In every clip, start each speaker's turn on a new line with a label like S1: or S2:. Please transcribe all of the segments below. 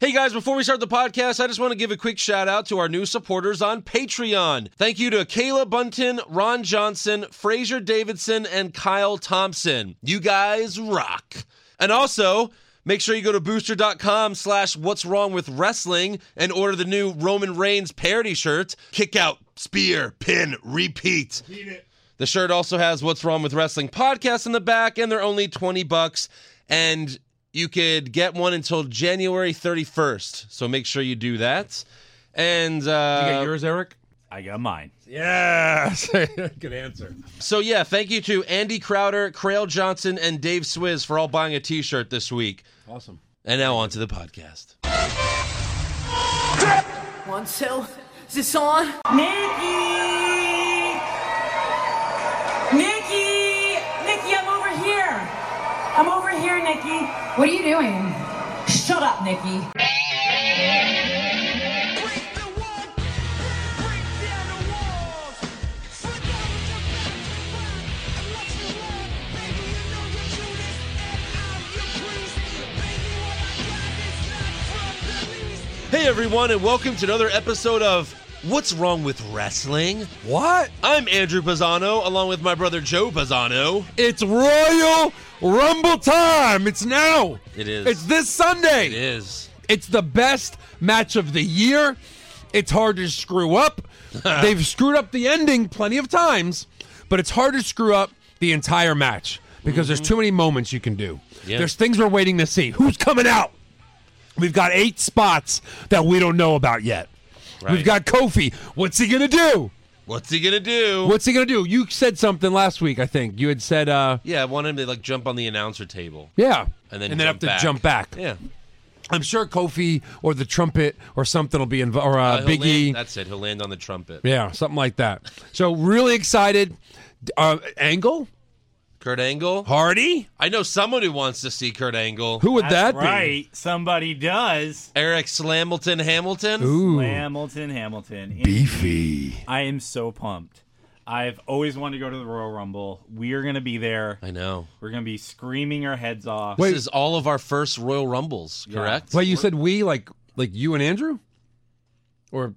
S1: Hey guys, before we start the podcast, I just want to give a quick shout out to our new supporters on Patreon. Thank you to Kayla Bunton, Ron Johnson, Fraser Davidson, and Kyle Thompson. You guys rock. And also, make sure you go to booster.com slash what's wrong with wrestling and order the new Roman Reigns parody shirt. Kick out, spear, pin, repeat. The shirt also has What's Wrong with Wrestling podcast in the back, and they're only 20 bucks. And you could get one until January 31st. So make sure you do that. And
S2: You got
S1: uh,
S2: yours, Eric?
S3: I got mine.
S2: Yes. Good answer.
S1: so, yeah, thank you to Andy Crowder, Crail Johnson, and Dave Swizz for all buying a t shirt this week.
S2: Awesome.
S1: And now on to the podcast.
S4: One cell. Is this on?
S5: Nikki! Nikki! Nikki, I'm over here! I'm over here, Nikki. What are you doing? Shut up, Nikki.
S6: Break the wall, break down the walls. Forget your back to front and what you want, baby. You know your Judas and I'm your priest, baby. What I got is not from the least.
S1: Hey, everyone, and welcome to another episode of What's Wrong with Wrestling.
S2: What?
S1: I'm Andrew Pisano, along with my brother Joe Pisano.
S2: It's Royal Rumble time. It's now.
S1: It is.
S2: It's this Sunday.
S1: It is.
S2: It's the best match of the year. It's hard to screw up. They've screwed up the ending plenty of times, but it's hard to screw up the entire match because there's too many moments you can do.
S1: Mm-hmm. Yeah.
S2: There's things we're waiting to see. Who's coming out? We've got eight spots that we don't know about yet.
S1: Right.
S2: We've got Kofi. What's he going to do?
S1: What's he gonna do?
S2: What's he going to do? You said something last week, I think. You had said, uh,
S1: Yeah, I want him to like jump on the announcer table
S2: yeah.
S1: and then
S2: and then
S1: jump
S2: have to
S1: back.
S2: jump back.
S1: Yeah,
S2: I'm sure Kofi or the trumpet or something will be involved, or uh,
S1: Uh, he'll
S2: Big E.
S1: land- that's it. He'll land on the trumpet.
S2: Yeah, something like that. So really excited. Uh, Angle,
S1: Kurt Angle.
S2: Hardy.
S1: I know someone who wants to see Kurt Angle.
S2: Who would
S3: That's
S2: that be?
S3: right. Somebody does.
S1: Eric Slamilton Hamilton.
S2: Ooh,
S3: Hamilton, Hamilton.
S2: beefy.
S3: I am so pumped. I've always wanted to go to the Royal Rumble. We are going to be there.
S1: I know.
S3: We're going to be screaming our heads off.
S2: Wait.
S1: This is all of our first Royal Rumbles, correct?
S2: Wait, you said we like like you and Andrew, or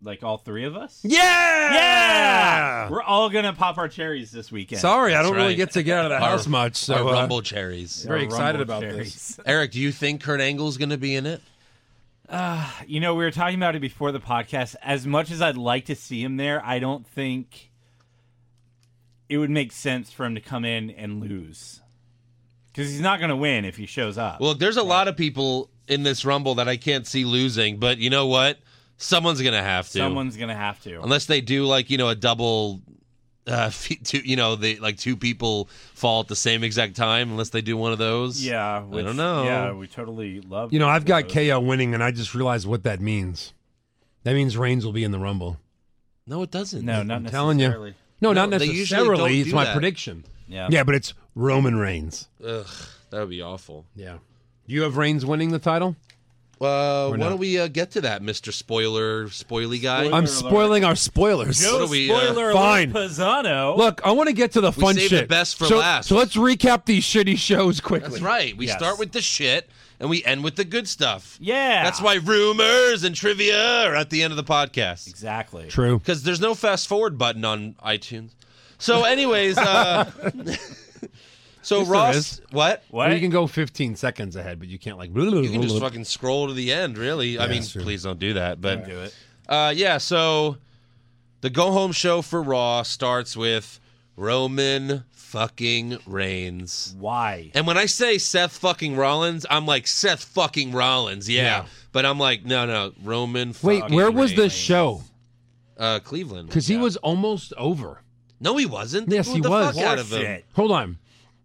S3: Like all three of us?
S2: yeah,
S3: We're all going to pop our cherries this weekend.
S2: Sorry, I
S1: That's
S2: don't really
S1: right.
S2: get to get out of the
S1: Our-
S2: house much. So
S1: our
S2: uh,
S1: Rumble cherries.
S2: very
S3: Our
S2: excited
S3: Rumble
S2: about
S3: cherries.
S1: Eric, do you think Kurt Angle's going to be in it?
S3: You know, we were talking about it before the podcast. As much as I'd like to see him there, I don't think it would make sense for him to come in and lose. Because he's not going to win if he shows up.
S1: Well, look, there's a lot of people in this Rumble that I can't see losing, but you know what? Someone's going to have to.
S3: Someone's going to have to.
S1: unless they do like you know a double uh fe- two you know they like two people fall at the same exact time unless they do one of those
S3: yeah. Which,
S1: don't know.
S3: Yeah, we totally love
S2: You know, I've got
S3: those.
S2: KO winning, and I just realized what that means. That means Reigns will be in the Rumble.
S1: no it doesn't
S3: No, not
S2: I'm
S3: necessarily.
S2: telling you. No, not
S1: No, they usually don't
S2: necessarily. It's
S1: do
S2: my
S1: that.
S2: prediction.
S3: Yeah.
S2: Yeah, but it's Roman Reigns.
S1: Ugh, that would be awful
S2: Yeah. You have Reigns winning the title?
S1: uh why
S2: not.
S1: don't we uh, get to that mr spoiler spoily guy
S3: Spoil-
S2: I'm
S3: Spoiler alert.
S2: spoiling our spoilers.
S1: What
S3: Joe
S1: are we, uh,
S3: spoiler
S2: Fine.
S3: alert Pisano.
S2: Look, I want to get to the fun
S1: saved the
S2: shit.
S1: best for
S2: so,
S1: last.
S2: So let's recap these shitty shows quickly.
S1: that's right we
S3: Yes.
S1: start with the shit and we end with the good stuff
S3: Yeah.
S1: that's why rumors and trivia are at the end of the podcast
S3: Exactly.
S2: True.
S1: because there's no fast forward button on iTunes. So, anyways, uh, so
S2: Yes, there
S1: Ross,
S2: is.
S1: what?
S3: What?
S2: Or you can go 15 seconds ahead, but you can't like.
S1: You can just fucking scroll to the end, really. I mean,
S2: that's true.
S1: please don't do that. But
S3: do it.
S1: uh, yeah, so the go home show for Raw starts with Roman fucking Reigns.
S3: Why?
S1: And when I say Seth fucking Rollins, I'm like Seth fucking Rollins, yeah.
S2: Yeah.
S1: But I'm like, no, no, Roman.
S2: Wait,
S1: fucking
S2: where was the
S1: Reigns.
S2: show?
S1: Uh, Cleveland.
S2: Because he was almost over.
S1: No, he wasn't. They
S2: Yes,
S1: booed
S2: he
S1: the
S2: was.
S1: Fuck out of him.
S3: Bullshit.
S2: Hold on.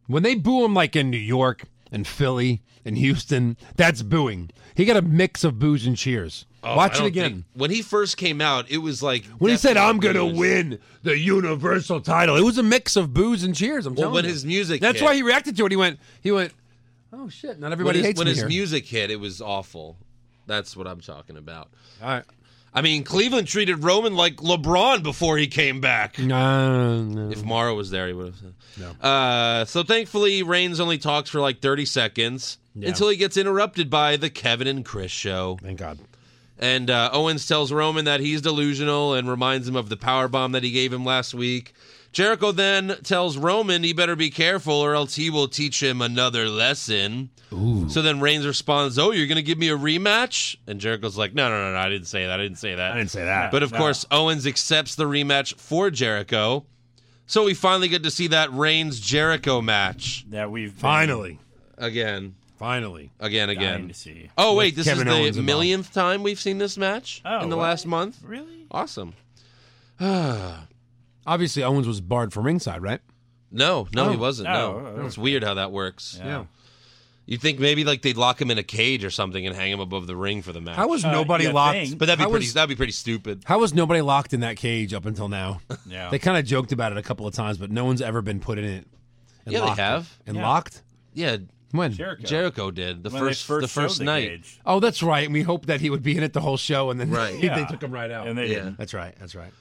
S2: When they boo him like in New York and Philly and Houston, that's booing. He got a mix of boos and cheers.
S1: Oh, I
S2: Watch it
S1: don't
S2: again.
S1: think- when he first came out, it was like
S2: when he said,
S1: definitely
S2: "I'm gonna
S1: booze.
S2: win the universal title," it was a mix of boos and cheers. I'm
S1: Well,
S2: telling
S1: when
S2: you.
S1: his music
S2: That's
S1: hit.
S2: why he reacted to it. He went, he went, "Oh shit! Not
S1: When
S2: everybody
S1: his,
S2: hates
S1: when
S2: me
S1: his
S2: here."
S1: music hit, it was awful. That's what I'm talking about.
S2: All right.
S1: I mean, Cleveland treated Roman like LeBron before he came back.
S2: No, no, no.
S1: If Morrow was there, he would have said. Uh, so thankfully, Reigns only talks for like 30 seconds. until he gets interrupted by the Kevin and Chris show.
S2: Thank God.
S1: And uh, Owens tells Roman that he's delusional and reminds him of the power bomb that he gave him last week. Jericho then tells Roman he better be careful or else he will teach him another lesson. So then Reigns responds, "Oh, you're going to give me a rematch?" And Jericho's like, "No, no, no, no, I didn't say that. I didn't say that.
S2: I didn't say that.
S1: But of course, Owens accepts the rematch for Jericho. So we finally get to see that Reigns Jericho match
S3: that we've been
S2: finally,
S1: again,
S2: finally,
S1: again,
S3: dying
S1: again.
S3: to see.
S1: Oh
S2: With
S1: wait, this
S2: Kevin
S1: is the
S2: Owens involved.
S1: millionth time we've seen this match
S3: Oh,
S1: in the
S3: wow.
S1: last month.
S3: Really?
S1: Awesome.
S2: obviously Owens was barred from ringside, right?
S1: No, no, he wasn't. No,
S3: Oh, oh,
S1: it's weird how that works. You'd think maybe like they'd lock him in a cage or something and hang him above the ring for the match.
S2: How was
S3: Uh,
S2: nobody
S3: you
S2: locked?
S3: think.
S1: but that'd be
S2: how
S1: pretty.
S2: was-
S1: that'd be pretty stupid.
S2: How was nobody locked in that cage up until now?
S3: Yeah.
S2: They kind of joked about it a couple of times, but no one's ever been put in it. And
S1: Yeah, they
S2: locked.
S1: have.
S2: And
S3: Yeah.
S2: locked?
S1: Yeah,
S2: When?
S3: Jericho.
S1: Jericho did the
S3: When they
S1: first, the
S3: showed
S1: first night.
S3: cage.
S2: Oh, that's right. And we hoped that he would be in it the whole show, and then
S1: Right.
S2: they,
S3: Yeah.
S2: took him right out.
S3: And they
S1: Yeah.
S3: didn't.
S2: that's right. That's right.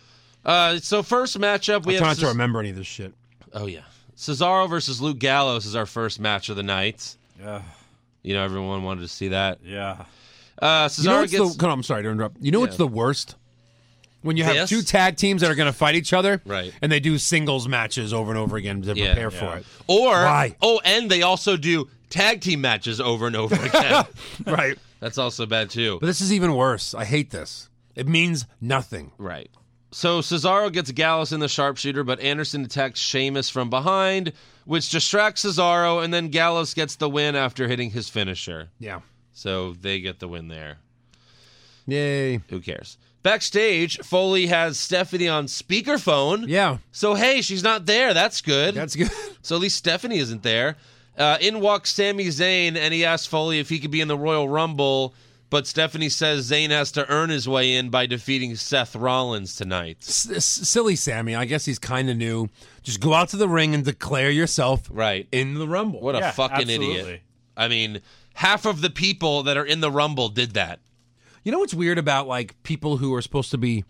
S1: Uh, so first matchup we
S2: I try
S1: have.
S2: not to
S1: Ces-
S2: remember any of this shit.
S1: oh yeah, Cesaro versus Luke Gallows is our first match of the night.
S3: Yeah.
S1: You know, everyone wanted to see that.
S3: Yeah.
S1: Uh,
S2: You know
S1: Cesaro
S2: what's
S1: gets
S2: the, come on, I'm sorry to interrupt. You know what's the worst? When you have
S1: This?
S2: two tag teams that are going to fight each other,
S1: Right.
S2: And they do singles matches over and over again to
S1: Yeah.
S2: prepare
S3: Yeah.
S2: for it,
S1: or
S2: Why?
S1: oh, and they also do tag team matches over and over again.
S2: right?
S1: That's also bad too.
S2: But this is even worse. I hate this. It means nothing.
S1: Right. So Cesaro gets Gallus in the sharpshooter, but Anderson attacks Sheamus from behind, which distracts Cesaro, and then Gallus gets the win after hitting his finisher.
S2: Yeah.
S1: So they get the win there.
S2: Yay.
S1: Who cares? Backstage, Foley has Stephanie on speakerphone.
S2: Yeah.
S1: So hey, she's not there. That's good.
S2: That's good.
S1: So at least Stephanie isn't there. Uh, in walks Sami Zayn, and he asks Foley if he could be in the Royal Rumble, but Stephanie says Zayn has to earn his way in by defeating Seth Rollins tonight.
S2: S- s- silly Sammy. I guess he's kind of new. Just go out to the ring and declare yourself
S1: Right.
S2: in the Rumble.
S1: What
S3: Yeah,
S1: a fucking idiot.
S3: absolutely.
S1: I mean, half of the people that are in the Rumble did that.
S2: You know what's weird about like people who are supposed to be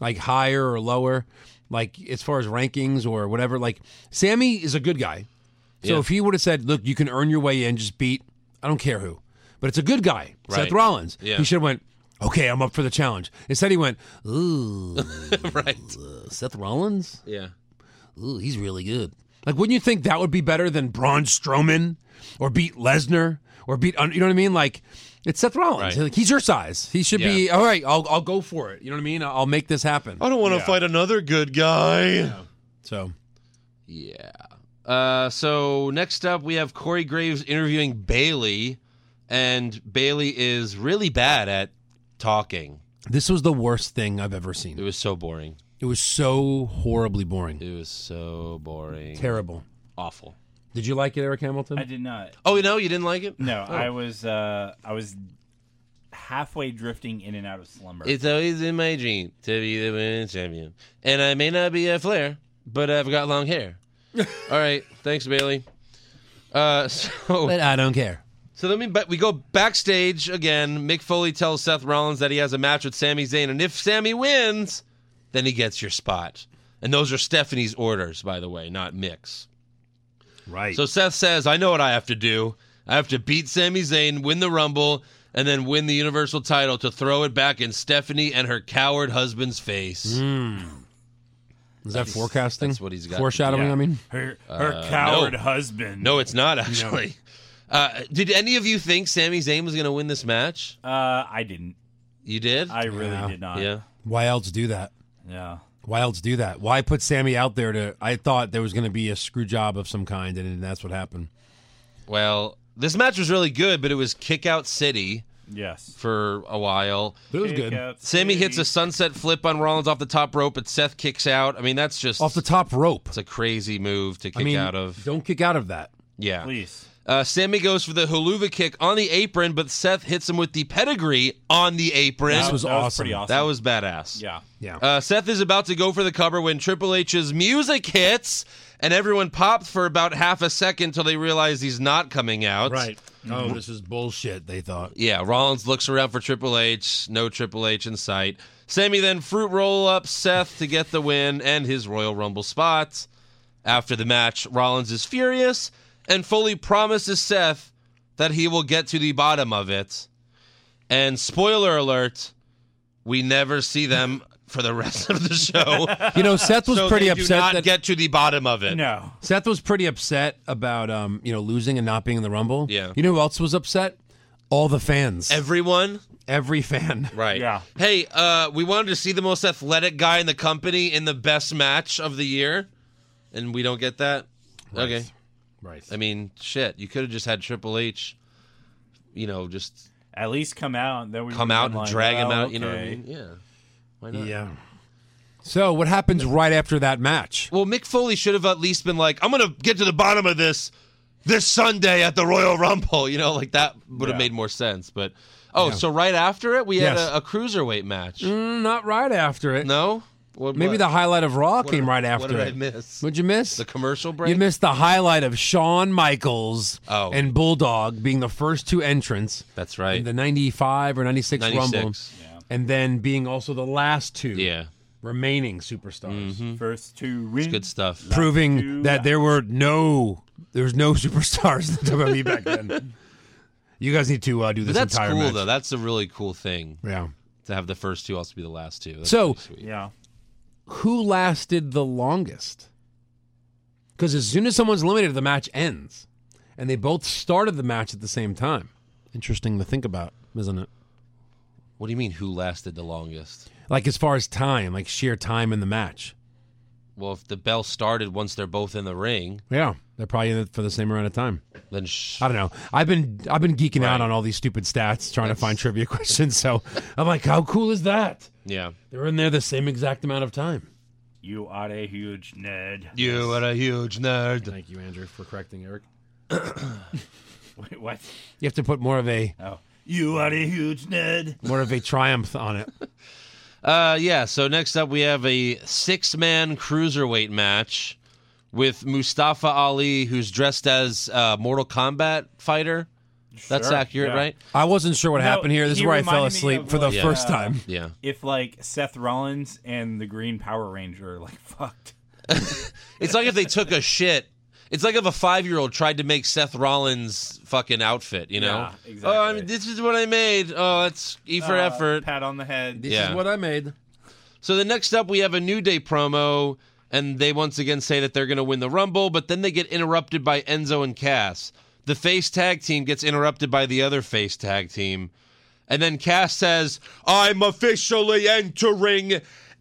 S2: like higher or lower, like as far as rankings or whatever. Like Sammy is a good guy, so
S1: Yeah.
S2: if he would have said, "Look, you can earn your way in, just beat I don't care who," but it's a good guy, Seth
S1: Right.
S2: Rollins.
S1: Yeah.
S2: He should have went. Okay, I'm up for the challenge. Instead, he went, "Ooh,
S1: right.
S2: Seth Rollins.
S1: Yeah.
S2: Ooh, he's really good." Like, wouldn't you think that would be better than Braun Strowman or beat Lesnar or beat? You know what I mean? Like, it's Seth Rollins.
S1: Right.
S2: Like, he's your size. He should be all right. I'll I'll go for it. You know what I mean? I'll, I'll make this happen.
S1: don't want to fight another good guy. Yeah.
S2: So
S1: Uh, so next up, we have Corey Graves interviewing Bailey, and Bailey is really bad at talking.
S2: this was the worst thing I've ever
S1: It
S2: seen.
S1: was so boring.
S2: It was so horribly boring,
S1: It was so boring.
S2: terrible.
S1: Awful.
S2: Did you like it, Eric Hamilton?
S3: I did not.
S1: Oh, you know, you didn't like it?
S3: No,
S1: Oh.
S3: I was uh I was halfway drifting in and out of slumber.
S1: It's always in my dream to be the women's champion. And I may not be a flair, but I've got long hair. All right. Thanks, Bailey. Uh, so,
S2: but I don't care.
S1: so let me. But we go backstage again. Mick Foley tells Seth Rollins that he has a match with Sami Zayn, and if Sammy wins, then he gets your spot. And those are Stephanie's orders, by the way, not Mick's.
S2: Right.
S1: So Seth says, "I know what I have to do. I have to beat Sami Zayn, win the Rumble, and then win the Universal Title to throw it back in Stephanie and her coward husband's face."
S3: Mm.
S2: is that forecasting?
S1: that's what he's got.
S2: Foreshadowing.
S3: Yeah.
S2: I mean,
S3: her her coward husband.
S1: Uh, No, it's not actually. Uh, did any of you think Sami Zayn was going to win this match?
S3: Uh I didn't.
S1: You did.
S3: I really
S2: Yeah.
S3: did not.
S1: yeah.
S2: why else do that?
S3: Yeah.
S2: Why else do that? Why put Sammy out there to? I thought there was going to be a screw job of some kind, and that's what happened.
S1: Well, this match was really good, but it was kick out city
S3: Yes.
S1: for a while.
S2: But it was good.
S1: Sammy hits a sunset flip on Rollins off the top rope, but Seth kicks out. I mean, that's just
S2: Off the top rope.
S1: it's a crazy move to kick
S2: I mean,
S1: out of.
S2: don't kick out of that.
S1: Yeah.
S3: Please.
S1: Uh, Sammy goes for the haluva kick on the apron, but Seth hits him with the pedigree on the apron.
S2: This was
S3: that was
S2: awesome.
S3: pretty awesome.
S1: That was badass.
S3: yeah.
S2: Yeah.
S1: Uh, Seth is about to go for the cover when Triple H's music hits, and everyone pops for about half a second till they realize he's not coming out.
S2: Right. Oh, this is bullshit, they thought.
S1: Yeah, Rollins looks around for Triple H. No Triple H in sight. Sammy then fruit roll up Seth to get the win and his Royal Rumble spot. After the match, Rollins is furious and fully promises Seth that he will get to the bottom of it. And spoiler alert, we never see them for the rest of the show.
S2: You know, Seth was
S1: so
S2: pretty
S1: they do
S2: upset
S1: not
S2: that
S1: get to the bottom of it.
S3: No.
S2: Seth was pretty upset about um, you know, losing and not being in the Rumble.
S1: Yeah.
S2: You know who else was upset? All the fans.
S1: Everyone,
S2: Every fan.
S1: right?
S3: Yeah.
S1: Hey, uh, we wanted to see the most athletic guy in the company in the best match of the year, and we don't get that. Okay.
S2: Right.
S1: I mean, shit. You could have just had Triple H. You know, just
S3: At least come out. and Then we
S1: come
S3: would've
S1: out
S3: been
S1: and
S3: like,
S1: drag him
S3: well,
S1: out. You know what I
S3: okay.
S1: mean? Yeah. Why not?
S2: Yeah. So what happens right after that match?
S1: Well, Mick Foley should have at least been like, I'm going to get to the bottom of this this Sunday at the Royal Rumble. You know, like that would have
S3: Yeah.
S1: made more sense. But, oh, so right after it, we
S2: Yes.
S1: had a, a cruiserweight match.
S2: Mm, Not right after it.
S1: No? What-
S2: Maybe
S1: what-
S2: the highlight of Raw
S1: what
S2: came
S1: did-
S2: right after
S1: What
S2: it.
S1: did I miss?
S2: What'd you miss?
S1: The commercial break?
S2: you missed the highlight of Shawn Michaels
S1: Oh.
S2: and Bulldog being the first two entrants
S1: That's right.
S2: in the 95 or 96,
S1: 96.
S2: Rumble. And then being also the last two
S1: yeah. Mm-hmm.
S2: remaining superstars.
S3: First two wins.
S1: Good stuff.
S2: proving
S3: Two
S2: that there were no there was no superstars in the WWE back then. You guys need to uh, do this
S1: That's
S2: entire
S1: cool,
S2: match.
S1: though. That's a really cool thing
S2: Yeah.
S1: to have the first two also be the last two. That's
S2: So-
S1: pretty sweet.
S3: Yeah.
S2: Who lasted the longest? Because as soon as someone's eliminated, the match ends, and they both started the match at the same time. Interesting to think about, isn't it?
S1: what do you mean, who lasted the longest?
S2: Like as far as time, like sheer time in the match.
S1: Well, if the bell started once they're both in the ring,
S2: Yeah, they're probably in it for the same amount of time.
S1: then sh-
S2: I don't know. I've been I've been geeking
S1: Right.
S2: out on all these stupid stats, trying
S1: That's-
S2: to find trivia questions. So I'm like, how cool is that?
S1: yeah.
S2: They're in there the same exact amount of time.
S3: You are a huge nerd.
S1: You are a huge nerd.
S2: Thank you, Andrew, for correcting Eric.
S3: Wait, what?
S2: You have to put more of a
S3: Oh. You are a huge nerd.
S2: more of a triumph on it.
S1: Uh, yeah. So next up, we have a six-man cruiserweight match with Mustafa Ali, who's dressed as a Mortal Kombat fighter. That's
S3: Sure,
S1: accurate,
S3: yeah.
S1: right?
S2: I wasn't sure what
S3: No,
S2: happened here. This
S3: he
S2: is where I fell
S3: reminded me
S2: asleep
S3: of
S2: for the
S3: what,
S1: Yeah.
S2: first
S3: uh,
S2: time.
S1: Yeah.
S3: If like Seth Rollins and the Green Power Ranger are like fucked.
S1: It's like if they took a shit. It's like if a five-year-old tried to make Seth Rollins' fucking outfit. You know?
S3: Yeah, exactly.
S1: Oh, I mean, this is what I made. Oh, that's E for
S3: Uh,
S1: effort.
S3: Pat on the head.
S1: This is Yeah. what
S2: I made.
S1: So the next up, we have a New Day promo, and they once again say that they're going to win the Rumble, but then they get interrupted by Enzo and Cass. The face tag team gets interrupted by the other face tag team. And then Cass says, I'm officially entering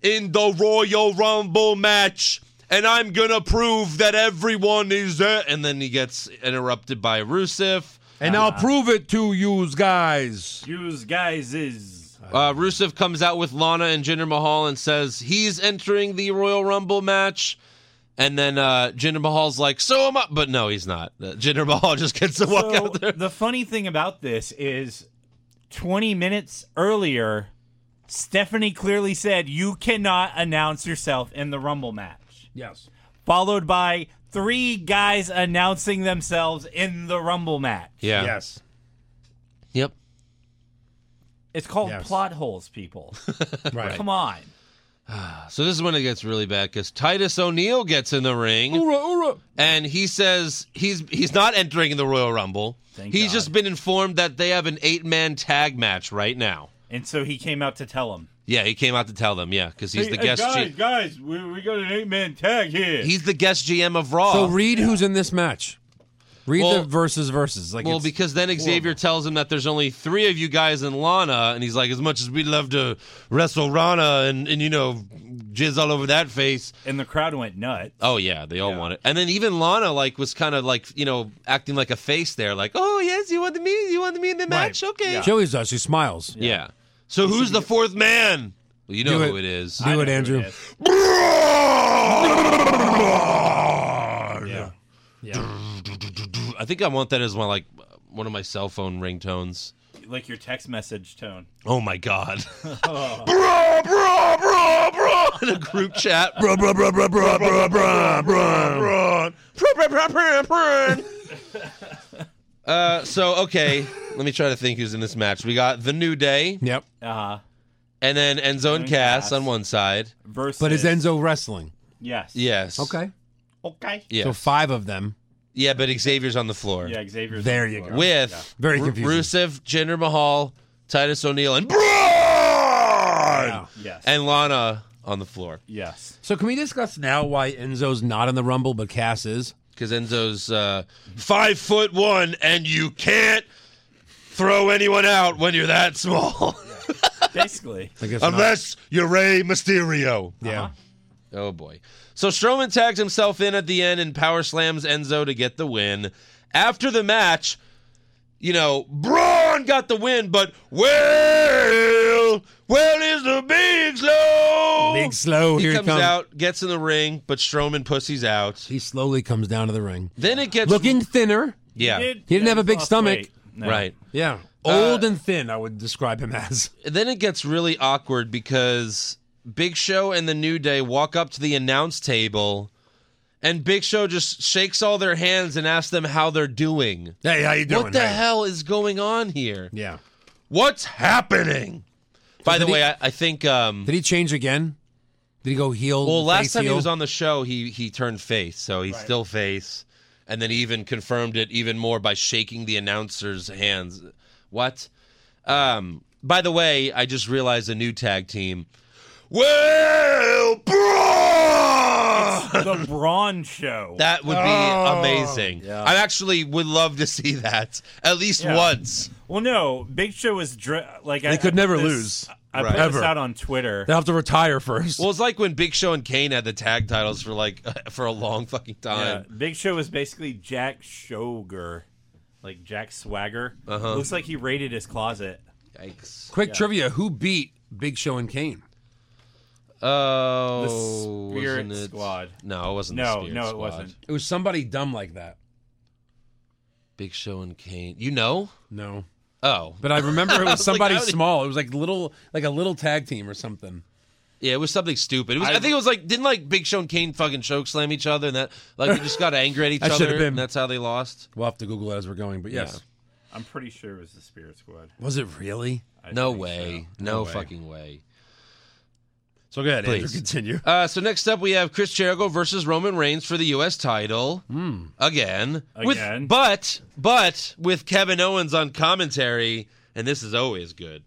S1: in the Royal Rumble match, and I'm going to prove that everyone is there. And then he gets interrupted by Rusev.
S2: And I'll prove it to you guys.
S3: Use guys is
S1: Uh, Rusev comes out with Lana and Jinder Mahal and says he's entering the Royal Rumble match. And then uh, Jinder Mahal's like, so am I. But no, he's not. Uh, Jinder Mahal just gets to walk
S3: so
S1: out there.
S3: the funny thing about this is 20 minutes earlier Stephanie clearly said you cannot announce yourself in the Rumble match
S2: Yes.
S3: followed by three guys announcing themselves in the Rumble match
S1: Yeah.
S2: Yes.
S1: Yep.
S3: it's called
S2: Yes.
S3: plot holes people
S2: Right.
S3: come on
S1: So this is when it gets really bad because Titus O'Neil gets in the ring and he says he's he's not entering the Royal Rumble.
S3: Thank
S1: he's
S3: God.
S1: just been informed that they have an eight man tag match right now.
S3: and so he came out to tell them
S1: Yeah, he came out to tell them. Yeah, because he's the guest. G-
S3: guys we, we got an eight man tag here
S1: he's the guest GM of Raw.
S2: So read who's in this match. Read
S1: Oh. Well-
S2: the verses verses. Like
S1: Well,
S2: it's-
S1: because then Xavier tells him that there's only three of you guys in Lana, and he's like, as much as we'd love to wrestle Rana and, and you know, jizz all over that face.
S3: and the crowd went nuts
S1: Oh, yeah, they all want it. And then even Lana, like, was kind of like, you know, acting like a face there, like, oh, yes, you wanted me? You wanted me in the match? Okay. Yeah.
S2: Joey's us. He smiles.
S1: So who's the fourth man? Well, you know
S2: Do
S1: who
S2: it.
S1: it is.
S2: Do it, Andrew.
S3: yeah
S1: I think I want that as my, like, one of my cell phone ringtones.
S3: like your text message tone
S1: Oh my god. Bruh, bruh, bruh, bruh, in a group chat. Bruh, bruh, bruh, bruh, bruh, bruh, bruh, bruh, bruh. Bruh, bruh, bruh, bruh, bruh. Uh, so okay, let me try to think who's in this match. We got the New Day,
S2: Yep.
S3: uh-huh
S1: and then Enzo and
S3: and
S1: Cass
S3: Cass.
S1: on one side.
S3: versus
S2: But is Enzo wrestling?
S3: yes
S1: Yes.
S2: Okay.
S3: okay
S1: Yes.
S2: So five of them.
S1: Yeah, but Xavier's on the floor.
S3: Yeah, Xavier.
S2: There you go.
S1: With
S2: Very
S1: Ru-
S2: confusing.
S1: Rusev, Jinder Mahal, Titus O'Neil, and Braun!
S3: Yes.
S1: And Lana on the floor.
S3: Yes.
S2: So can we discuss now why Enzo's not in the Rumble but Cass is?
S1: Because Enzo's uh, five foot one, and you can't throw anyone out when you're that small.
S3: Basically.
S2: I guess not.
S1: Unless you're Rey Mysterio.
S2: yeah.
S1: Oh boy. So Strowman tags himself in at the end and power slams Enzo to get the win. After the match, you know, Braun got the win, but well, well is the big slow.
S2: Big slow.
S1: Oh, He
S2: Here
S1: comes
S2: he comes
S1: out, gets in the ring, but Strowman pussies out.
S2: He slowly comes down to the ring,
S1: Then it gets
S2: looking thinner.
S1: yeah,
S2: He didn't have a big
S3: lost
S2: stomach.
S3: weight. No.
S1: right.
S2: Yeah,
S1: Uh,
S2: old and thin. I would describe him as.
S1: then it gets really awkward because Big Show and the New Day walk up to the announce table and Big Show just shakes all their hands and asks them how they're doing.
S2: Hey, how you doing?
S1: What the
S2: Hey.
S1: hell is going on here?
S2: Yeah.
S1: What's happening? By the
S2: Did he-
S1: way, I, I think um
S2: Did he change again? Did he go heel?
S1: well last
S2: face
S1: time he
S2: heel?
S1: was on the show he he turned face, so he's still face. And then he even confirmed it even more by shaking the announcer's hands. What? Um by the way, I just realized a new tag team. Well, Braun!
S3: The Braun Show.
S1: That would be amazing. I actually would love to see that at least
S3: Yeah.
S1: once.
S3: well, no, Big Show was dr- like I
S2: They could
S3: I put
S2: never
S3: this-
S2: lose.
S3: I
S1: Right.
S3: put
S2: Ever.
S3: this out on Twitter.
S2: They'll have to retire first.
S1: Well, it's like when Big Show and Kane had the tag titles for like for a long fucking
S3: Yeah,
S1: time.
S3: Uh, Big Show was basically Jack Shoger, like Jack Swagger. Uh-huh. Looks like he raided his closet.
S1: Yikes.
S2: Quick trivia: Who beat Big Show and Kane?
S1: Oh,
S3: Spirit
S1: wasn't it-
S3: Squad.
S1: No, it wasn't. the
S3: No,
S1: Spirit
S3: no, it
S1: Squad.
S3: wasn't.
S2: It was somebody dumb like that.
S1: Big Show and Kane. You know?
S2: No,
S1: Oh,
S2: but I remember it was,
S1: was like,
S2: somebody
S1: how did-
S2: small. It was like little, like a little tag team or something.
S1: yeah, it was something stupid. It was, I, think it was like didn't like Big Show and Kane fucking choke slam each other and that like they just got angry at each
S2: That should've
S1: other
S2: been-
S1: and that's how they lost.
S2: We'll have to Google it as we're going. But yes,
S3: I'm pretty sure it was the Spirit Squad.
S2: was it really?
S3: I
S1: no
S3: think
S1: way.
S3: so.
S1: No,
S2: way.
S1: fucking way.
S2: So go ahead,
S1: Please.
S2: Andrew. Continue.
S1: Uh, so next up we have Chris Jericho versus Roman Reigns for the U.S. title
S2: Hmm.
S1: again. With-
S3: Again.
S1: but but with Kevin Owens on commentary, and this is always good.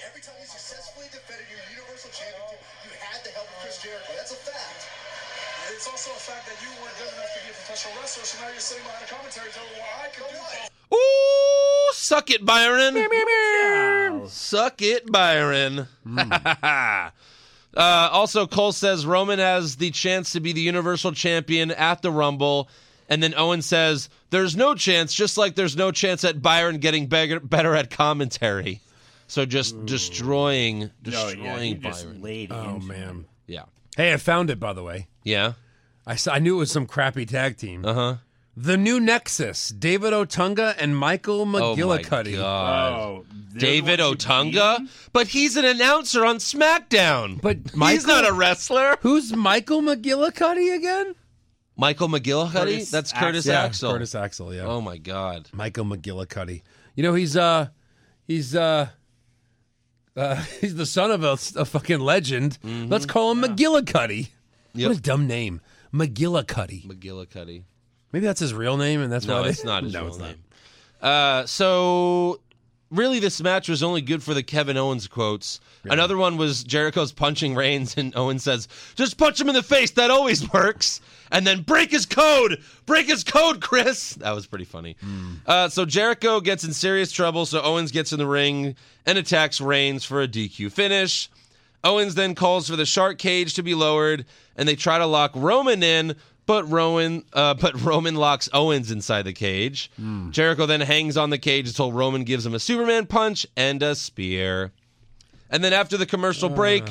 S7: Every time you successfully defended your Universal Championship, you had the help of Chris Jericho. That's a fact. It's also a fact that you weren't good enough to be a professional wrestler, so now you're sitting behind a commentary telling what I could do.
S1: Ooh, suck it, Byron. Suck it, Byron. uh, also, Cole says Roman has the chance to be the Universal Champion at the Rumble. And then Owen says, there's no chance, just like there's no chance at Byron getting beggar, better at commentary. So just destroying,
S3: No,
S1: destroying
S3: yeah, he just
S1: Byron.
S3: laid
S2: Oh
S3: into-
S2: man.
S1: yeah.
S2: Hey, I found it by the way.
S1: Yeah.
S2: I, saw, I knew it was some crappy tag team. Uh huh. The new Nexus: David Otunga and Michael
S1: Oh, my
S2: McGillicuddy.
S1: God.
S3: Oh,
S2: Uh,
S3: they're the
S1: David
S3: ones who beat
S1: Otunga?
S3: him?
S1: But he's an announcer on SmackDown.
S2: But
S1: he's
S2: Michael-
S1: not a wrestler.
S2: Who's Michael McGillicuddy again?
S1: Michael McGillicuddy?
S3: Curtis
S1: That's Curtis
S2: yeah,
S1: Axel.
S2: Curtis Axel. Yeah.
S1: Oh my God.
S2: Michael McGillicuddy. You know he's uh he's uh. Uh, he's the son of a, a fucking legend. Let's call him McGillicuddy. What a dumb name, McGillicuddy.
S1: McGillicuddy.
S2: Maybe that's his real name, and that's
S1: No,
S2: why they-
S1: it's not his
S2: no,
S1: real
S2: it's
S1: name. Uh, so really, this match was only good for the Kevin Owens quotes. Another one was Jericho's punching Reigns, and Owen says, "Just punch him in the face. That always works." And then break his code. Break his code, Chris. That was pretty funny. Uh, so Jericho gets in serious trouble. So Owens gets in the ring and attacks Reigns for a DQ finish. Owens then calls for the shark cage to be lowered, and they try to lock Roman in, but Roman, uh, but Roman locks Owens inside the cage. Jericho then hangs on the cage until Roman gives him a Superman punch and a spear. And then after the commercial break,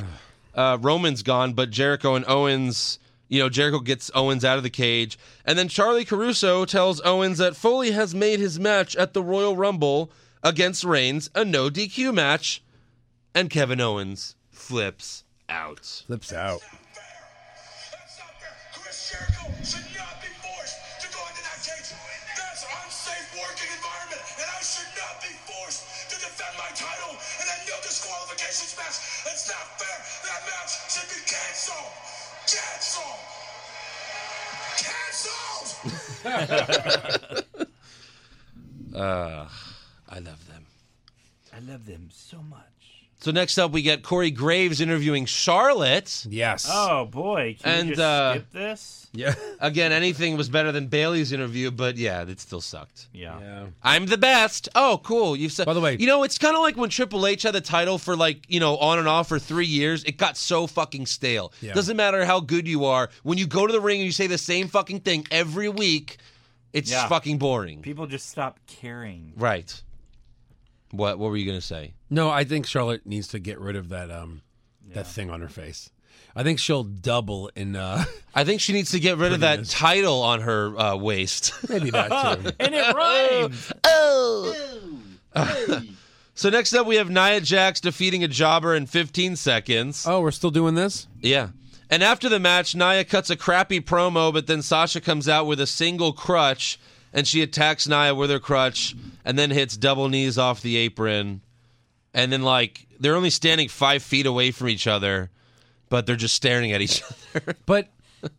S1: uh, Roman's gone, but Jericho and Owens, you know, Jericho gets Owens out of the cage. And then Charlie Caruso tells Owens that Foley has made his match at the Royal Rumble against Reigns a no DQ match. And Kevin Owens flips out.
S2: Flips out.
S7: That's not fair. Chris Jericho should not be forced to go into that cage. That's unsafe working environment, and I should not be forced to defend my title in a no disqualifications match. It's not fair. That match should be canceled. Canceled. Canceled.
S1: I love them.
S3: I love them so much.
S1: So next up, we get Corey Graves interviewing Charlotte.
S2: Yes.
S3: Oh boy, can
S1: And,
S3: we just
S1: uh,
S3: skip this?
S2: Yeah.
S1: Again, anything was better than Bailey's interview, but yeah, it still sucked.
S3: Yeah.
S1: I'm the best. Oh, cool. You've said.
S2: By the way-
S1: you know it's kind of like when Triple H had the title for like you know on and off for three years. It got so fucking stale.
S2: Yeah.
S1: Doesn't matter how good you are when you go to the ring and you say the same fucking thing every week. It's
S3: Yeah.
S1: fucking boring.
S3: People just stop caring.
S1: right. What What were you gonna say?
S2: No, I think Charlotte needs to get rid of that um that thing on her face. I think she'll double in uh
S1: I think she needs to get rid of that title on her uh, waist.
S2: maybe that too.
S3: And it rhymes.
S1: so next up, we have Nia Jax defeating a jobber in 15 seconds.
S2: oh, we're still doing this?
S1: Yeah. And after the match, Naya cuts a crappy promo, but then Sasha comes out with a single crutch and she attacks Naya with her crutch and then hits double knees off the apron. And then, like, they're only standing five feet away from each other, but they're just staring at each other.
S2: But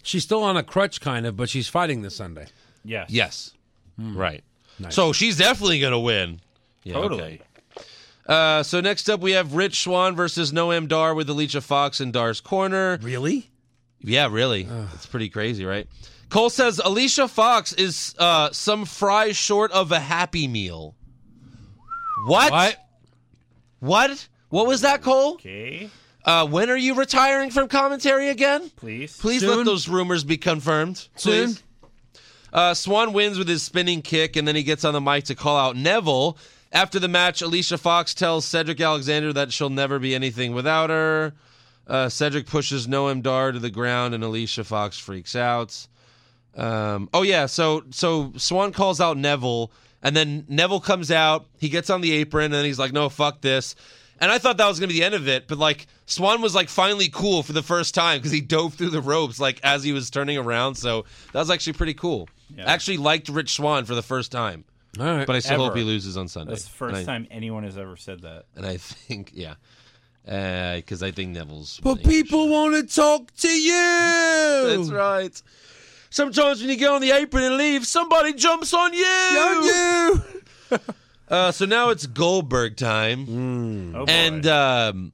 S2: she's still on a crutch kind of, but she's fighting this Sunday.
S3: yes.
S1: Yes. Right. So she's definitely going to win. Hmm. Yeah,
S3: Totally.
S1: okay. Uh, so next up, we have Rich Swan versus Noam Dar with Alicia Fox in Dar's corner.
S2: Really?
S1: Yeah, really. It's pretty crazy, right? Cole says Alicia Fox is uh, some fries short of a Happy Meal. What?
S2: What?
S1: What? What was that, Cole?
S3: Okay.
S1: Uh, when are you retiring from commentary again?
S3: Please.
S1: Please let
S2: Soon.
S1: those rumors be confirmed.
S2: Soon.
S1: Please. Uh, Swan wins with his spinning kick, and then he gets on the mic to call out Neville. After the match, Alicia Fox tells Cedric Alexander that she'll never be anything without her. Uh, Cedric pushes Noam Dar to the ground, and Alicia Fox freaks out. Um, oh yeah, so so Swan calls out Neville, and then Neville comes out. He gets on the apron, and then he's like, "No, fuck this." And I thought that was gonna be the end of it, but like Swan was like finally cool for the first time because he dove through the ropes like as he was turning around. So that was actually pretty cool. I actually liked Rich Swan for the first time,
S2: All right.
S1: but I still hope
S3: Ever.
S1: he loses on Sunday.
S3: That's the first
S1: and I,
S3: time anyone has ever said that.
S1: and I think yeah, because I think Neville's.
S2: but
S1: winning.
S2: people want to talk to you.
S1: That's right. Sometimes when you get on the apron and leave, somebody jumps on you.
S2: Don't you?
S1: Uh, so now it's Goldberg time,
S2: Mm.
S3: Oh, boy.
S1: Mm. and um,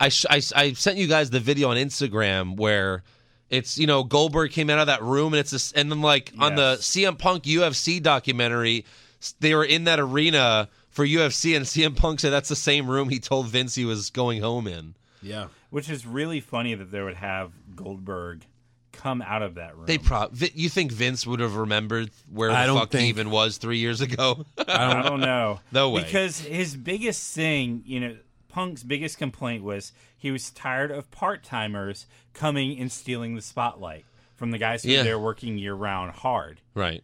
S1: I, sh- I s- I sent you guys the video on Instagram where it's you know Goldberg came out of that room and it's this, and then like on the
S3: Yes.
S1: CM Punk UFC documentary, s- they were in that arena for UFC, and CM Punk said that's the same room he told Vince he was going home in.
S2: Yeah.
S3: which is really funny that they would have Goldberg come out of that room.
S1: They pro Vi- you think Vince would have remembered where the
S2: Um, I don't
S1: fuck he
S2: think-
S1: even was three years ago?
S3: I don't know.
S1: No way.
S3: Because his biggest thing, you know, Punk's biggest complaint was he was tired of part timers coming and stealing the spotlight from the guys who
S1: Yeah.
S3: are there working year round hard.
S1: right.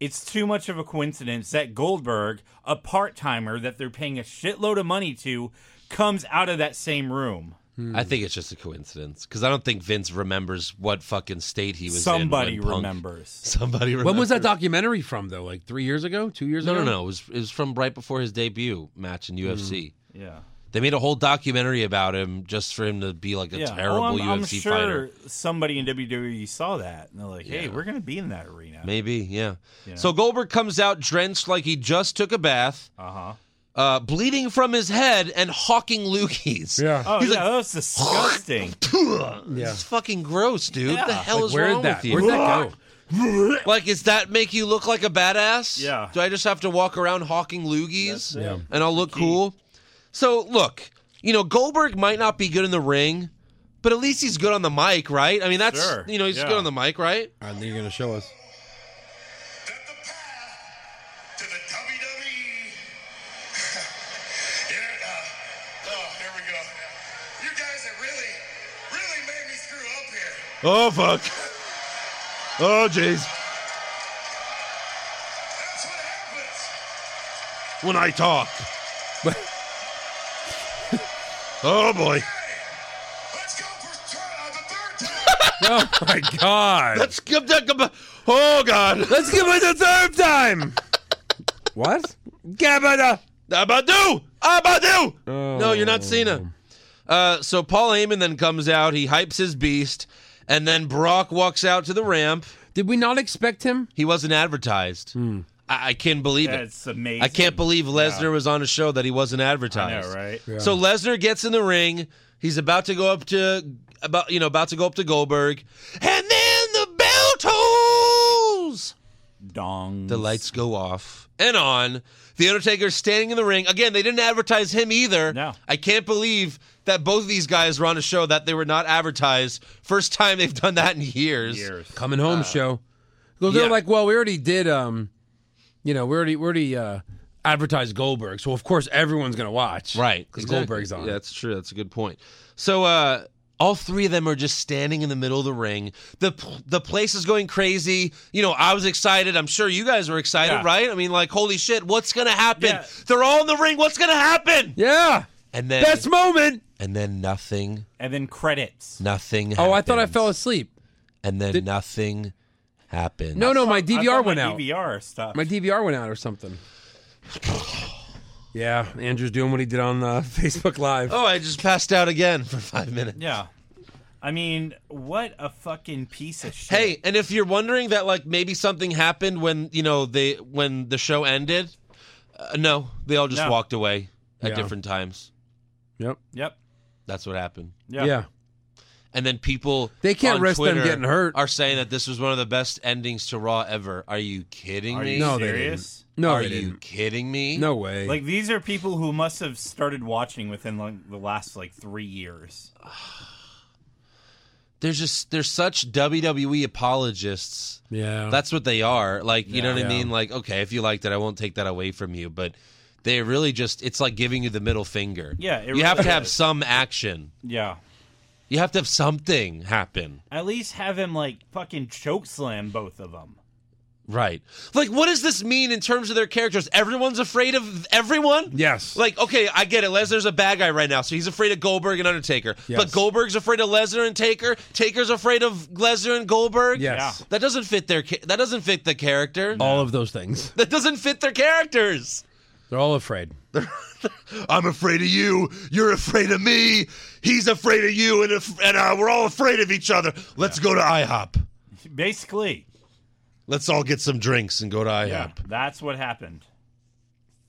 S3: It's too much of a coincidence that Goldberg, a part timer that they're paying a shitload of money to, comes out of that same room.
S1: I think it's just a coincidence because I don't think Vince remembers what fucking state he was
S3: Somebody
S1: in. when Punk-
S3: remembers.
S1: Somebody remembers.
S2: When was that documentary from though? Like three years ago? Two years
S1: No,
S2: ago?
S1: no, no. It was, it was from right before his debut match in UFC.
S3: Yeah.
S1: They made a whole documentary about him just for him to be like a
S3: yeah.
S1: terrible
S3: Oh, I'm,
S1: UFC
S3: I'm sure
S1: fighter.
S3: somebody in WWE saw that and they're like, hey,
S1: Yeah.
S3: we're going to be in that arena.
S1: Maybe, yeah.
S3: Yeah.
S1: So Goldberg comes out drenched like he just took a bath,
S3: Uh huh.
S1: uh, bleeding from his head and hawking loogies.
S2: Yeah.
S3: Oh, yeah, that's disgusting.
S1: It's fucking gross, dude. What the
S3: Yeah.
S1: hell is
S2: Where
S1: wrong
S2: did that?
S1: with
S2: Where'd
S1: you?
S2: that go?
S1: Like, does that make you look like a badass?
S3: Yeah.
S1: Do I just have to walk around hawking loogies
S2: Yeah.
S1: and I'll look cool? So look, you know Goldberg might not be good in the ring, but at least he's good on the mic, right? I mean, that's
S3: Sure,
S1: you know he's
S3: yeah.
S1: good on the mic, right?
S2: And then you're gonna show us.
S7: that the path to the E. WWE. yeah, uh, oh, here we go. You guys have really, really made me screw up here.
S1: Oh fuck! Oh jeez!
S7: That's what
S1: When
S7: happens.
S1: I talk. oh boy!
S7: Hey, let's go for tri- uh, the third time.
S2: Oh my god.
S1: Let's give that. Oh god!
S2: Let's give it the third time. what? Gabada.
S1: Abadu! Abadu!
S2: Oh.
S1: No, you're not Cena. Uh, so Paul Heyman then comes out. He hypes his beast, and then Brock walks out to the ramp.
S2: Did we not expect him?
S1: He wasn't advertised.
S3: Hmm.
S1: I, I can't believe it.
S3: That's amazing.
S1: I can't believe Lesnar was on a show that he wasn't
S3: I
S1: advertised.
S3: know, right?
S1: So Lesnar gets in the ring. He's about to go up to about you know about to go up to Goldberg, and then the bell tolls.
S3: Dong.
S1: The lights go off and on. The Undertaker standing in the ring again. They didn't advertise him either.
S3: No.
S1: I can't believe that both of these guys were on a show that they were not advertised. First time they've done that in years.
S3: Years.
S2: Coming home show. Well, they're
S1: Uh, yeah.
S2: like, well, we already did. Um, you know, we already we already uh, advertised Goldberg, so of course everyone's gonna watch,
S1: Right.
S2: Because
S1: exactly.
S2: Goldberg's on.
S1: Yeah, that's true. That's a good point. So uh all three of them are just standing in the middle of the ring. The p- the place is going crazy. You know, I was excited. I'm sure you guys were excited,
S3: Yeah.
S1: right? I mean, like, holy shit, what's gonna happen?
S3: Yeah.
S1: They're all in the ring. What's gonna happen?
S2: yeah.
S1: And then
S2: Best moment.
S1: and then nothing,
S3: and then credits.
S1: nothing.
S2: Oh, I thought I
S1: happens.
S2: fell asleep.
S1: And then nothing happened.
S2: No, no, my
S3: I
S2: DVR
S3: thought
S2: went
S3: my
S2: out.
S3: DVR stuff.
S2: My DVR went out or something. yeah, Andrew's doing what he did on uh, Facebook Live.
S1: Oh, I just passed out again for five minutes.
S3: yeah. I mean, what a fucking piece of shit.
S1: Hey, and if you're wondering that, like maybe something happened when you know they when the show ended, uh, no, they all just
S3: No.
S1: walked away at
S2: Yeah.
S1: different times.
S2: Yep.
S3: Yep.
S1: That's what happened.
S2: Yeah.
S3: Yeah.
S1: And then people
S2: They can't
S1: on
S2: risk them
S1: Twitter
S2: getting hurt.
S1: Are saying that this was one of the best endings to Raw ever. Are you kidding
S3: Are
S1: me?
S3: you
S2: No, they
S3: serious?
S2: No,
S1: Are
S2: they
S1: you
S2: didn't.
S1: kidding me?
S2: No way.
S3: Like these are people who must have started watching within like the last like three years.
S1: There's just there's such WWE apologists.
S3: Oh.
S2: yeah.
S1: That's what they are. Like, you know what I
S2: Yeah.
S1: mean? Like, okay, if you liked it, I won't take that away from you. But they really just, it's like giving you the middle finger.
S3: Yeah, it
S1: you have
S3: really
S1: to have
S3: is.
S1: some action.
S3: Yeah.
S1: You have to have something happen.
S3: At least have him like fucking choke slam both of them.
S1: Right. Like, what does this mean in terms of their characters? Everyone's afraid of everyone?
S2: yes.
S1: Like, okay, I get it. Lesnar's a bad guy right now, so he's afraid of Goldberg and Undertaker.
S2: Yes.
S1: But Goldberg's afraid of Lesnar and Taker. Taker's afraid of Lesnar and Goldberg.
S2: yes.
S1: That doesn't fit their. Ca- that doesn't fit the character.
S3: Oh.
S2: All of those things.
S1: That doesn't fit their characters.
S2: They're all afraid.
S1: I'm afraid of you. You're afraid of me. He's afraid of you, and if, and uh, we're all afraid of each other. Let's go to IHOP.
S3: Basically.
S1: Let's all get some drinks and go to IHOP.
S3: Yeah.
S1: Yeah,
S3: That's what happened.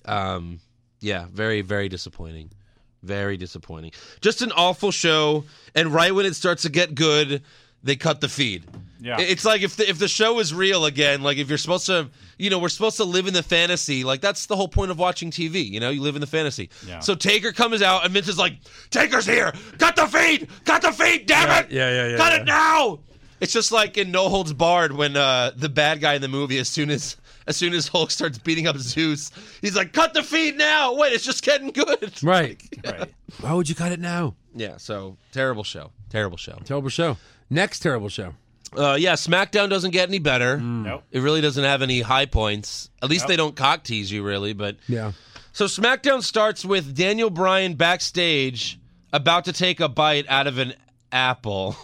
S1: um, yeah very very disappointing. Very disappointing. Just an awful show. And right when it starts to get good, they cut the feed.
S3: Yeah.
S1: It- It's like if the, if the show is real again, like if you're supposed to, you know, we're supposed to live in the fantasy. Like that's the whole point of watching TV. You know, you live in the fantasy.
S3: Yeah.
S1: So Taker comes out and Vince is like, "Taker's here! Cut the feed! Cut the feed! Damn it!
S2: yeah, yeah, yeah,
S1: Cut
S2: yeah.
S1: it now!" It's just like in No Holds Barred when uh, the bad guy in the movie, as soon as as soon as Hulk starts beating up Zeus, he's like, "Cut the feed now! Wait, it's just getting good."
S2: Right.
S3: Right.
S2: Why would you cut it now?
S1: Yeah. So terrible show. Terrible show.
S2: Terrible show. Next terrible show.
S1: Uh, yeah, SmackDown doesn't get any better.
S3: Nope.
S1: It really doesn't have any high points. At least they don't cock tease you, really. But
S2: Yeah.
S1: so SmackDown starts with Daniel Bryan backstage about to take a bite out of an apple.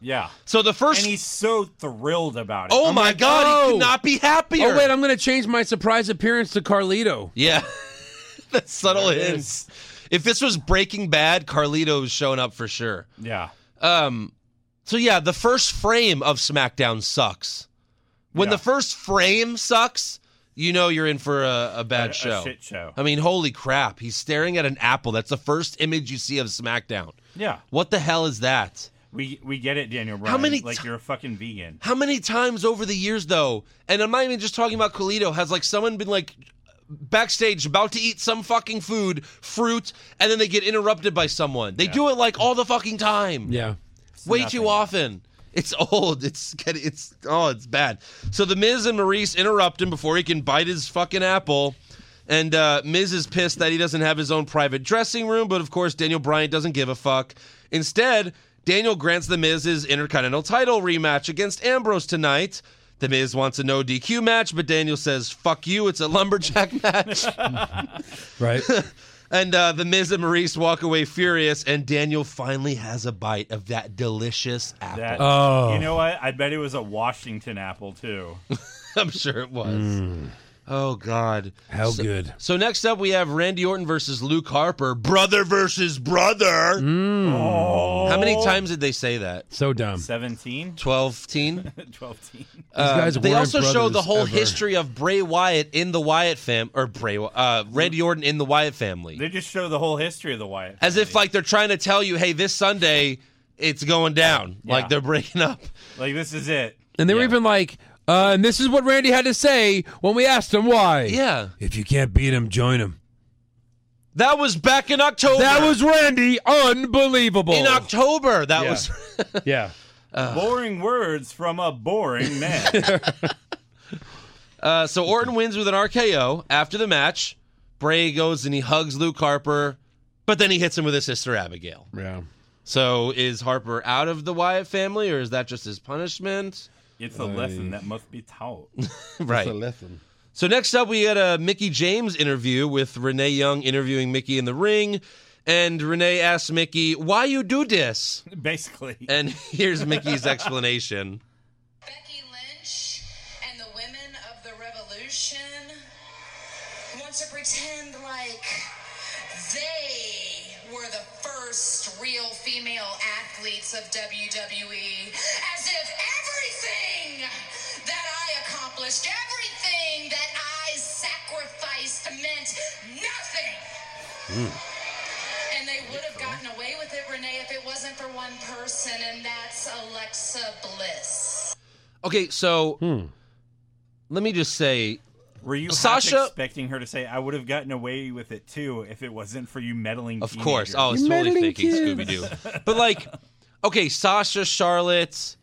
S3: Yeah.
S1: So the first,
S3: And he's so thrilled about it.
S1: oh my god, he
S2: oh.
S1: could not be happier.
S2: Oh wait, I'm gonna change my surprise appearance to Carlito.
S1: yeah, the subtle
S3: There it
S1: hints. If this was Breaking Bad, Carlito was showing up for sure.
S3: Yeah.
S1: Um, so yeah, the first frame of SmackDown sucks. When
S3: Yeah.
S1: the first frame sucks, you know you're in for a, a bad
S3: A- a
S1: show.
S3: shit show.
S1: I mean, holy crap! He's staring at an apple. That's the first image you see of SmackDown.
S3: Yeah.
S1: What the hell is that?
S3: We we get it, Daniel Bryan.
S1: many
S3: like
S1: ti-
S3: you're a fucking vegan.
S1: How many times over the years, though, and I'm not even just talking about Colito, has like someone been like backstage about to eat some fucking food, fruit, and then they get interrupted by someone? They do it like all the fucking time.
S2: Yeah.
S1: way
S3: nothing.
S1: too often. It's old. It's getting. It's oh, it's bad. So the Miz and Maurice interrupt him before he can bite his fucking apple, and uh, Miz is pissed that he doesn't have his own private dressing room. But of course, Daniel Bryan doesn't give a fuck. Instead, Daniel grants the Miz his Intercontinental Title rematch against Ambrose tonight. The Miz wants a no DQ match, but Daniel says, "Fuck you! It's a lumberjack match."
S2: Right.
S1: And uh, the Miz and Maurice walk away furious, and Daniel finally has a bite of that delicious apple.
S3: That
S2: Oh.
S3: you know what? I bet it was a Washington apple too.
S2: Mm.
S1: I'm sure it was. Oh God.
S2: How good.
S1: So next up we have Randy Orton versus Luke Harper, brother versus brother.
S2: Mm.
S3: Oh.
S1: How many times did they say that?
S2: So dumb.
S3: 17?
S1: 12, teen?
S3: 12 team.
S2: These guys
S1: um, They
S2: weren't
S1: also show the
S2: brothers
S1: whole
S2: ever.
S1: history of Bray Wyatt in the Wyatt fam or Bray uh, Randy Orton in the Wyatt family,
S3: They just show the whole history of the Wyatt.
S1: as if
S3: family.
S1: like they're trying to tell you, hey, this Sunday it's going down, like
S3: Yeah.
S1: they're breaking up.
S3: like this is it.
S2: And they were even like, uh, and this is what Randy had to say when we asked him why.
S1: Yeah,
S2: If you can't beat him, join him.
S1: that was back in October.
S2: That was Randy. Unbelievable.
S1: in October. That
S3: Yeah.
S1: was
S2: yeah.
S3: boring words from a boring man.
S1: uh, so Orton wins with an RKO after the match. Bray goes and he hugs Luke Harper, but then he hits him with his sister Abigail.
S2: Yeah.
S1: So is Harper out of the Wyatt family, or is that just his punishment?
S3: it's a lesson that must be taught.
S1: Right.
S2: lesson.
S1: So next up, we had a Mickey James interview with Renee Young interviewing Mickey in the ring, and Renee asked Mickey, "Why you do this?"
S3: Basically,
S1: And here's Mickey's explanation.
S8: Becky Lynch and the women of the revolution want to pretend like they were the first real female athletes of WWE, as if everything that I accomplished, everything that I sacrificed meant nothing. And they would have gotten away with it, Renee, if it wasn't for one person, and that's Alexa Bliss.
S1: Okay, so let me just say,
S3: were you half
S1: Sasha-
S3: expecting her to say, "I would have gotten away with it too if it wasn't for you meddling"?
S1: of course, Oh, I was
S3: teenagers?"
S2: You're
S1: totally
S2: meddling
S1: faking
S2: kids.
S1: Scooby Doo, but like, okay, Sasha, Charlotte,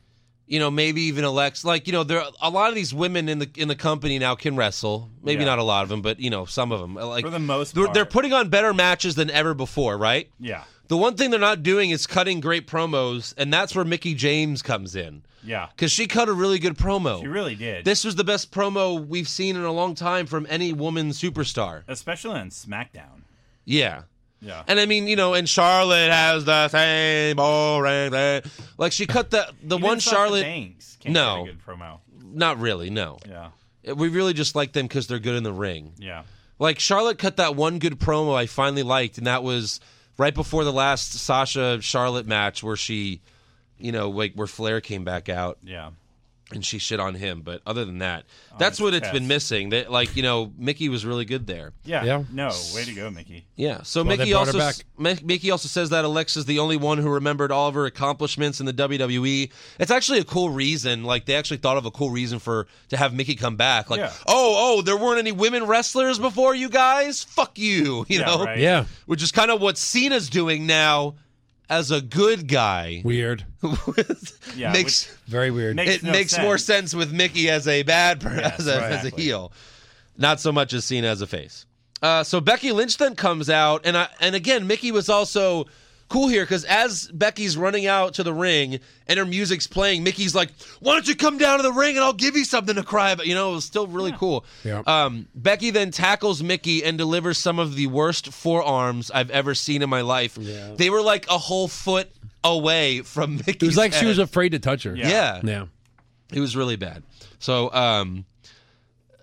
S1: you know, maybe even Alex, like you know, there are a lot of these women in the in the company now can wrestle. Maybe
S3: Yeah.
S1: not a lot of them, but you know, some of them. Like
S3: For the most
S1: they're, they're
S3: part.
S1: putting on better matches than ever before, right?
S3: yeah,
S1: The one thing they're not doing is cutting great promos, and that's where Mickey James comes in
S3: yeah.
S1: because she cut a really good promo.
S3: You really did,
S1: this was the best promo we've seen in a long time from any woman superstar.
S3: especially on SmackDown.
S1: Yeah.
S3: Yeah,
S1: And I mean, you know, and Charlotte has the same boring thing. Like she cut the the
S3: Even
S1: one
S3: Sasha
S1: Charlotte.
S3: Banks can't
S1: No.
S3: get a good promo.
S1: Not really. No,
S3: Yeah,
S1: we really just like them because they're good in the ring.
S3: yeah.
S1: Like Charlotte cut that one good promo I finally liked, and that was right before the last Sasha Charlotte match where she, you know, like where Flair came back out
S3: Yeah.
S1: and she shit on him. But other than that, that's what it's
S3: yes.
S1: been missing. That like you know, Mickey was really good there.
S3: Yeah.
S2: Yeah.
S3: No, way to go, Mickey.
S1: Yeah. So
S2: Well, they
S1: Mickey
S2: brought
S1: also
S2: her
S1: s- Mi- Mickey also says that Alexa's the only one who remembered all of her accomplishments in the WWE. It's actually a cool reason. Like they actually thought of a cool reason for to have Mickey come back. Like,
S3: Yeah.
S1: oh, oh, there weren't any women wrestlers before you guys. Fuck you. You
S3: Yeah,
S1: know,
S3: right.
S2: Yeah.
S1: which is kind of what Cena's doing now as a good guy.
S2: Weird.
S3: Yeah,
S1: makes
S2: Very weird.
S3: Makes
S1: it
S3: no
S1: makes
S3: sense.
S1: more sense with Mickey as a bad person,
S3: Yes,
S1: as, a, as a
S3: exactly.
S1: heel, not so much as Cena as a face. Uh, so Becky Lynch then comes out, and I, and again Mickey was also cool here because as Becky's running out to the ring and her music's playing, Mickey's like, "Why don't you come down to the ring and I'll give you something to cry about?" You know, it was still really cool.
S2: Yeah.
S1: Um, Becky then tackles Mickey and delivers some of the worst forearms I've ever seen in my life. They were like a whole foot away from Mickey.
S2: it was like she was afraid to touch her.
S3: Yeah.
S1: yeah.
S2: Yeah.
S1: It was really bad. So, um,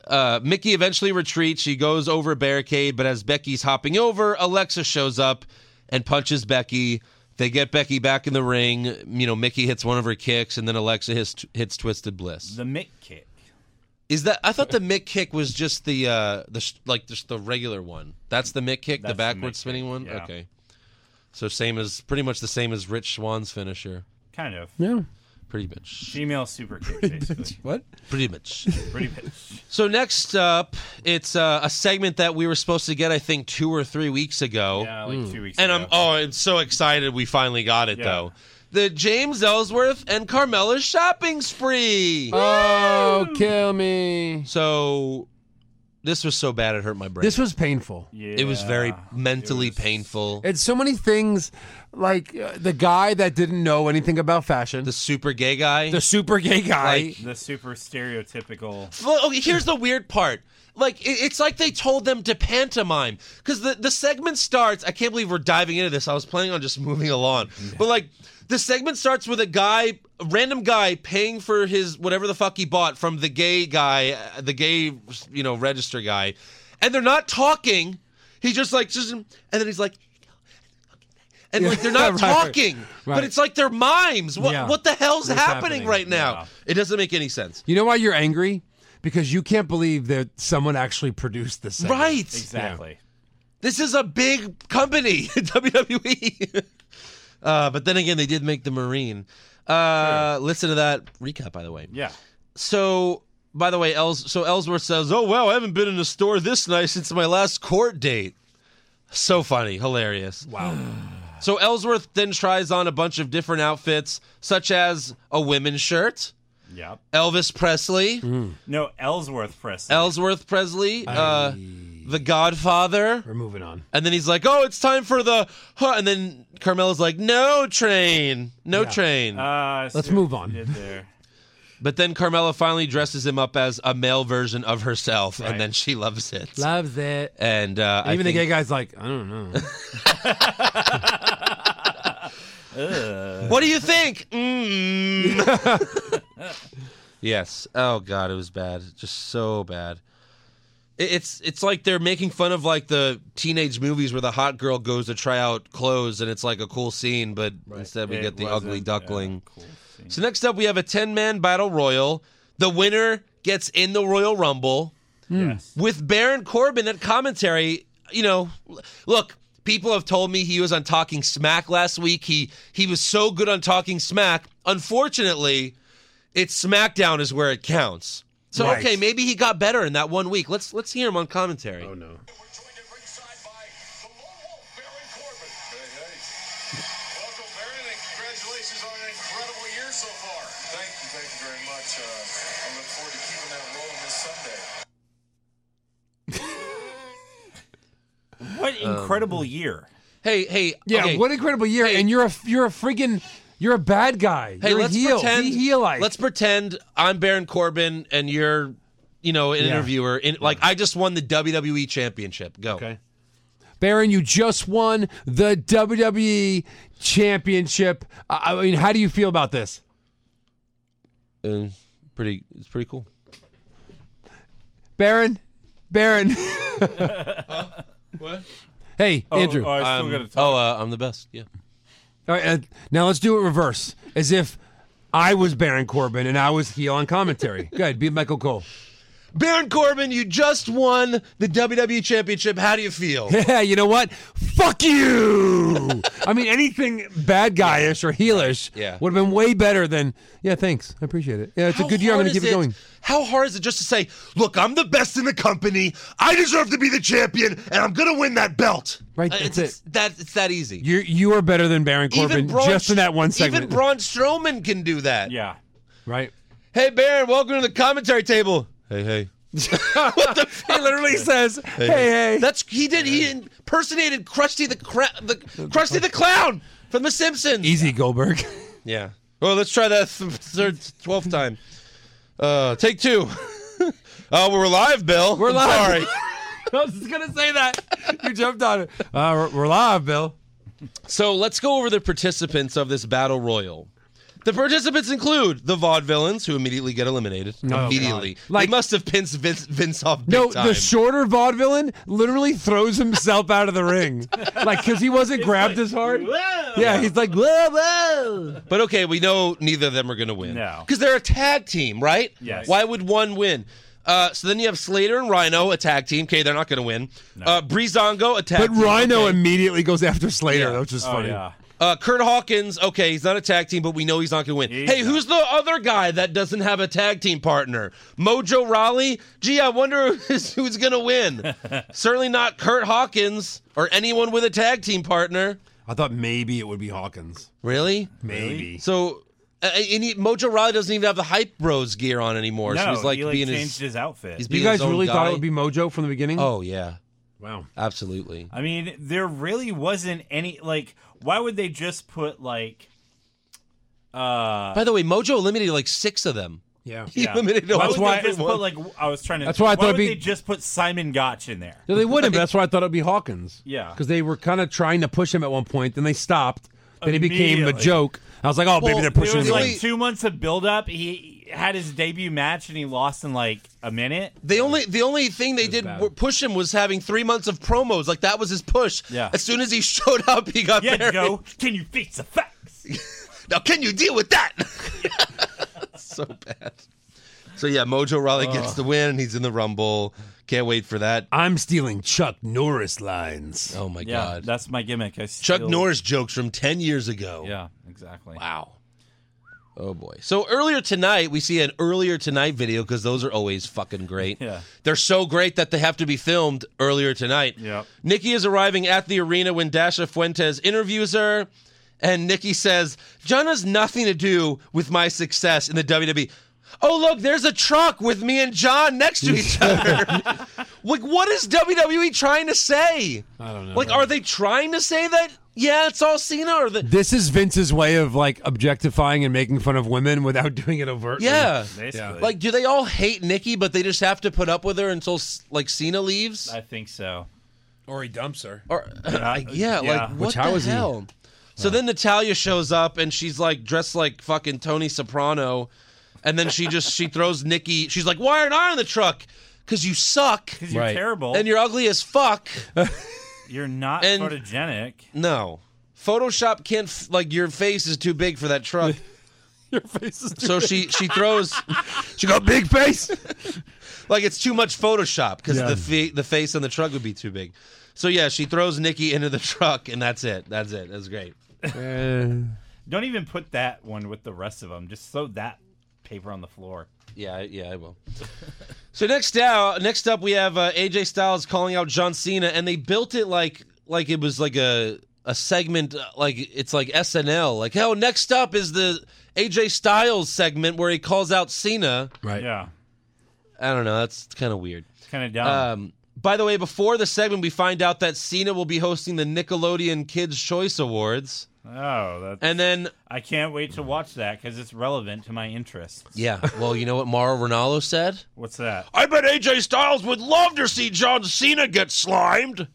S1: uh, Mickey eventually retreats. She goes over a barricade, but as Becky's hopping over, Alexa shows up and punches Becky. They get Becky back in the ring. You know, Mickey hits one of her kicks, and then Alexa hits, hits Twisted Bliss.
S3: the Mick kick.
S1: Is that? I thought the Mick kick was just the uh, the sh- like just the regular one. That's the Mick kick,
S3: That's
S1: the
S3: the
S1: backward
S3: Mick
S1: spinning
S3: kick,
S1: one.
S3: yeah.
S1: Okay, so same as pretty much the same as Rich Swan's finisher.
S3: Kind of.
S2: Yeah.
S1: Pretty much.
S3: Female super kick, basically.
S2: What?
S1: Pretty much.
S3: Pretty bitch.
S1: So next up, it's uh, a segment that we were supposed to get, I think, two or three weeks ago,
S3: Yeah, like two weeks
S1: and
S3: ago.
S1: I'm oh, I'm so excited we finally got it
S3: Yeah.
S1: though. The James Ellsworth and Carmella shopping spree.
S2: Oh, kill me.
S1: so this was so bad it hurt my brain.
S2: This was painful.
S3: yeah.
S1: it was very mentally
S3: was-
S1: painful.
S2: It's so many things like uh, the guy that didn't know anything about fashion,
S1: the
S2: the,
S1: super gay guy.
S2: super gay guy.
S1: Like-
S3: the super stereotypical.
S1: Well, okay, here's the weird part. Like it- it's like they told them to pantomime because the the segment starts. I can't believe we're diving into this. I was planning on just moving along, but like the segment starts with a guy a random guy paying for his whatever the fuck he bought from the gay guy, uh, the gay you know register guy, and they're not talking. He's just like just, and then he's like. And like they're
S2: Yeah,
S1: not
S2: right, right.
S1: talking,
S2: Right.
S1: but it's like they're mimes. What
S2: Yeah.
S1: what the hell's
S2: What's
S1: happening,
S2: happening?
S1: right now?
S3: Yeah.
S1: It doesn't make any sense.
S2: You know why you're angry? Because you can't believe that someone actually produced this. segment.
S1: Right.
S3: Exactly.
S1: This is a big company, WWE. uh, but then again, they did make the Marine. Uh, Listen to that recap, by the way.
S3: Yeah.
S1: So, by the way, Els- so Ellsworth says, "Oh wow, I haven't been in a store this nice since my last court date." So funny, hilarious.
S2: Wow.
S1: So Ellsworth then tries on a bunch of different outfits, such as a women's shirt,
S3: Yep.
S1: Elvis Presley,
S3: No, Ellsworth Presley.
S1: Ellsworth Presley, uh, the Godfather.
S2: We're moving on.
S1: And then he's like, "Oh, it's time for the," huh. and then Carmela's like, "No train, no
S2: Yeah.
S1: train."
S3: uh,
S2: Let's
S3: see
S2: move
S3: what
S2: on.
S3: you did there.
S1: but then Carmela finally dresses him up as a male version of herself,
S3: Right.
S1: and then she loves it.
S2: Loves it.
S1: and uh, I
S2: Even the
S1: think-
S2: gay guy's like, I don't know.
S1: What do you think? Mm. yes. Oh God, it was bad. Just so bad. It- It's it's like they're making fun of like the teenage movies where the hot girl goes to try out clothes and it's like a cool scene, but instead we
S3: It
S1: get the
S3: wasn't
S1: ugly
S3: a
S1: duckling.
S3: cool scene.
S1: So next up we have a ten man battle royal. The winner gets in the Royal Rumble
S2: Hmm.
S3: Yes.
S1: with Baron Corbin at commentary, you know, l- look, people have told me he was on Talking Smack last week. He he was so good on Talking Smack. Unfortunately, it's SmackDown is where it counts. So
S2: Right.
S1: okay, maybe he got better in that one week. Let's let's hear him on commentary.
S2: Oh no.
S7: We're joined at ringside by the Lone Wolf, Baron Corbin. Hey, hey. Welcome, Baron, and congratulations on an incredible year so far. Thank you, thank you very much. Uh, I look forward to keeping that rolling this Sunday.
S3: What
S1: Um,
S3: incredible year.
S1: Hey, hey,
S2: Yeah,
S1: okay.
S2: what incredible year!
S1: Hey.
S2: And you're a you're a friggin' you're a bad guy.
S1: hey,
S2: you're
S1: let's
S2: a heel.
S1: pretend
S2: Be heel-like.
S1: Let's pretend I'm Baron Corbin and you're you know, an
S2: Yeah.
S1: interviewer in like I just won the WWE championship. Go.
S2: Okay. Baron, you just won the WWE Championship. I I mean, how do you feel about this?
S1: Uh, pretty it's pretty cool.
S2: Baron? Baron.
S1: What?
S2: hey,
S3: Oh,
S2: Andrew.
S3: Oh, I still
S1: Um,
S3: got to talk.
S1: oh, uh, I'm the best. Yeah.
S2: All right, uh, now let's do it reverse, as if I was Baron Corbin and I was heel on commentary. Good, beat Michael Cole.
S1: Baron Corbin, you just won the WWE Championship. How do you feel?
S2: Yeah, you know what? Fuck you. I mean, anything bad guy-ish or heelish
S1: Yeah.
S2: would have been way better than. Yeah, thanks. I appreciate it. Yeah, it's a
S1: How
S2: good year. I'm
S1: hard
S2: going to keep
S1: is
S2: it going.
S1: How hard is it just to say, look, I'm the best in the company. I deserve to be the champion, and I'm going to win that belt.
S2: Right,
S1: Uh, it's,
S2: that's
S1: It's, that, it's that easy.
S2: You you are better than Baron Corbin
S1: Braun-
S2: just in that one segment,
S1: Even Braun Strowman can do that.
S3: Yeah.
S2: right?
S1: Hey, Baron, welcome to the commentary table. Hey, hey. what the
S2: He literally says, "Hey, hey."
S1: That's he did. He impersonated Krusty the, Cra- the Krusty the Clown from The Simpsons.
S2: Easy, Goldberg.
S1: Yeah. Well, let's try that th- third, twelfth time. Uh, take two. Oh, we're live, Bill. We're
S2: live.
S1: Sorry.
S2: I was just gonna say that. You jumped on it. Uh, we're, we're live, Bill.
S1: So let's go over the participants of this battle royal. The participants include the vaudevillains who immediately get eliminated. immediately,
S2: Oh, Like-
S1: they must have pinched Vince, Vince off big
S2: No,
S1: time.
S2: the shorter vaudevillain literally throws himself out of the ring, like because he wasn't grabbed as hard. Yeah, he's like, whoa, whoa.
S1: but okay, we know neither of them are going to win.
S3: No.
S1: because they're a tag team, right?
S3: Yes.
S1: Why would one win? Uh, so then you have Slater and Rhino, a tag team. Okay, they're not going to win. Uh, Breezango, a tag
S2: But
S1: team.
S2: Rhino
S1: okay.
S2: immediately goes after Slater,
S1: Yeah.
S2: which is
S3: Oh,
S2: funny.
S3: yeah.
S1: Uh, Kurt Hawkins, okay, he's not a tag team, but we know he's not going to win.
S3: He's
S1: hey,
S3: not.
S1: who's the other guy that doesn't have a tag team partner? Mojo Raleigh? Gee, I wonder who's going to win. Certainly not Kurt Hawkins or anyone with a tag team partner.
S2: I thought maybe it would be Hawkins.
S1: Really?
S2: Maybe.
S1: So, uh, and he, Mojo Raleigh doesn't even have the Hype Bros gear on anymore.
S3: No,
S1: so he's like
S3: he, like,
S1: being
S3: changed
S1: his.
S3: his, outfit.
S1: he's
S2: You
S1: being
S2: guys
S1: his own
S2: really thought
S1: guy.
S2: it would be Mojo from the beginning?
S1: Oh, yeah.
S2: wow.
S1: Absolutely.
S3: I mean, there really wasn't any like. Why would they just put like? Uh,
S1: By the way, Mojo eliminated like six of them.
S2: Yeah.
S1: He
S3: yeah.
S1: eliminated
S3: why
S1: almost
S3: would
S2: why-
S3: they just
S1: everyone.
S3: put like? I was trying to.
S2: That's why I thought
S3: Why
S2: it'd
S3: would
S2: be-
S3: they just put Simon Gotch in there?
S2: No, they wouldn't. but that's why I thought it'd be Hawkins.
S3: Yeah.
S2: because they were kind of trying to push him at one point, then they stopped, Then he became the
S3: Immediately.
S2: joke. I was like, oh, maybe
S1: Well,
S2: they're
S3: It
S2: pushing
S3: was
S2: him.
S3: like
S1: Really-
S3: two months of build up. He had his debut match and he lost in like a minute.
S1: The only the only thing they did
S2: bad.
S1: w- push him was having three months of promos. Like that was his push.
S3: Yeah.
S1: As soon as he showed up, he got
S3: Yeah,
S1: buried.
S3: Joe, can you fix the facts?
S1: Oh Now can you deal with that? so bad. So yeah, Mojo Raleigh gets the win and he's in the rumble. Can't wait for that.
S2: I'm stealing Chuck Norris lines.
S1: Oh my
S3: Yeah,
S1: god.
S3: that's my gimmick. I
S1: Chuck
S3: still-
S1: Norris jokes from ten years ago.
S3: Yeah, exactly.
S1: Wow. Oh boy. So earlier tonight, we see an earlier tonight video because those are always fucking great.
S3: Yeah.
S1: They're so great that they have to be filmed earlier tonight.
S3: Yep.
S1: Nikki is arriving at the arena when Dasha Fuentes interviews her, and Nikki says, John has nothing to do with my success in the WWE. Oh look, there's a truck with me and John next to each other. like, what is WWE trying to say? I
S2: don't know.
S1: Like, are they trying to say that? Yeah, it's all Cena, or the
S2: This is Vince's way of like objectifying and making fun of women without doing it overtly.
S1: yeah.
S3: Basically.
S1: Like, do they all hate Nikki, but they just have to put up with her until like Cena leaves?
S3: I think so.
S2: Or he dumps her.
S1: or yeah,
S3: yeah.
S1: like
S3: Which,
S1: what
S2: how
S1: the
S2: is he?
S1: hell? So then Natalia shows up and she's like dressed like fucking Tony Soprano, and then she just she throws Nikki. She's like, "Why aren't I in the truck? Because you suck
S3: Because you're
S2: Right.
S3: terrible.
S1: and you're ugly as fuck."
S3: You're not
S1: And-
S3: photogenic.
S1: no, Photoshop can't f- like your face is too big for that truck.
S2: Your face is too
S1: so she she throws
S2: She got big face.
S1: like it's too much Photoshop because
S2: Yeah.
S1: the fa- the face on the truck would be too big. So yeah, she throws Nikki into the truck, and that's it. That's it. That's great.
S2: Uh,
S3: Don't even put that one with the rest of them. Just throw that paper on the floor.
S1: Yeah, I- yeah, I will. so next out, next up, we have uh, AJ Styles calling out John Cena, and they built it like like it was like a a segment, uh, like it's like SNL. Like, hell, next up is the AJ Styles segment where he calls out Cena.
S2: right.
S3: Yeah.
S1: I don't know. That's kind of weird.
S3: It's kind of dumb.
S1: Um, by the way, before the segment, we find out that Cena will be hosting the Nickelodeon Kids Choice Awards,
S3: oh, that's.
S1: and then
S3: I can't wait to watch that because it's relevant to my interests.
S1: yeah, well, you know what Mauro Ronaldo said?
S3: What's that?
S1: I bet AJ Styles would love to see John Cena get slimed.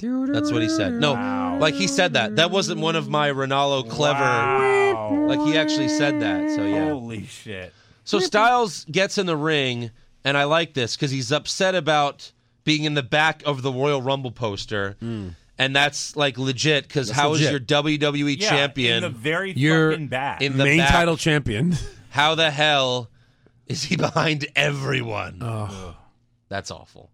S1: That's what he said. No, like he said that. That wasn't one of my Ronaldo clever.
S3: Wow.
S1: Like he actually said that. So yeah.
S3: Holy shit.
S1: So Styles gets in the ring, and I like this because he's upset about being in the back of the Royal Rumble poster, and that's like legit. Because how is
S2: Hmm. legit.
S1: your WWE
S3: Yeah,
S1: champion?
S3: In the very
S2: You're
S3: fucking back.
S1: in the
S2: Main
S1: back.
S2: title champion.
S1: How the hell is he behind everyone? That's awful.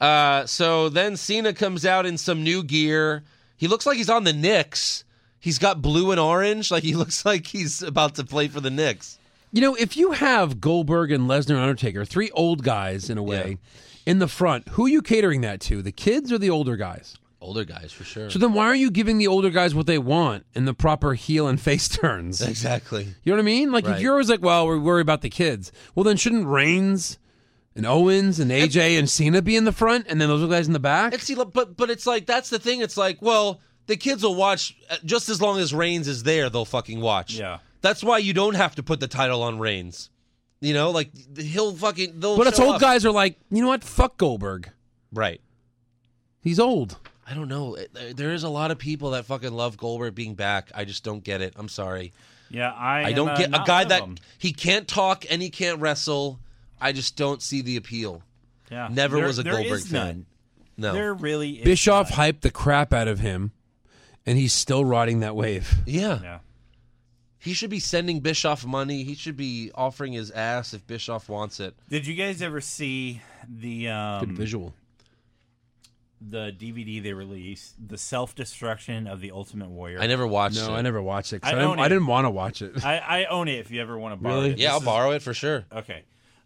S1: Uh, so then Cena comes out in some new gear. He looks like he's on the Knicks. He's got blue and orange. Like he looks like he's about to play for the Knicks.
S2: You know, if you have Goldberg and Lesnar and Undertaker, three old guys in a way, in the front, who are you catering that to? The kids or the older guys?
S1: Older guys for sure.
S2: So then why are you giving the older guys what they want and the proper heel and face turns? You
S1: Exactly.
S2: know what I mean? Like
S1: Right.
S2: if you're always like, well, we worry about the kids. Well, then shouldn't Reigns and Owens and AJ and Cena be in the front and then those other guys in the back?
S1: And see, look, but but it's like that's the thing. It's like, well, the kids will watch uh, just as long as Reigns is there. They'll fucking watch.
S3: Yeah.
S1: That's why you don't have to put the title on Reigns. You know, like he'll fucking. They'll
S2: But it's
S1: show
S2: old
S1: up.
S2: guys are like, you know what? Fuck Goldberg.
S1: Right.
S2: He's old.
S1: I don't know. There- There is a lot of people that fucking love Goldberg being back. I just don't get it. I'm sorry.
S3: yeah, I.
S1: I
S3: am,
S1: don't
S3: uh,
S1: get a
S3: not
S1: guy
S3: one of
S1: that
S3: them.
S1: he can't talk and he can't wrestle. I just don't see the appeal.
S3: Yeah.
S1: never
S3: There-
S1: was a
S3: there
S1: Goldberg
S3: is
S1: fan.
S3: none.
S1: No.
S3: There really is.
S2: Bischoff
S3: none.
S2: hyped the crap out of him, and he's still riding that wave.
S1: yeah.
S3: Yeah.
S1: He should be sending Bischoff money. He should be offering his ass if Bischoff wants it.
S3: Did you guys ever see the
S2: Good
S3: um,
S2: visual.
S3: the DVD they released, the self destruction of the Ultimate Warrior?
S1: I never watched
S2: No,
S1: it.
S2: I never watched it. 'cause
S3: I
S2: I,
S3: own
S2: didn't,
S3: it.
S2: I didn't want to watch it.
S3: I, I own it if you ever want to borrow
S2: Really?
S3: it.
S1: Yeah, I'll
S3: This is-
S1: borrow it for sure.
S3: Okay.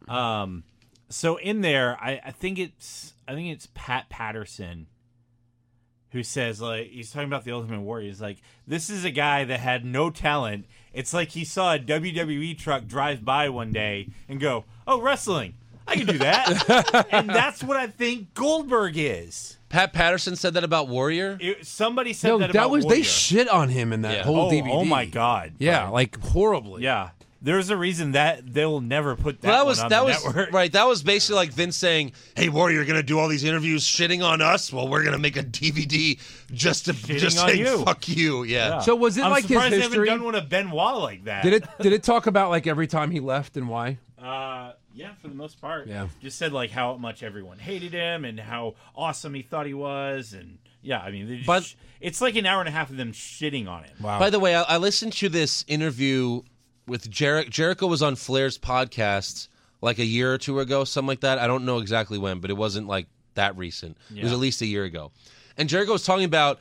S3: Um, so in there, I, I think it's I think it's Pat Patterson who says like he's talking about the Ultimate Warrior. He's like, this is a guy that had no talent. It's like he saw a WWE truck drive by one day and go, "Oh, wrestling, I can do that." and that's what I think Goldberg is.
S1: Pat Patterson said that about Warrior.
S3: It- somebody said
S2: no,
S3: that
S2: that,
S3: about
S2: was
S3: Warrior.
S2: they shit on him in that
S1: Yeah. oh
S2: whole
S3: oh,
S2: DVD.
S3: oh my god.
S2: Yeah, like horribly.
S3: Yeah. There's a reason that they'll never put that.
S1: Well, that
S3: one
S1: was
S3: on
S1: that
S3: the
S1: was
S3: network.
S1: right. That was basically like Vince saying, "Hey, Warrior, you're gonna do all these interviews shitting on us. Well, we're gonna make a DVD just to just
S3: on
S1: say
S3: you."
S1: fuck you." Yeah.
S3: Yeah.
S2: So was it
S3: I'm
S2: like his
S3: surprised they
S2: history?
S3: haven't done one of Benoit like that.
S2: Did it did it talk about like every time he left and why?
S3: Uh, yeah, for the most part.
S2: Yeah.
S3: Just said like how much everyone hated him and how awesome he thought he was, and yeah, I mean, they just,
S1: But-
S3: it's like an hour and a half of them shitting on him.
S2: Wow.
S1: By the way, I, I listened to this interview with Jericho. Jericho was on Flair's podcast like a year or two ago, something like that. I don't know exactly when, but it wasn't like that recent. It was
S3: Yeah.
S1: at least a year ago. And Jericho was talking about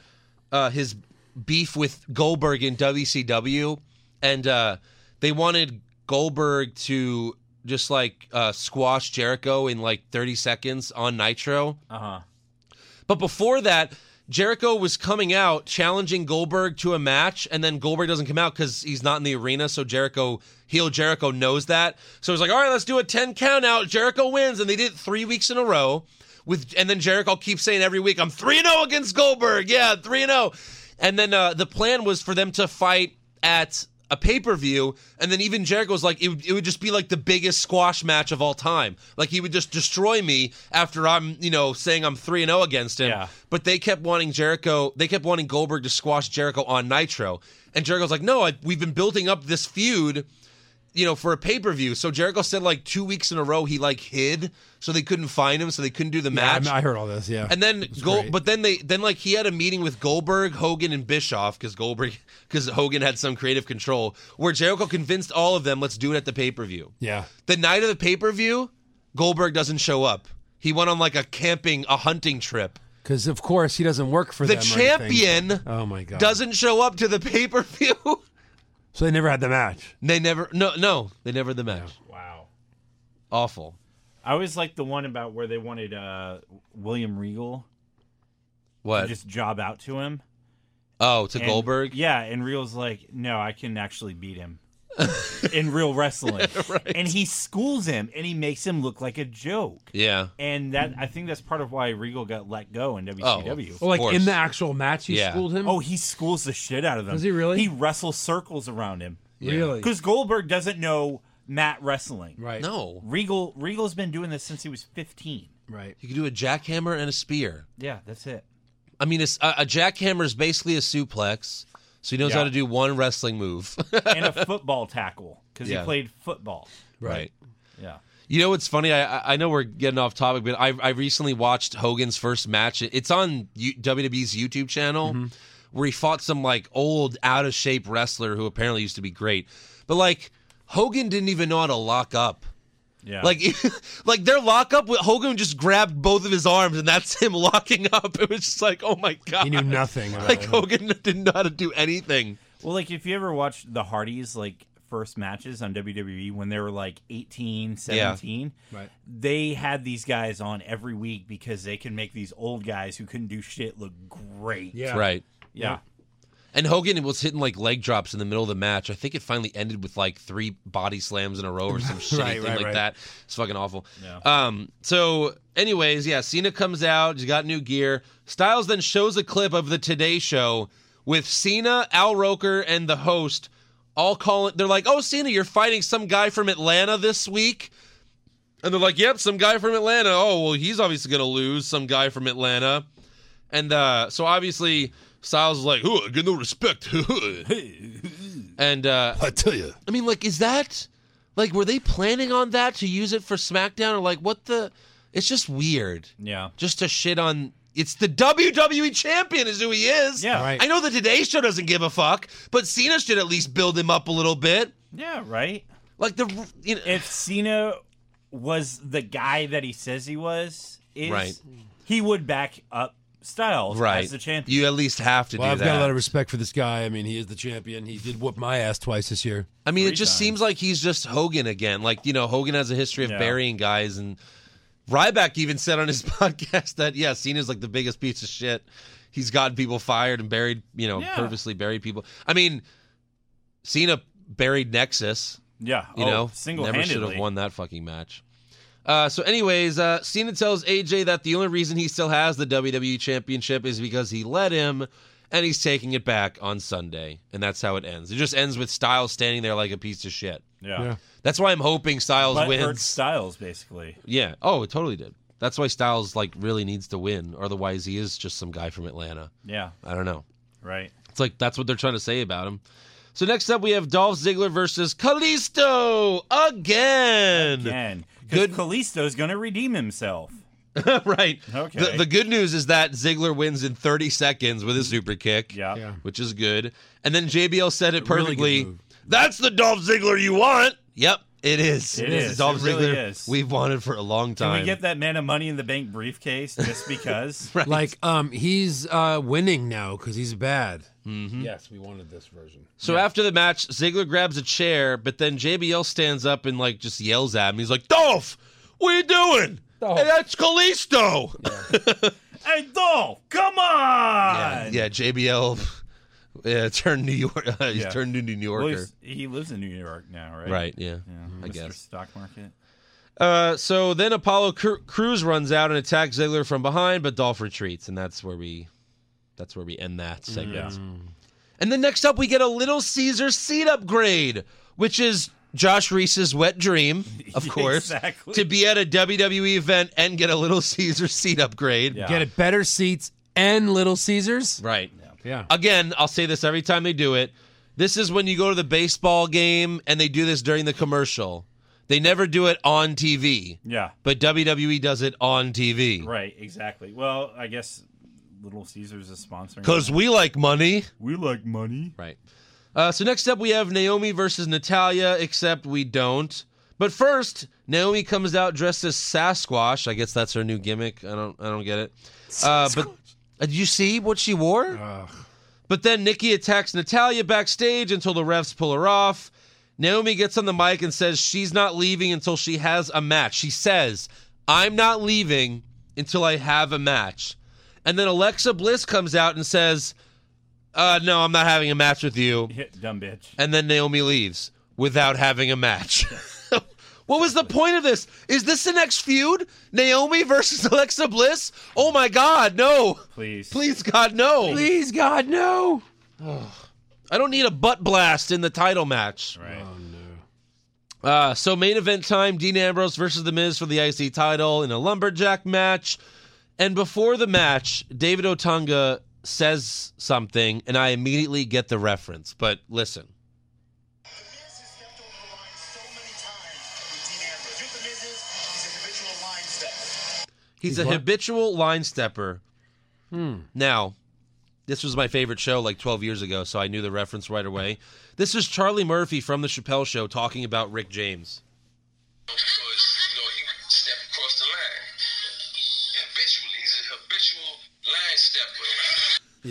S1: uh, his beef with Goldberg in WCW, and uh, they wanted Goldberg to just like uh, squash Jericho in like 30 seconds on Nitro.
S3: Uh huh.
S1: But before that, Jericho was coming out challenging Goldberg to a match, and then Goldberg doesn't come out because he's not in the arena. So Jericho, heel Jericho, knows that. So he's like, "All right, let's do a ten count out." Jericho wins, and they did it three weeks in a row. With and then Jericho keeps saying every week, "I'm three zero against Goldberg." Yeah, three zero. And then uh, the plan was for them to fight at a pay per view, and then even Jericho's like, it, would- it would just be like the biggest squash match of all time. Like he would just destroy me after I'm, you know, saying I'm three and zero against him.
S3: Yeah.
S1: But they kept wanting Jericho, they kept wanting Goldberg to squash Jericho on Nitro, and Jericho's like, no, I, we've been building up this feud. You know, for a pay per view. So Jericho said like two weeks in a row he like hid, so they couldn't find him, so they couldn't do the
S2: I,
S1: match.
S2: I heard all this. Yeah.
S1: And then Gold,
S2: great.
S1: but then they then like he had a meeting with Goldberg, Hogan, and Bischoff because Goldberg because Hogan had some creative control where Jericho convinced all of them let's do it at the pay per view.
S2: yeah.
S1: The night of the pay per view, Goldberg doesn't show up. He went on like a camping, a hunting trip.
S2: Because of course he doesn't work for
S1: The
S2: them or anything.
S1: champion
S2: Oh my god.
S1: doesn't show up to the pay per view.
S2: so they never had the match.
S1: they never no no they never had the match.
S3: Wow.
S1: Awful.
S3: I always liked the one about where they wanted uh, William Regal to
S1: What?
S3: just job out to him.
S1: oh, to
S3: And-
S1: Goldberg.
S3: Yeah, and Real's like, no, I can actually beat him in real wrestling. And he schools him and he makes him look like a joke.
S1: Yeah.
S3: And that I think that's part of why Regal got let go in WCW.
S1: Of
S2: Well, like
S1: course.
S2: in the actual match, he
S1: Yeah.
S2: schooled him.
S3: Oh, he schools the shit out of them.
S2: Does he really?
S3: He wrestles circles around him.
S2: really?
S3: Because Goldberg doesn't know Matt wrestling.
S2: Right.
S1: No,
S3: Regal Regal's been doing this since he was 15.
S2: Right.
S1: you could do a jackhammer and a spear.
S3: Yeah, that's it.
S1: I mean, it's, a, a jackhammer is basically a suplex, so he knows
S3: Yeah.
S1: how to do one wrestling move.
S3: And a football tackle because
S1: Yeah.
S3: he played football.
S1: right.
S3: Yeah.
S1: You know what's funny? I I- I know we're getting off topic, but I I recently watched Hogan's first match. It's on U- WWE's YouTube channel
S2: Mm-hmm.
S1: where he fought some like old out of shape wrestler who apparently used to be great, but like Hogan didn't even know how to lock up.
S3: Yeah.
S1: Like, like their lockup, Hogan just grabbed both of his arms, and that's him locking up. It was just like, oh my god,
S2: He knew nothing. about
S1: Like
S2: it.
S1: Hogan didn't know how to do anything.
S3: Well, like if you ever watched the Hardys like first matches on WWE when they were like 18, 17,
S2: Right.
S3: they had these guys on every week because they can make these old guys who couldn't do shit look great.
S2: Yeah.
S1: Right.
S3: Yeah.
S1: And Hogan was hitting like leg drops in the middle of the match. I think it finally ended with like three body slams in a row or some shitty
S2: Right,
S1: thing
S2: right,
S1: like
S2: right.
S1: that. It's fucking awful.
S3: Yeah.
S1: Um. So, anyways, yeah, Cena comes out. He's got new gear. Styles then shows a clip of the Today Show with Cena, Al Roker, and the host all calling. They're like, "Oh, Cena, you're fighting some guy from Atlanta this week." And they're like, "Yep, some guy from Atlanta." Oh, well, he's obviously gonna lose. Some guy from Atlanta. And uh, so obviously Styles is like, "Ooh, I get no respect." and uh,
S2: I tell you.
S1: I mean, like, is that like were they planning on that to use it for SmackDown or like what the? It's just weird.
S3: Yeah.
S1: Just to shit on. It's the WWE champion, is who he is.
S3: Yeah.
S2: Right.
S1: I know the Today Show doesn't give a fuck, but Cena should at least build him up a little bit.
S3: Yeah, right?
S1: Like the, you know,
S3: If Cena was the guy that he says he was, is
S1: Right.
S3: he would back up Styles
S1: right?
S3: as the champion.
S1: You at least have to
S2: Well,
S1: do
S2: I've
S1: that.
S2: got a lot of respect for this guy. I mean, he is the champion. He did whoop my ass twice this year.
S1: I mean, it just
S3: times.
S1: seems like he's just Hogan again. Like, you know, Hogan has a history of
S3: Yeah.
S1: burying guys, and Ryback even said on his podcast that, yeah, Cena's like the biggest piece of shit. He's gotten people fired and buried, you know,
S3: Yeah.
S1: purposely buried people. I mean, Cena buried Nexus,
S3: yeah.
S1: you
S3: oh,
S1: know,
S3: single-handedly.
S1: never should have won that fucking match. Uh, so, anyways, uh, Cena tells AJ that the only reason he still has the WWE Championship is because he let him, and he's taking it back on Sunday, and that's how it ends. It just ends with Styles standing there like a piece of shit.
S3: Yeah.
S2: Yeah.
S1: That's why I'm hoping Styles
S3: But
S1: wins.
S3: hurt Styles basically.
S1: Yeah. Oh, it totally did. That's why Styles like really needs to win, otherwise he is just some guy from Atlanta.
S3: Yeah.
S1: I don't know.
S3: Right.
S1: It's like that's what they're trying to say about him. So next up we have Dolph Ziggler versus Kalisto again.
S3: Again.
S1: Good-
S3: Good. Kalisto's gonna redeem himself.
S1: right.
S3: Okay. Mm-hmm.
S1: The, the good news is that Ziggler wins in 30 seconds with a super kick.
S3: Yeah.
S2: Yeah.
S1: Which is good. And then JBL said it
S2: Really good
S1: perfectly.
S2: move.
S1: That's the Dolph Ziggler you want. Yep, it is.
S3: It
S1: This
S3: is.
S1: Dolph
S3: It really
S1: Ziggler
S3: is.
S1: we've wanted for a long
S3: Can
S1: time.
S3: we get that man a money in the bank briefcase just because?
S1: Right.
S2: Like um, he's uh, winning now because he's bad.
S1: Mm-hmm.
S2: Yes, we wanted this version.
S1: So after the match, Ziggler grabs a chair, but then JBL stands up and like just yells at him. He's like, "Dolph, what are you doing?
S2: Dolph."
S1: Hey, that's Kalisto."
S3: Hey, Dolph, come on!
S1: Yeah, JBL yeah, turned New York. Uh, he's
S3: Yeah.
S1: turned into New
S3: Well,
S1: Yorker.
S3: he's- he lives in New York now, right?
S1: Right. Yeah.
S3: Yeah,
S1: I
S3: Mr.
S1: guess.
S3: Stock market.
S1: Uh, so then Apollo Cru- Cruz runs out and attacks Ziggler from behind, but Dolph retreats, and that's where we, that's where we end that segment. And then next up, we get a Little Caesar seat upgrade, which is Josh Reese's wet dream, of course,
S3: Exactly.
S1: to be at a WWE event and get a Little Caesar seat upgrade.
S3: Yeah.
S2: Get it better seats and Little Caesars.
S1: Right.
S2: Yeah.
S1: Again, I'll say this every time they do it. This is when you go to the baseball game and they do this during the commercial. They never do it on TV.
S3: Yeah.
S1: But WWE does it on TV.
S3: Right. Exactly. Well, I guess Little Caesars is sponsoring.
S1: Because
S3: it.
S1: we like money.
S3: we like money.
S1: Right. Uh, so next up, we have Naomi versus Natalia, except we don't. But first, Naomi comes out dressed as Sasquatch. I guess that's her new gimmick. I don't. I don't get it. Uh, but uh, did you see what she wore? But then Nikki attacks Natalia backstage until the refs pull her off. Naomi gets on the mic and says she's not leaving until she has a match. She says, "I'm not leaving until I have a match." And then Alexa Bliss comes out and says, uh, "No, I'm not having a match with you."
S3: Hit dumb bitch.
S1: and then Naomi leaves without having a match. what was the point of this? Is this the next feud? Naomi versus Alexa Bliss? Oh my God, no.
S3: Please.
S1: Please, God, no.
S2: Please, God, no.
S1: I don't need a butt blast in the title match.
S3: Right.
S1: Uh, so, main event time Dean Ambrose versus The Miz for the IC title in a lumberjack match. And before the match, David Otunga says something, and I immediately get the reference. But listen.
S7: The Miz has stepped over the line so many times with Dean Ambrose. You know what The Miz is? He's an habitual line
S1: He's, a
S2: He's what?
S7: stepper.
S1: habitual line stepper. Now, this was my favorite show like 12 years ago, so I knew the reference right away. This is Charlie Murphy from The Chappelle Show talking about Rick James.
S7: Because, you know, he stepped across the line. Habitually. He's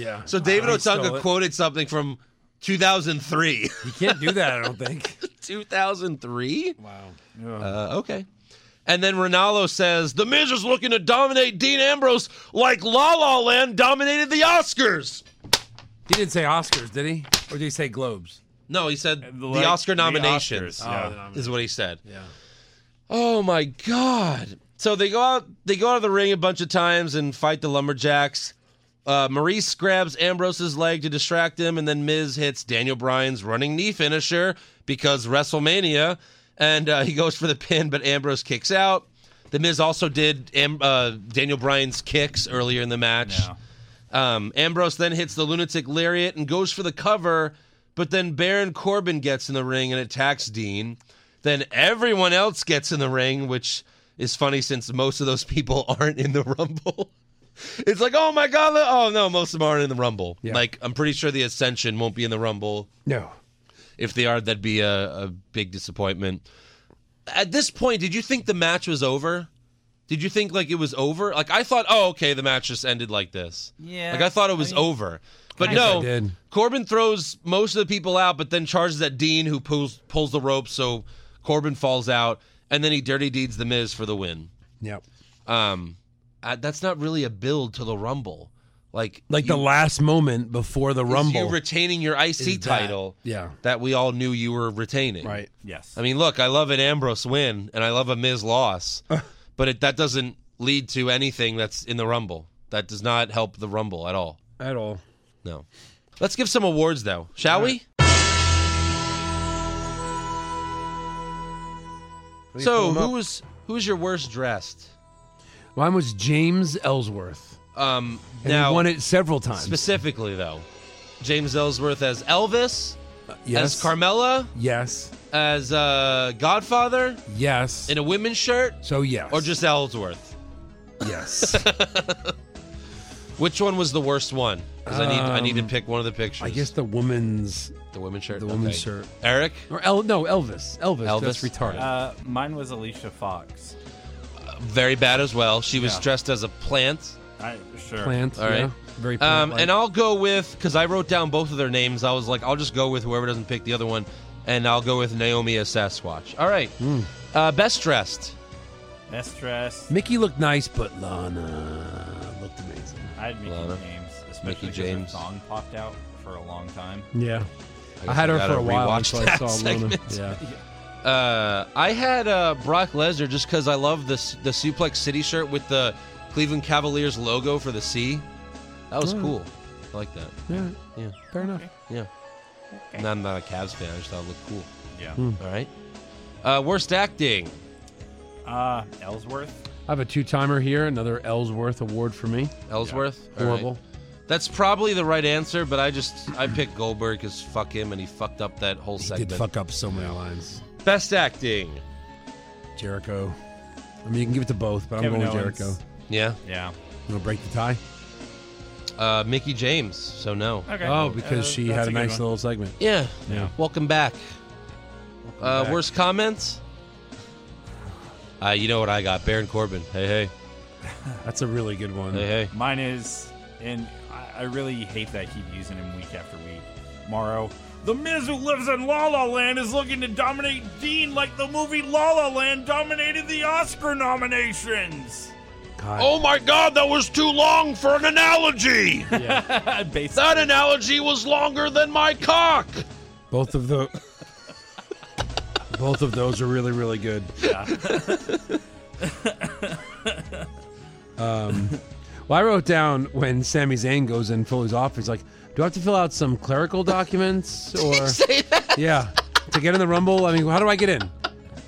S7: a habitual
S2: Yeah.
S7: line stepper.
S1: So David
S2: I stole
S1: Otunga
S2: it.
S1: quoted something from 2003.
S2: You can't do that. I don't think.
S1: 2003?
S2: wow.
S1: Uh, okay. And then Ronaldo says, The Miz is looking to dominate Dean Ambrose like La La Land dominated the Oscars.
S2: He didn't say Oscars, did he? Or did he say Globes?
S1: No, he said the,
S3: like-
S1: Oscar
S3: the
S1: nominations. Oh,
S3: Oscars, yeah.
S1: is what he said.
S2: Yeah.
S1: Oh my god! So they go out, they go out of the ring a bunch of times and fight the lumberjacks. Uh, Maurice grabs Ambrose's leg to distract him, and then Miz hits Daniel Bryan's running knee finisher because WrestleMania, and uh, he goes for the pin, but Ambrose kicks out. The Miz also did Am- uh, Daniel Bryan's kicks earlier in the match.
S3: Yeah.
S1: Um, Ambrose then hits the lunatic lariat and goes for the cover, but then Baron Corbin gets in the ring and attacks Dean. Then everyone else gets in the ring, which is funny since most of those people aren't in the Rumble. it's like, oh my God, look- oh no, most of them aren't in the Rumble.
S2: Yeah.
S1: Like, I'm pretty sure the Ascension won't be in the Rumble.
S2: No.
S1: If they are, that'd be a, a big disappointment. At this point, did you think the match was over? Did you think like it was over? Like I thought, oh okay, the match just ended like this.
S3: Yeah,
S1: Like I thought
S3: I
S1: it was
S3: mean-
S1: over. But
S2: Kinda.
S1: no,
S2: Yes, I did.
S1: Corbin throws most of the people out, but then charges at Dean, who pulls pulls the rope, so Corbin falls out, and then he dirty deeds the Miz for the win.
S2: Yep.
S1: Um, uh, that's not really a build to the Rumble, like
S2: Like the
S1: you-
S2: last moment before the
S1: is
S2: Rumble.
S1: you retaining your IC
S2: Is that-
S1: title,
S2: yeah.
S1: that we all knew you were retaining,
S2: right.
S3: Yes.
S1: I mean, look, I love an Ambrose win and I love a Miz loss, but it, that doesn't lead to anything that's in the Rumble. That does not help the Rumble at all.
S2: At all.
S1: No. Let's give some awards though, shall we?
S2: Let me pull
S1: So
S2: 'em
S1: who
S2: up.
S1: was who was your worst dressed?
S2: Mine was James Ellsworth.
S1: Um,
S2: And
S1: now
S2: he won it several times.
S1: specifically though, James Ellsworth as Elvis,
S2: yes.
S1: as Carmela,
S2: Yes.
S1: as uh, Godfather
S2: Yes.
S1: in a women's shirt,
S2: so yes.
S1: or just Ellsworth.
S2: yes.
S1: Which one was the worst one? Because I need I need to
S2: Um,
S1: pick one of the pictures.
S2: I guess the woman's
S1: the women's shirt.
S2: the woman's
S1: Okay.
S2: shirt.
S1: Eric,
S2: or El, no Elvis. Elvis.
S1: Elvis?
S2: That's retarded.
S3: Uh, mine was Alicia Fox.
S1: very bad as well. She was
S3: Yeah.
S1: dressed as a plant.
S3: I, sure.
S2: plant.
S1: all right.
S2: yeah. Very.
S1: Um,
S2: plant-like.
S1: and I'll go with because I wrote down both of their names. I was like, I'll just go with whoever doesn't pick the other one, and I'll go with Naomi as Sasquatch. All right,
S2: Hmm.
S1: uh, best dressed.
S3: Best dress.
S2: Mickey looked nice, but Lana looked amazing.
S3: I had Mickey
S1: Lana.
S3: James,
S1: Mickey
S3: especially because her
S1: James.
S3: song popped out for a long time.
S2: Yeah. I,
S1: guess
S2: had
S1: I
S2: her
S1: gotta
S2: for a while
S1: rewatch
S2: until I
S1: that
S2: saw
S1: segment.
S2: Lana. Yeah.
S1: Uh, I had uh, Brock Lesnar just because I love the the Suplex City shirt with the Cleveland Cavaliers logo for the C. That was
S2: Oh.
S1: cool. I like that.
S2: Yeah.
S1: Yeah.
S2: Fair enough.
S1: Yeah. Now I'm not a Cavs fan. I just thought it looked cool.
S3: Yeah.
S2: Hmm.
S1: All right. Uh, worst acting.
S3: Uh, Ellsworth.
S2: I have a two-timer here. Another Ellsworth Award for me.
S1: Ellsworth. All right.
S2: Horrible.
S1: That's probably the right answer, but I just I picked Goldberg because fuck him, and he fucked up that whole
S2: He
S1: segment.
S2: did fuck up so many lines.
S1: Best acting.
S2: Jericho. I mean, you can give it to both, but
S3: Kevin
S2: I'm going
S3: Owens.
S2: Jericho.
S1: Yeah.
S3: Yeah.
S2: You want to break the tie?
S1: Uh, Mickey James. So no.
S3: Okay.
S2: Oh, because
S3: Uh,
S2: she
S3: that's
S2: had a
S3: good
S2: nice
S3: one.
S2: little segment.
S1: Yeah.
S2: Yeah.
S1: Welcome back. uh,
S2: back.
S1: Worst comments. Uh, you know what I got? Baron Corbin. Hey hey
S2: That's a really good one.
S1: hey hey.
S3: Mine is, and I, I really hate that I keep using him week after week. Morrow. The Miz who lives in La La Land is looking to dominate Dean like the movie La La Land dominated the Oscar nominations.
S2: God.
S1: Oh my God, that was too long for an analogy.
S3: Based
S1: that analogy was longer than my cock.
S2: Both of the. both of those are really, really good. Yeah. um, well, I wrote down when Sami Zayn goes in Foley's office, like, do I have to fill out some clerical documents or? Yeah, to get in the Rumble. I mean, how do I get in?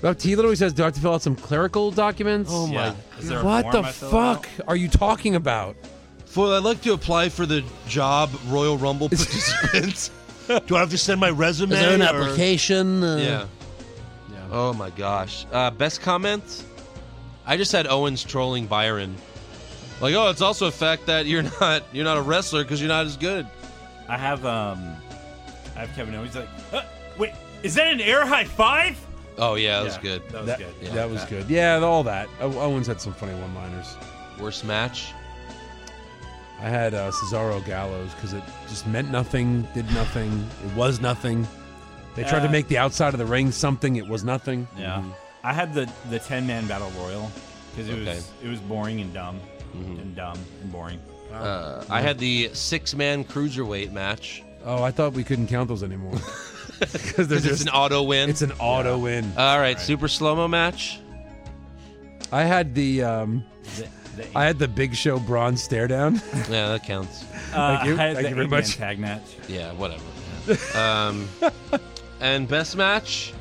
S2: Well, he literally says, "Do I have to fill out some clerical documents?" Oh
S3: yeah. Is there a
S2: What
S3: form
S2: the
S3: I fill out?
S2: fuck are you talking about?
S1: Fool, I'd like to apply for the job Royal Rumble participant. Do I have to send my resume? or-
S2: application? Uh,
S1: Yeah. Oh my gosh. Uh, best comment? I just had Owens trolling Byron. Like, oh, it's also a fact that you're not you're not a wrestler because you're not as good.
S3: I have um, I have Kevin Owens. He's like, "Huh? wait, is that an air high five?
S1: Oh yeah, that was
S3: Yeah,
S1: good.
S3: That was
S2: That,
S3: good.
S1: Yeah.
S2: that was good. Yeah, all that. O- Owens had some funny one-liners.
S1: Worst match?
S2: I had uh, Cesaro Gallows because it just meant nothing, did nothing, it was nothing. They tried to
S3: Uh,
S2: make the outside of the ring something. It was nothing.
S3: Yeah. I had the the ten man battle royal because it
S1: Okay. Mm-hmm.
S3: was it was boring and dumb and dumb and boring.
S1: Uh, I had the six man cruiserweight match.
S2: Oh, I thought we couldn't count those anymore because they're
S1: 'Cause it's
S2: just
S1: an Uh, auto win.
S2: it's an auto win.
S1: All right, super slow mo match.
S2: I had the um,
S3: The, the,
S2: I had the Big Show Braun stare down.
S1: Yeah, that counts.
S3: uh,
S2: thank you-
S3: I had
S2: thank
S3: the
S2: you very
S3: eight-man
S2: much.
S3: tag match.
S1: Yeah, whatever. um, and best match,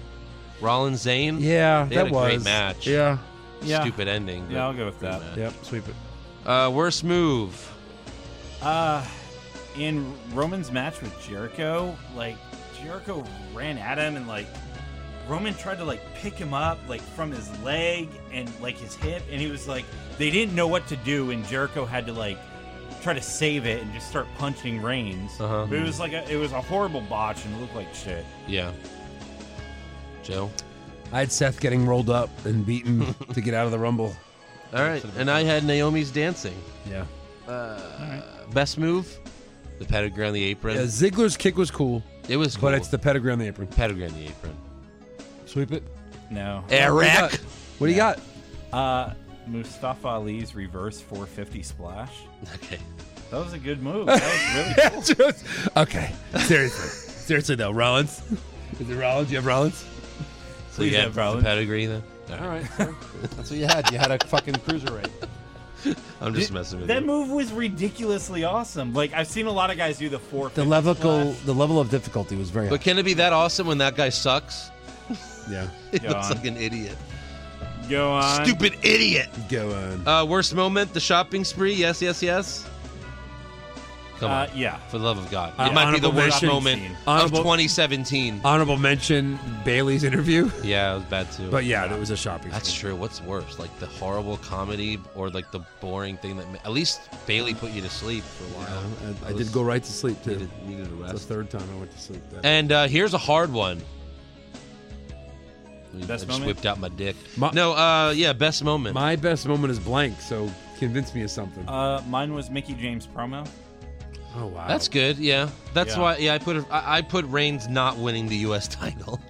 S1: Rollins Zane.
S2: yeah,
S1: They
S2: that
S1: had a
S2: was
S1: great match.
S2: Yeah,
S3: Yeah.
S1: Stupid ending. but
S3: Yeah, I'll go with
S1: great
S3: that.
S1: match.
S2: yep, sweep it.
S1: Uh, worst move.
S3: Uh, in Roman's match with Jericho, like Jericho ran at him and like Roman tried to like pick him up like from his leg and like his hip, and he was like they didn't know what to do, and Jericho had to like try to save it and just start punching Reigns.
S1: Uh-huh.
S3: But it was like a, it was a horrible botch and it looked like shit.
S1: Yeah. Joe.
S2: I had Seth getting rolled up and beaten to get out of the Rumble.
S1: All right, and I had Naomi's dancing.
S2: Yeah,
S1: Best move, the pedigree on the apron.
S2: yeah Uh, Ziggler's kick was cool,
S1: it was cool.
S2: but it's the pedigree on the apron.
S1: pedigree on the apron.
S2: Sweep it.
S3: No,
S1: Eh, Eric.
S2: What do you got?
S3: uh, Mustafa Ali's reverse 450 splash.
S1: Okay.
S3: That was a good move. That was really cool.
S2: Just- okay, seriously, seriously though, Rollins. Is it Rollins? You have Rollins?
S1: So you
S3: Please
S1: had
S3: have
S1: the
S3: Rollins.
S1: pedigree then. All right.
S2: That's what you had. You had a fucking cruiserweight.
S1: I'm just messing with
S3: That
S1: you.
S3: move was ridiculously awesome. Like I've seen a lot of guys do the four.
S2: The level, the level of difficulty was very.
S1: But can it be that awesome when that guy sucks?
S2: high. Yeah.
S1: He looks
S3: John.
S1: like an idiot.
S3: Go on.
S9: Stupid idiot.
S2: Go on.
S1: Uh, worst moment, the shopping spree. Yes, yes, yes. Come
S3: Uh,
S1: on.
S3: yeah.
S1: For the love of God.
S2: Uh,
S1: it might be the
S2: honorable
S1: worst
S2: mention.
S1: moment of
S2: Honorable-
S1: 2017.
S2: Honorable mention Bailey's interview.
S1: yeah, it was bad too.
S2: But yeah, that was a shopping.
S1: That's true. What's worse, like the horrible comedy or like the boring thing that ma- at least Bailey put you to sleep for a while.
S2: Uh, I,
S1: It was-
S2: did go right to sleep too.
S1: needed, needed a
S2: That's
S1: rest.
S2: the third time I went to sleep. That
S1: And uh, here's a hard one. I
S3: Best
S1: just
S3: moment?
S1: whipped out my dick.
S2: My-
S1: no, uh, yeah, best moment.
S2: My best moment is blank, so convince me of something.
S3: Uh, mine was Mickey James promo.
S2: oh wow,
S1: That's good. Yeah, that's
S3: Yeah.
S1: why. Yeah, I put a, I, I put Reigns not winning the U.S. title.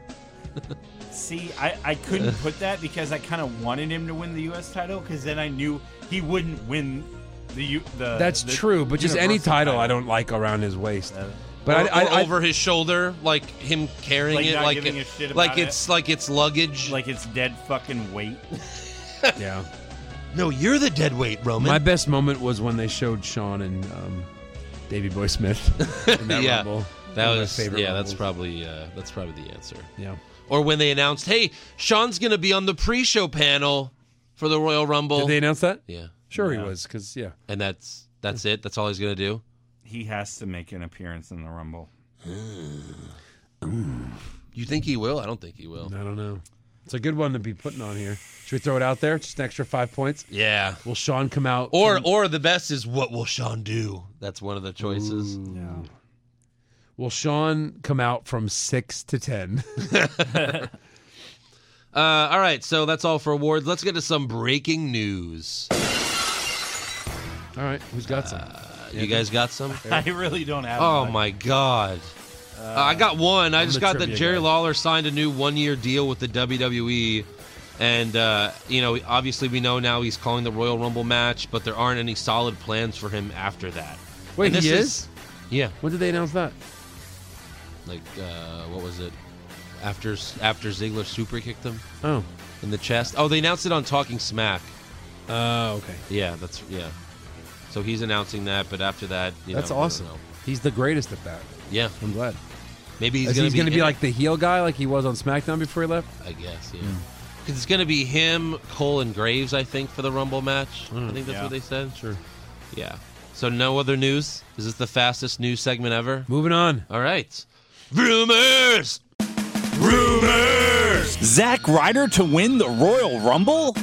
S3: See, I, I couldn't put that because I kind of wanted him to win the U.S. title because then I knew he wouldn't win the U. The,
S2: That's
S3: the
S2: true, but just any
S3: Universal
S2: title I don't like around his waist. but
S1: Or-
S2: I,
S1: or
S2: I, I,
S1: over his shoulder, like him carrying
S3: Like
S1: it,
S3: not
S1: like
S3: giving
S1: it-
S3: a shit
S1: like
S3: about it.
S1: it's like it's luggage.
S3: Like it's dead fucking weight.
S2: yeah.
S1: no, you're the dead weight, Roman.
S2: My best moment was when they showed Sean and um, Davy Boy Smith. In that
S1: yeah,
S2: rumble.
S1: that
S2: One of my
S1: was yeah.
S2: favorite
S1: That's
S2: rumbles.
S1: probably uh, that's probably the answer.
S2: yeah.
S1: Or when they announced, "Hey, Sean's going to be on the pre-show panel for the Royal Rumble."
S2: Did they announce that?
S1: yeah,
S2: Sure, he was because yeah.
S1: and that's that's it. That's all he's going to do.
S3: He has to make an appearance in the Rumble.
S1: You think he will? I don't think he will.
S2: I don't know. It's a good one to be putting on here. Should we throw it out there? Just an extra five points.
S1: Yeah. Oh.
S2: Will Sean come out?
S1: Or or the best is what will Sean do? That's one of the choices.
S2: will Sean come out from six to ten?
S1: Uh, all right, so that's all for awards. Let's get to some breaking news.
S2: All right, who's got some?
S1: Uh, you guys got some?
S3: I really don't have.
S1: Oh
S3: much.
S1: my god. Uh, I got one. I just
S2: the
S1: got that
S2: trivia
S1: Jerry
S2: guy.
S1: Lawler signed a new one-year deal with the WWE, and uh, you know, obviously, we know now he's calling the Royal Rumble match, but there aren't any solid plans for him after that.
S2: Wait,
S1: And this
S2: he is?
S1: Yeah,
S2: When did they announce that?
S1: like uh, what was it? After after Ziggler super kicked him
S2: Oh.
S1: in the chest. Oh, they announced it on Talking Smack.
S2: Oh, okay.
S1: Yeah, that's yeah. So he's announcing that, but after that, you
S2: That's
S1: know, we don't
S2: awesome.
S1: know.
S2: He's the greatest at that.
S1: Yeah,
S2: I'm glad.
S1: maybe he's
S2: He's
S1: gonna
S2: going
S1: in
S2: to be
S1: it,
S2: like the heel guy, like he was on SmackDown before he left.
S1: I guess, yeah. Because it's gonna be him, Cole, and Graves, I think, for the Rumble match. I think that's
S3: Yeah.
S1: what they said. Hmm, Sure. Yeah. So no other news. Is this the fastest news segment ever?
S2: Moving on.
S1: All right. Rumors.
S10: Zack Ryder to win the Royal Rumble?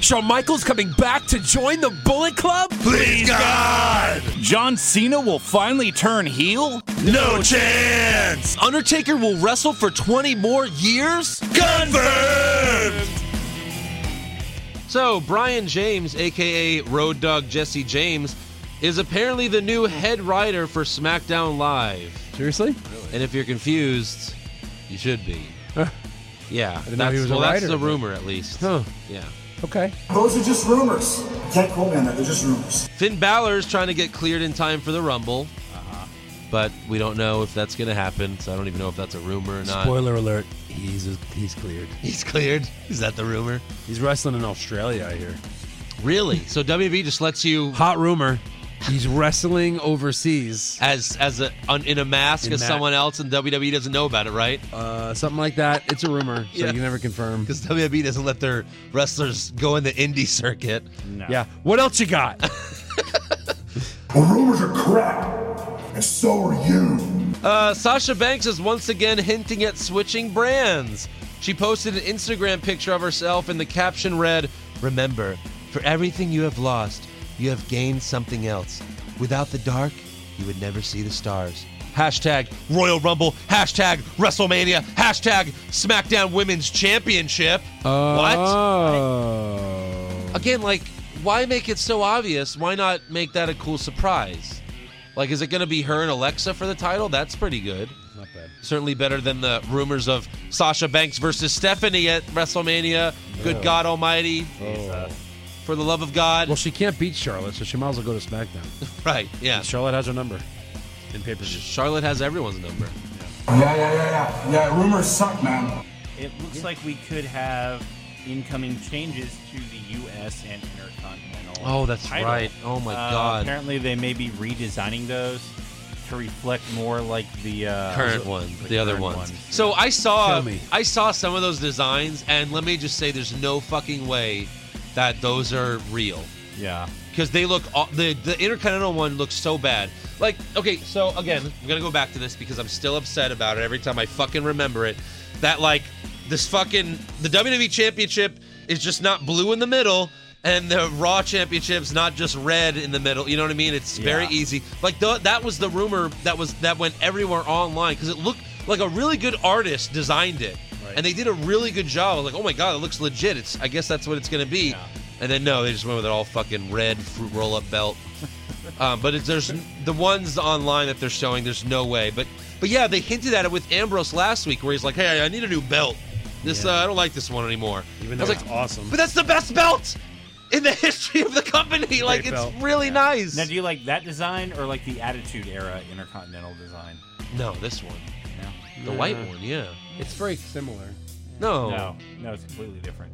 S2: Shawn Michaels coming back to join the Bullet Club.
S10: Please God! John Cena will finally turn heel? No chance!
S1: Undertaker will wrestle for 20 more years.
S10: Confirmed!
S1: So Brian James, aka Road Dog Jesse James, is apparently the new head writer for SmackDown Live.
S2: Seriously?
S1: And if you're confused, you should be. yeah,
S2: didn't know
S1: that's,
S2: he was a
S1: well, that's
S2: writer,
S1: the
S2: but-
S1: rumor at least.
S2: Huh.
S1: Yeah.
S2: Okay.
S7: Those are just rumors. Can't quote me on that. They're just rumors.
S1: Finn Balor's trying to get cleared in time for the Rumble, but we don't know if that's going to happen. So I don't even know if that's a rumor or not.
S2: Spoiler alert: he's he's cleared.
S1: He's cleared. Is that the rumor?
S2: He's wrestling in Australia, I hear.
S1: Really? so WWE just lets you
S2: Hot rumor: he's wrestling overseas,
S1: as as a on, in a mask
S2: In
S1: as
S2: that-
S1: someone else, and WWE doesn't know about it, right?
S2: uh, something like that. It's a rumor, so
S1: Yeah.
S2: you can never confirm.
S1: Because WWE E doesn't let their wrestlers go in the indie circuit.
S3: No.
S2: Yeah. What else you got? Uh,
S7: Well, rumors are crap, and so are you.
S1: Uh, Sasha Banks is once again hinting at switching brands. She posted an Instagram picture of herself, and the caption read, Remember, for everything you have lost, you have gained something else. Without the dark, you would never see the stars. Hashtag Royal Rumble, hashtag WrestleMania, hashtag SmackDown Women's Championship.
S2: Oh.
S1: what? Again, like, why make it so obvious? Why not make that a cool surprise? Like, is it going to be her and Alexa for the title? That's pretty good.
S2: Not bad.
S1: Certainly better than the rumors of Sasha Banks versus Stephanie at WrestleMania. Good God Almighty. For the love of God.
S2: Well, she can't beat Charlotte, so she might as well go to SmackDown.
S1: right, yeah.
S2: Charlotte has her number in pay per view.
S1: Charlotte has everyone's number.
S7: Yeah, yeah, yeah, yeah. Yeah, rumors suck, man.
S3: It looks like we could have incoming changes to the U.S. and intercontinental.
S1: Oh, that's
S3: title.
S1: right. Oh, my
S3: Uh,
S1: God.
S3: Apparently, they may be redesigning those to reflect more like the uh,
S9: current one, the, other
S3: current
S9: ones.
S3: one.
S9: So I saw
S2: Kill me.
S9: I saw some of those designs, and let me just say, there's no fucking way that those are real
S3: Yeah.
S9: because they look aw- the the intercontinental one looks so bad. Like okay, so again, I'm gonna go back to this because I'm still upset about it every time I fucking remember it. That like this fucking the WWE Championship is just not blue in the middle. And the Raw Championship's not just red in the middle. You know what I mean? It's very
S3: Yeah.
S9: easy. Like th- that was the rumor that was that went everywhere online because it looked like a really good artist designed it, and they did a really good job. I was like, oh my god, it looks legit. It's I guess that's what it's gonna be. And then no, they just went with it all fucking red fruit roll up belt. um, but it's, there's the ones online that they're showing. There's no way. But but yeah, they hinted at it with Ambrose last week, where he's like, hey, I need a new belt. This uh, I don't like this one anymore.
S11: Even
S9: I
S11: though
S9: was
S11: it's
S9: like,
S11: awesome.
S9: but that's the best belt in the history of the company. Like it's
S11: belt.
S9: really nice.
S3: Now, do you like that design or like the Attitude Era Intercontinental design?
S9: No, this one.
S3: No,
S9: The white
S2: Mm.
S9: one, yeah.
S2: It's very similar.
S9: No.
S3: no, no, it's completely different.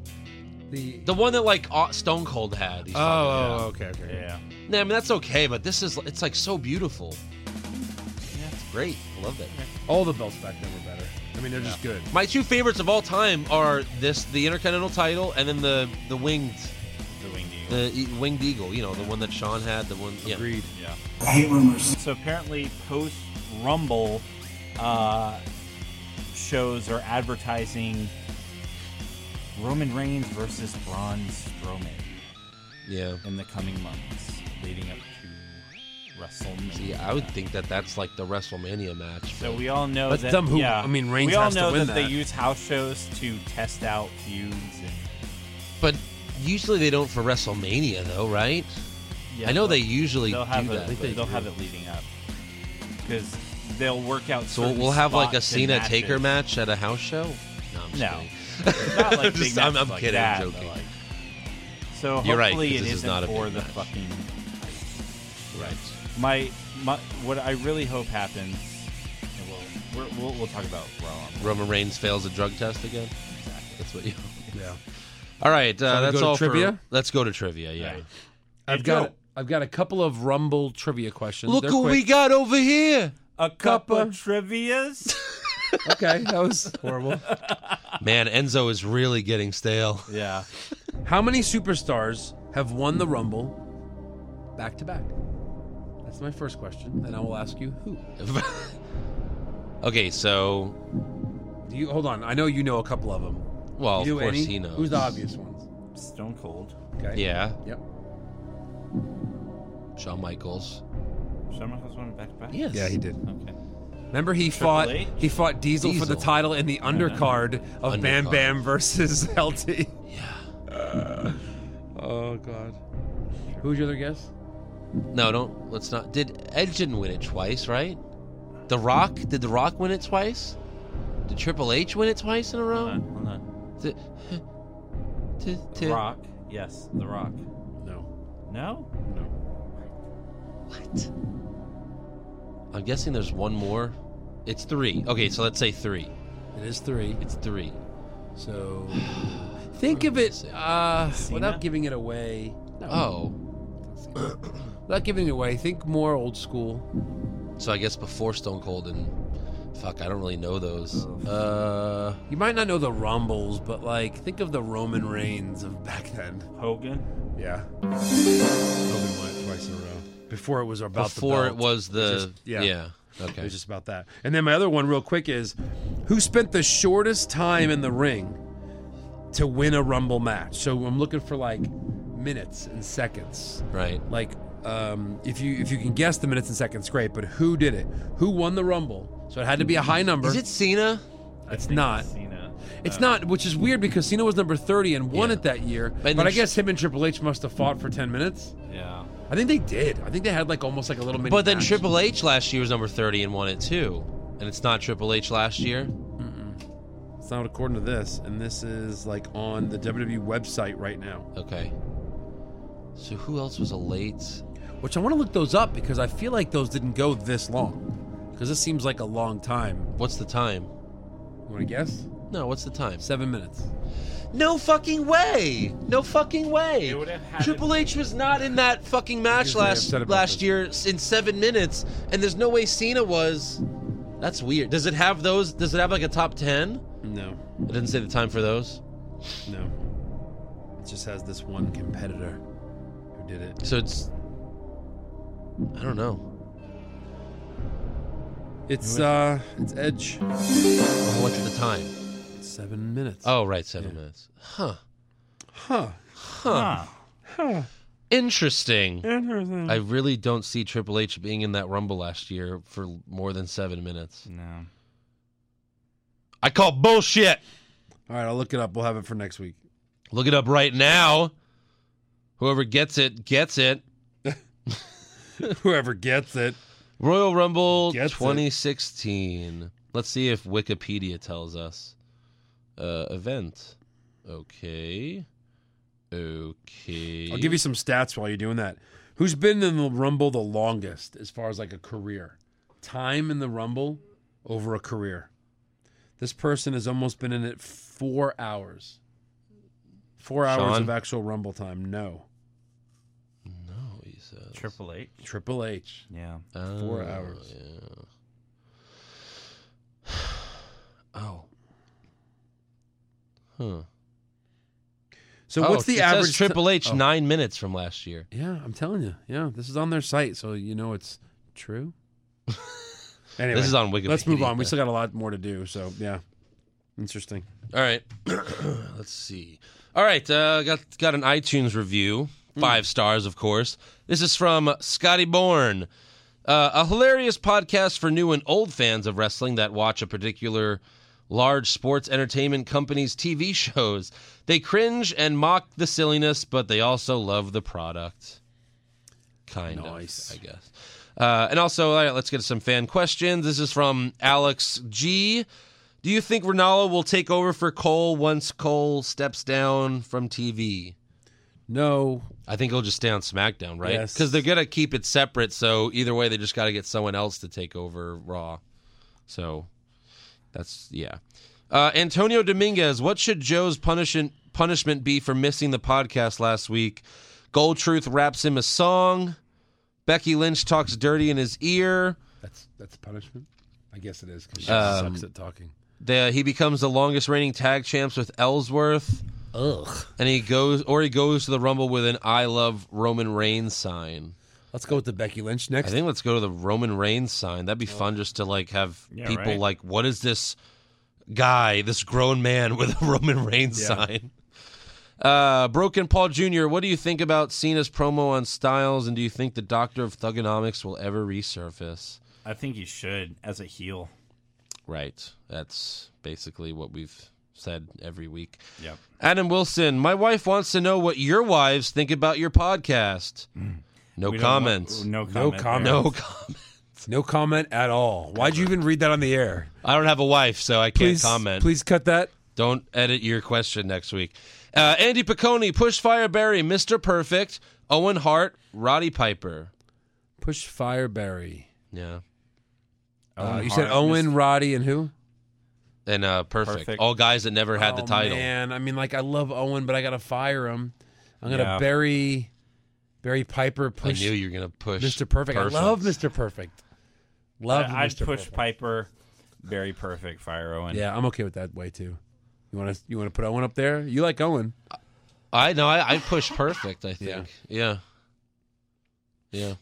S2: The
S9: The one that like uh, Stone Cold had. He's talking about.
S2: oh, okay, okay.
S3: Yeah,
S9: Nah, I mean that's okay, but this is it's like so beautiful. Yeah, it's great. I love it.
S2: All the belts back then were better. I mean, they're just good.
S9: My two favorites of all time are this the Intercontinental title and then the the winged
S3: the winged eagle.
S9: the e- winged eagle, you know, the one that Sean had, the one yeah.
S2: Agreed.
S3: Yeah. I hate rumors. So apparently, post Rumble uh, shows are advertising Roman Reigns versus Braun Strowman
S9: Yeah.
S3: in the coming months, leading up to WrestleMania.
S9: See, I would think that that's like the WrestleMania match.
S3: So we all know
S2: That's
S3: that.
S2: dumb who-
S3: yeah,
S2: I mean, Reigns
S3: we all
S2: has to
S3: know
S2: win
S3: that, they
S2: that.
S3: use house shows to test out feuds. And,
S9: But usually they don't for WrestleMania though, right?
S3: yeah,
S9: I know
S3: but
S9: they usually
S3: They'll have
S9: do
S3: it.
S9: that. but-
S3: they'll have it leading up because they'll work out.
S9: So
S3: certain
S9: we'll have like a
S3: spots and
S9: Cena Taker
S3: matches.
S9: match at a house show? No, I'm just
S3: No.
S9: kidding.
S3: Not like
S9: Just-
S3: big matches
S9: I'm- I'm
S3: like
S9: kidding,
S3: that,
S9: I'm
S3: but,
S9: joking.
S3: like- so
S9: You're right,
S3: hopefully
S9: 'cause
S3: it
S9: this is
S3: isn't
S9: not a big
S3: for the
S9: match.
S3: fucking
S9: Right.
S3: my my. What I really hope happens. and We'll, we're- we'll, we'll talk about Raw. on
S9: Roman Reigns fails a drug test again. That's what you.
S2: Yeah.
S9: All right, uh,
S2: Shall we
S9: that's
S2: go to
S9: all for-
S2: trivia?
S9: Let's go to trivia. Yeah.
S3: All right.
S2: I've
S3: Hey,
S2: got
S3: Joe.
S2: I've got a couple of Rumble trivia questions.
S9: Look
S2: They're
S9: who we
S2: quick.
S9: got over here,
S3: A cup of
S2: Cuppa.
S3: trivias.
S2: Okay, that was horrible.
S9: man. Enzo is really getting stale.
S3: yeah.
S2: How many superstars have won the Rumble back to back? That's my first question, and I will ask you who.
S9: okay, so
S2: Do you hold on? I know you know a couple of them.
S9: well,
S2: you
S9: of
S2: do
S9: course
S2: any?
S9: he knows.
S2: Who's the obvious ones?
S3: Stone Cold.
S2: Okay.
S9: Yeah,
S2: Yep.
S9: Shawn Michaels.
S3: Someone has one back to back.
S9: Yes.
S2: did.
S3: Okay.
S2: Remember, he fought
S3: H?
S2: he fought Diesel, for the
S9: Diesel.
S2: title in the undercard of Bam
S9: Undercard.
S2: Bam versus LT. Yeah. oh God. Who's your other guess?
S9: No, don't. Let's not. Did Edge didn't win it twice, right? The Rock. Did The Rock win it twice? Did Triple H win it twice in a row?
S3: Hold on. Hold on.
S9: Did, did,
S3: The
S9: did-
S3: Uh-huh. Rock. Yes, The Rock.
S2: No.
S3: No.
S2: No.
S9: What? I'm guessing there's one more. It's three. Okay, so let's say three.
S2: It is three.
S9: It's three.
S2: So think of it uh,
S3: Cena?
S2: without giving it away. No.
S9: Oh,
S2: Without giving it away, think more old school.
S9: so I guess before Stone Cold and fuck, I don't really know those. Uh,
S2: You might not know the Rumbles, but like think of the Roman Reigns of back then.
S3: Hogan.
S2: Yeah.
S11: Hogan won it twice in a row.
S2: Before it was about
S9: Uh, before
S2: the
S9: it
S2: belt.
S9: was the
S11: just- yeah.
S9: yeah.
S11: It
S9: Okay.
S11: was just about that.
S2: And then my other one, real quick, is who spent the shortest time in the ring to win a Rumble match? So I'm looking for like minutes and seconds.
S9: right.
S2: Like, um, if you if you can guess the minutes and seconds, great. But who did it? Who won the Rumble? So it had to be a high number.
S9: Is it Cena?
S2: it's not.
S3: Cena.
S2: It's not, which is weird because Cena was number 30 and won
S9: Yeah.
S2: it that year.
S9: then
S2: But, I
S9: sh-
S2: guess him and Triple H must have fought for 10 minutes.
S3: Yeah.
S2: I think they did. I think they had like almost like a little minute.
S9: But then Triple H last year was number thirty and won it too. And it's not Triple H last year.
S2: It's not according to this, and this is like on the WWE website right now.
S9: Okay. So who else was a late?
S2: Which I want to look those up because I feel like those didn't go this long. Because this seems like a long time.
S9: What's the time?
S2: You want to guess?
S9: No, what's the time?
S2: Seven minutes.
S1: No fucking way. No fucking way. Triple H was not in that fucking match
S9: He's really
S1: last
S9: upset about
S1: last year in seven minutes, and there's no way Cena was. That's weird. Does it have those? Does it have like a top ten?
S2: No,
S1: It didn't say the time for those.
S2: no. It just has this one competitor who did it.
S1: So it's. I don't know.
S2: It's uh, it's Edge.
S1: What's the time?
S2: Seven minutes.
S1: Oh, right, seven minutes. Huh.
S2: Huh.
S1: Huh. Interesting. I really don't see Triple H being in that Rumble last year for more than seven minutes.
S3: No.
S1: I call bullshit.
S2: All right, I'll look it up. We'll have it for next week.
S1: Look it up right now. Whoever gets it, gets it.
S2: Whoever gets it.
S1: Royal Rumble
S2: Gets it.
S1: 2016. Let's see if Wikipedia tells us. Uh, event. Okay. Okay.
S2: I'll give you some stats while you're doing that. Who's been in the Rumble the longest as far as like a career? Time in the Rumble over a career. This person has almost been in it four hours. Four hours
S1: Sean?
S2: of actual Rumble time. No.
S1: No, he says.
S3: Triple H.
S2: Triple H.
S3: Yeah.
S2: Four
S1: Oh,
S2: hours.
S1: yeah. Oh. Huh.
S2: So
S1: Oh,
S2: what's the
S1: it
S2: average
S1: Says Triple H
S2: Oh.
S1: nine minutes from last year.
S2: Yeah, I'm telling you. Yeah, this is on their site, so you know it's true. anyway,
S1: This is on
S2: Let's move
S1: Wikipedia.
S2: on. We still got a lot more to do. So yeah, interesting.
S1: All right. Let's see. All right. Uh, got got an iTunes review. Five stars, of course. This is from Scotty Bourne. Uh, a hilarious podcast for new and old fans of wrestling that watch a particular large sports entertainment company's TV shows. They cringe and mock the silliness, but they also love the product. Kind
S2: Nice.
S1: of, I guess. Uh, and also, all right, let's get some fan questions. This is from Alex G. Do you think Ronaldo will take over for Cole once Cole steps down from TV?
S2: No,
S1: I think he'll just stay on SmackDown, right?
S2: Yes.
S1: Because they're gonna keep it separate. So either way, they just got to get someone else to take over Raw. So that's yeah. Uh, Antonio Dominguez, what should Joe's punishment punishment be for missing the podcast last week? Gold Truth raps him a song. Becky Lynch talks dirty in his ear.
S2: that's that's punishment. I guess it is because she
S1: Um,
S2: sucks at talking.
S1: The, he becomes the longest reigning tag champs with Ellsworth.
S2: Ugh.
S1: and he goes or he goes to the rumble with an I love Roman Reigns sign.
S2: Let's go with the Becky Lynch
S1: I
S2: next.
S1: think let's go to the Roman Reigns sign. That'd be fun just to like have
S3: Yeah,
S1: people
S3: right.
S1: like what is this guy, this grown man with a Roman Reigns
S2: Yeah.
S1: sign? Uh, Broken Paul Jr., what do you think about Cena's promo on Styles and do you think the Doctor of Thugonomics will ever resurface?
S3: I think you should as a heel.
S1: Right. That's basically what we've said every week.
S3: Yep.
S1: Adam Wilson, my wife wants to know what your wives think about your podcast. No
S3: We don't want-
S1: comments.
S3: no
S2: No
S3: comment.
S2: comment.
S1: no comment.
S2: No comment at all. Why'd you even read that on the air?
S1: I don't have a wife, so I can't
S2: Please
S1: comment.
S2: Please cut that.
S1: Don't edit your question next week. Uh, Andy Piccone, Pushfire Barry, Mr. Perfect, Owen Hart, Roddy Piper.
S2: Push Fireberry.
S1: Yeah.
S2: Uh, you
S3: Owen
S2: said
S3: Hart,
S2: Owen,
S3: Mr.
S2: Roddy, and who?
S1: And uh, perfect.
S3: Perfect.
S1: All guys that never had the
S2: Oh,
S1: title.
S2: Man, I mean, like I love Owen, but I gotta fire him. I'm gonna
S3: Yeah.
S2: bury, bury Piper.
S1: I
S2: Push
S1: knew you were going to push
S2: Mr. Perfect. I love Mr. Perfect. Love
S3: I- I'd
S2: Mr.
S3: push
S2: Perfect.
S3: Piper, very perfect, Fire Owen.
S2: Yeah, I'm okay with that way too. You want to you want to put Owen up there? You like Owen?
S1: I know. I, I push perfect. I
S2: Yeah.
S1: think. Yeah. Yeah.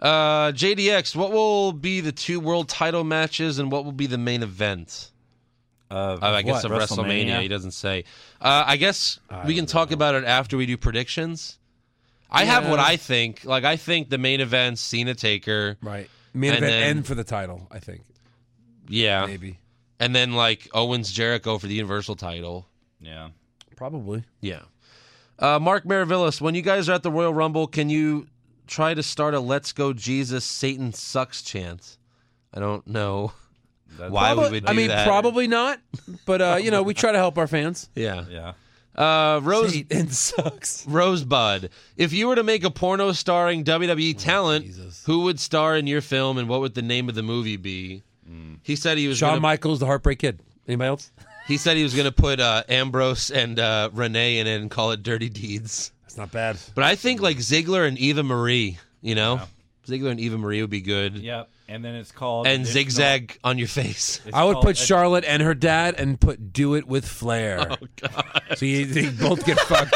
S1: Uh, JDX, what will be the two world title matches and what will be the main event?
S3: Of
S1: Uh, I guess of
S3: what?
S1: WrestleMania. He doesn't say. Uh, I guess we can talk about it after we do predictions. I have what
S2: Yeah.
S1: I think. Like I think the main event, Cena Taker.
S2: Right. Main
S1: And
S2: event
S1: then-
S2: end for the title, I think.
S1: Yeah.
S2: Maybe.
S1: And then like Owens Jericho for the Universal title.
S3: Yeah.
S2: Probably.
S1: Yeah. Uh, Mark Maravillas, when you guys are at the Royal Rumble, can you try to start a "Let's Go Jesus, Satan sucks" chant? I don't know
S3: That's-
S1: why
S2: Probably-
S1: we would. Do
S2: I mean,
S1: that.
S2: probably not. But uh, you know, we try to help our fans.
S1: Yeah.
S3: Yeah.
S1: Uh, Rose
S2: Satan sucks.
S1: Rosebud, if you were to make a porno starring WWE talent,
S2: Jesus.
S1: who would star in your film, and what would the name of the movie be? He said he was
S2: Shawn
S1: gonna-
S2: Michaels, the Heartbreak Kid. Anybody else?
S1: He said he was going to put uh, Ambrose and uh, Renee in it and call it Dirty Deeds.
S9: That's not bad.
S1: But I think like Ziggler and Eva Marie, you know? Ziggler and Eva Marie would be good.
S3: Yep. And then it's called
S1: And
S3: it's
S1: Zigzag on your face.
S3: not- it's
S2: I would
S3: called-
S2: put Charlotte and her dad and put do it with flair. Oh god. So you, they both get fucked.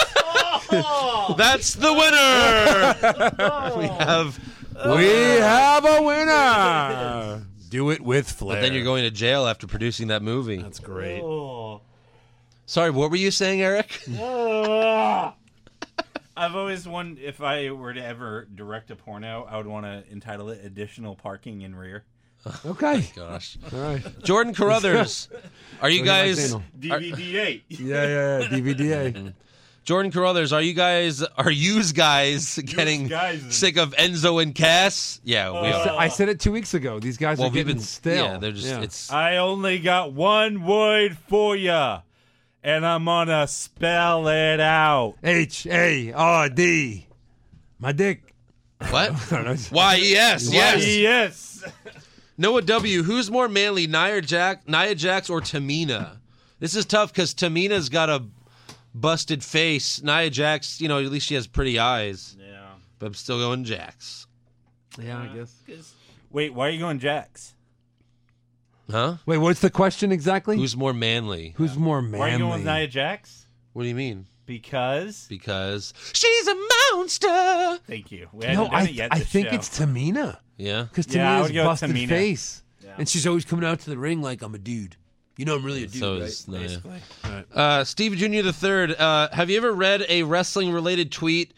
S1: That's the winner. we have.
S2: we have a winner. Do it with flair.
S1: But then you're going to jail after producing that movie.
S9: That's great.
S1: Sorry, what were you saying, Eric?
S3: I've always wondered if I were to ever direct a porno, I would want to entitle it "Additional Parking in Rear."
S2: Okay.
S1: oh, Gosh.
S2: All right.
S1: Jordan Carruthers. Are you
S2: Jordan
S1: guys Mm-hmm.
S2: Martino.
S3: DVD eight.
S2: Yeah, yeah, yeah. DVDA.
S1: Jordan Carruthers, are you guys are yous guys getting
S3: guys.
S1: sick of Enzo and Cass? Yeah, we
S2: I
S1: are.
S2: said-
S3: Uh,
S2: I said it two weeks ago. These guys
S1: Well,
S2: are
S1: we've
S2: getting
S1: been
S2: stale.
S1: Yeah, they're just it's
S3: I only got one word for ya, and I'm gonna spell it out.
S2: H A R D. My dick.
S1: what?
S2: I don't know.
S1: Why yes, yes.
S3: Yes.
S1: Noah W, who's more manly, Nia Jack Nia Jax or Tamina? This is tough because Tamina's got a busted face. Nia Jax, you know, at least she has pretty eyes.
S3: Yeah.
S1: But I'm still going Jax.
S2: Yeah, I guess.
S3: Wait, why are you going Jax?
S1: Huh?
S2: Wait, what's the question exactly?
S1: Who's more manly?
S2: Who's more manly?
S3: Why are you going with Nia Jax?
S1: What do you mean?
S3: Because.
S1: Because she's a monster.
S3: Thank you.
S2: no,
S3: We haven't done
S2: I,
S3: it yet.
S2: I
S3: this
S2: think
S3: show.
S2: it's Tamina
S1: Yeah.
S2: because Tamina's
S3: Yeah, I would go with
S2: busted
S3: Tamina.
S2: face, and she's always coming out to the ring like I'm a dude. You know, I'm really a dude.
S1: So
S2: right?
S1: is Nia. Uh, Steve Junior the Third. Uh, have you ever read a wrestling related tweet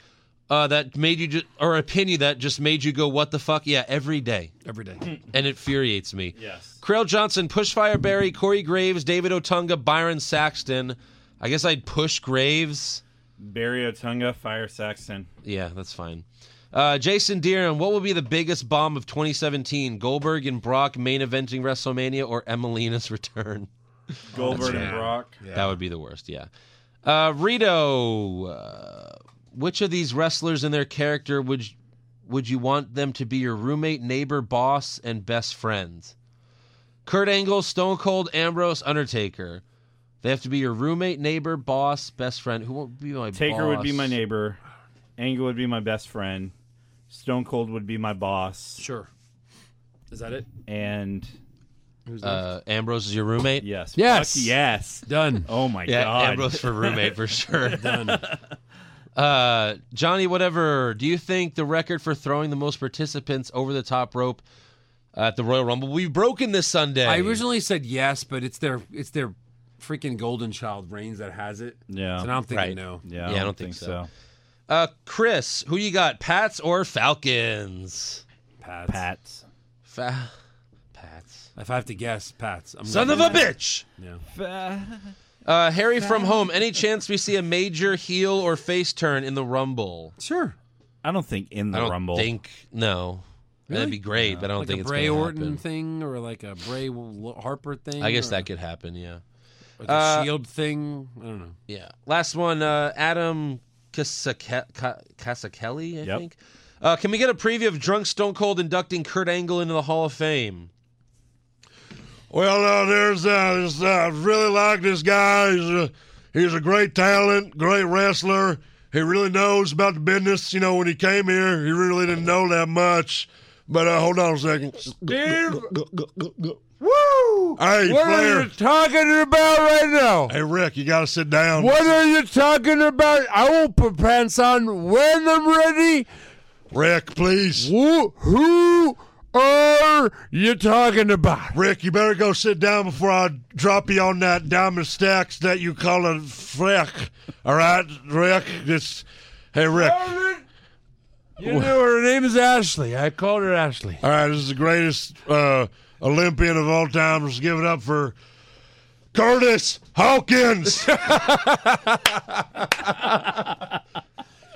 S1: uh, that made you ju- or opinion that just made you go, "What the fuck?" Yeah, every day,
S2: Every day.
S1: and it infuriates me.
S3: Yes.
S1: Krell Johnson, Pushfire Barry, Corey Graves, David Otunga, Byron Saxton. I guess I'd push Graves.
S3: Barry Otunga, Fire Saxon.
S1: Yeah, that's fine. Uh, Jason Deeran, what will be the biggest bomb of 2017? Goldberg and Brock main eventing WrestleMania or Emelina's return?
S3: Goldberg and Brock.
S1: That would be the worst, yeah. Uh, Rito, uh, which of these wrestlers and their character would you, would you want them to be your roommate, neighbor, boss, and best friend? Kurt Angle, Stone Cold, Ambrose, Undertaker. They have to be your roommate, neighbor, boss, best friend. Who would be my
S3: Taker would be my
S1: boss?
S3: neighbor. Angle would be my best friend. Stone Cold would be my boss.
S9: Sure. Is that it?
S3: And
S1: Uh, Ambrose is your roommate.
S3: yes.
S2: Yes.
S3: fuck yes.
S1: Uh,
S2: Done.
S3: Oh my
S1: Yeah,
S3: god.
S1: Ambrose for roommate for sure. Uh, Johnny, whatever. Do you think the record for throwing the most participants over the top rope at the Royal Rumble will be broken this Sunday?
S2: I originally said yes, but it's their it's their freaking golden child Reigns that has it.
S3: Yeah.
S2: So now I'm thinking
S1: Right.
S2: no.
S3: Yeah, I don't, think, so.
S1: Uh, Chris, who you got, Pats or Falcons?
S2: Pats.
S3: Pats.
S1: Fa- Pats.
S2: If I have to guess, Pats. I'm
S1: Son of a
S2: going-
S1: bitch.
S2: Yeah.
S1: Uh, Harry from home. Any chance we see a major heel or face turn in the Rumble?
S2: Sure.
S3: I don't think in the
S1: I don't
S3: Rumble.
S1: think no. That'd be great, but I don't
S2: like
S1: think
S2: a
S1: it's
S2: Bray
S1: gonna
S2: Orton
S1: happen.
S2: thing or like a Bray L- Harper thing.
S1: I guess
S2: or
S1: that could happen. Yeah.
S2: like a
S1: uh,
S2: Shield thing. I don't know.
S1: Yeah. Last one, uh, Adam Casake- Ca- Casachelli, I
S3: Yep.
S1: think. Uh, can we get a preview of Drunk Stone Cold inducting Kurt Angle into the Hall of Fame?
S7: Well, uh, there's uh, this, uh, I really like this guy. He's a, he's a great talent, great wrestler. He really knows about the business. You know, when he came here, he really didn't know that much. But uh, hold on a second.
S2: Woo!
S7: Hey,
S2: what
S7: Flair.
S2: are you talking about right now?
S7: Hey, Rick, you got to sit down.
S2: What are you talking about? I will put pants on when I'm ready.
S7: Rick, please.
S2: Who, who are you talking about?
S7: Rick, you better go sit down before I drop you on that diamond stacks that you call a frick. All right, Rick? This, hey, Rick.
S2: You know her name is Ashley. I called her Ashley.
S7: All right, this is the greatest uh, Olympian of all time. Let's give it up for Curtis Hawkins.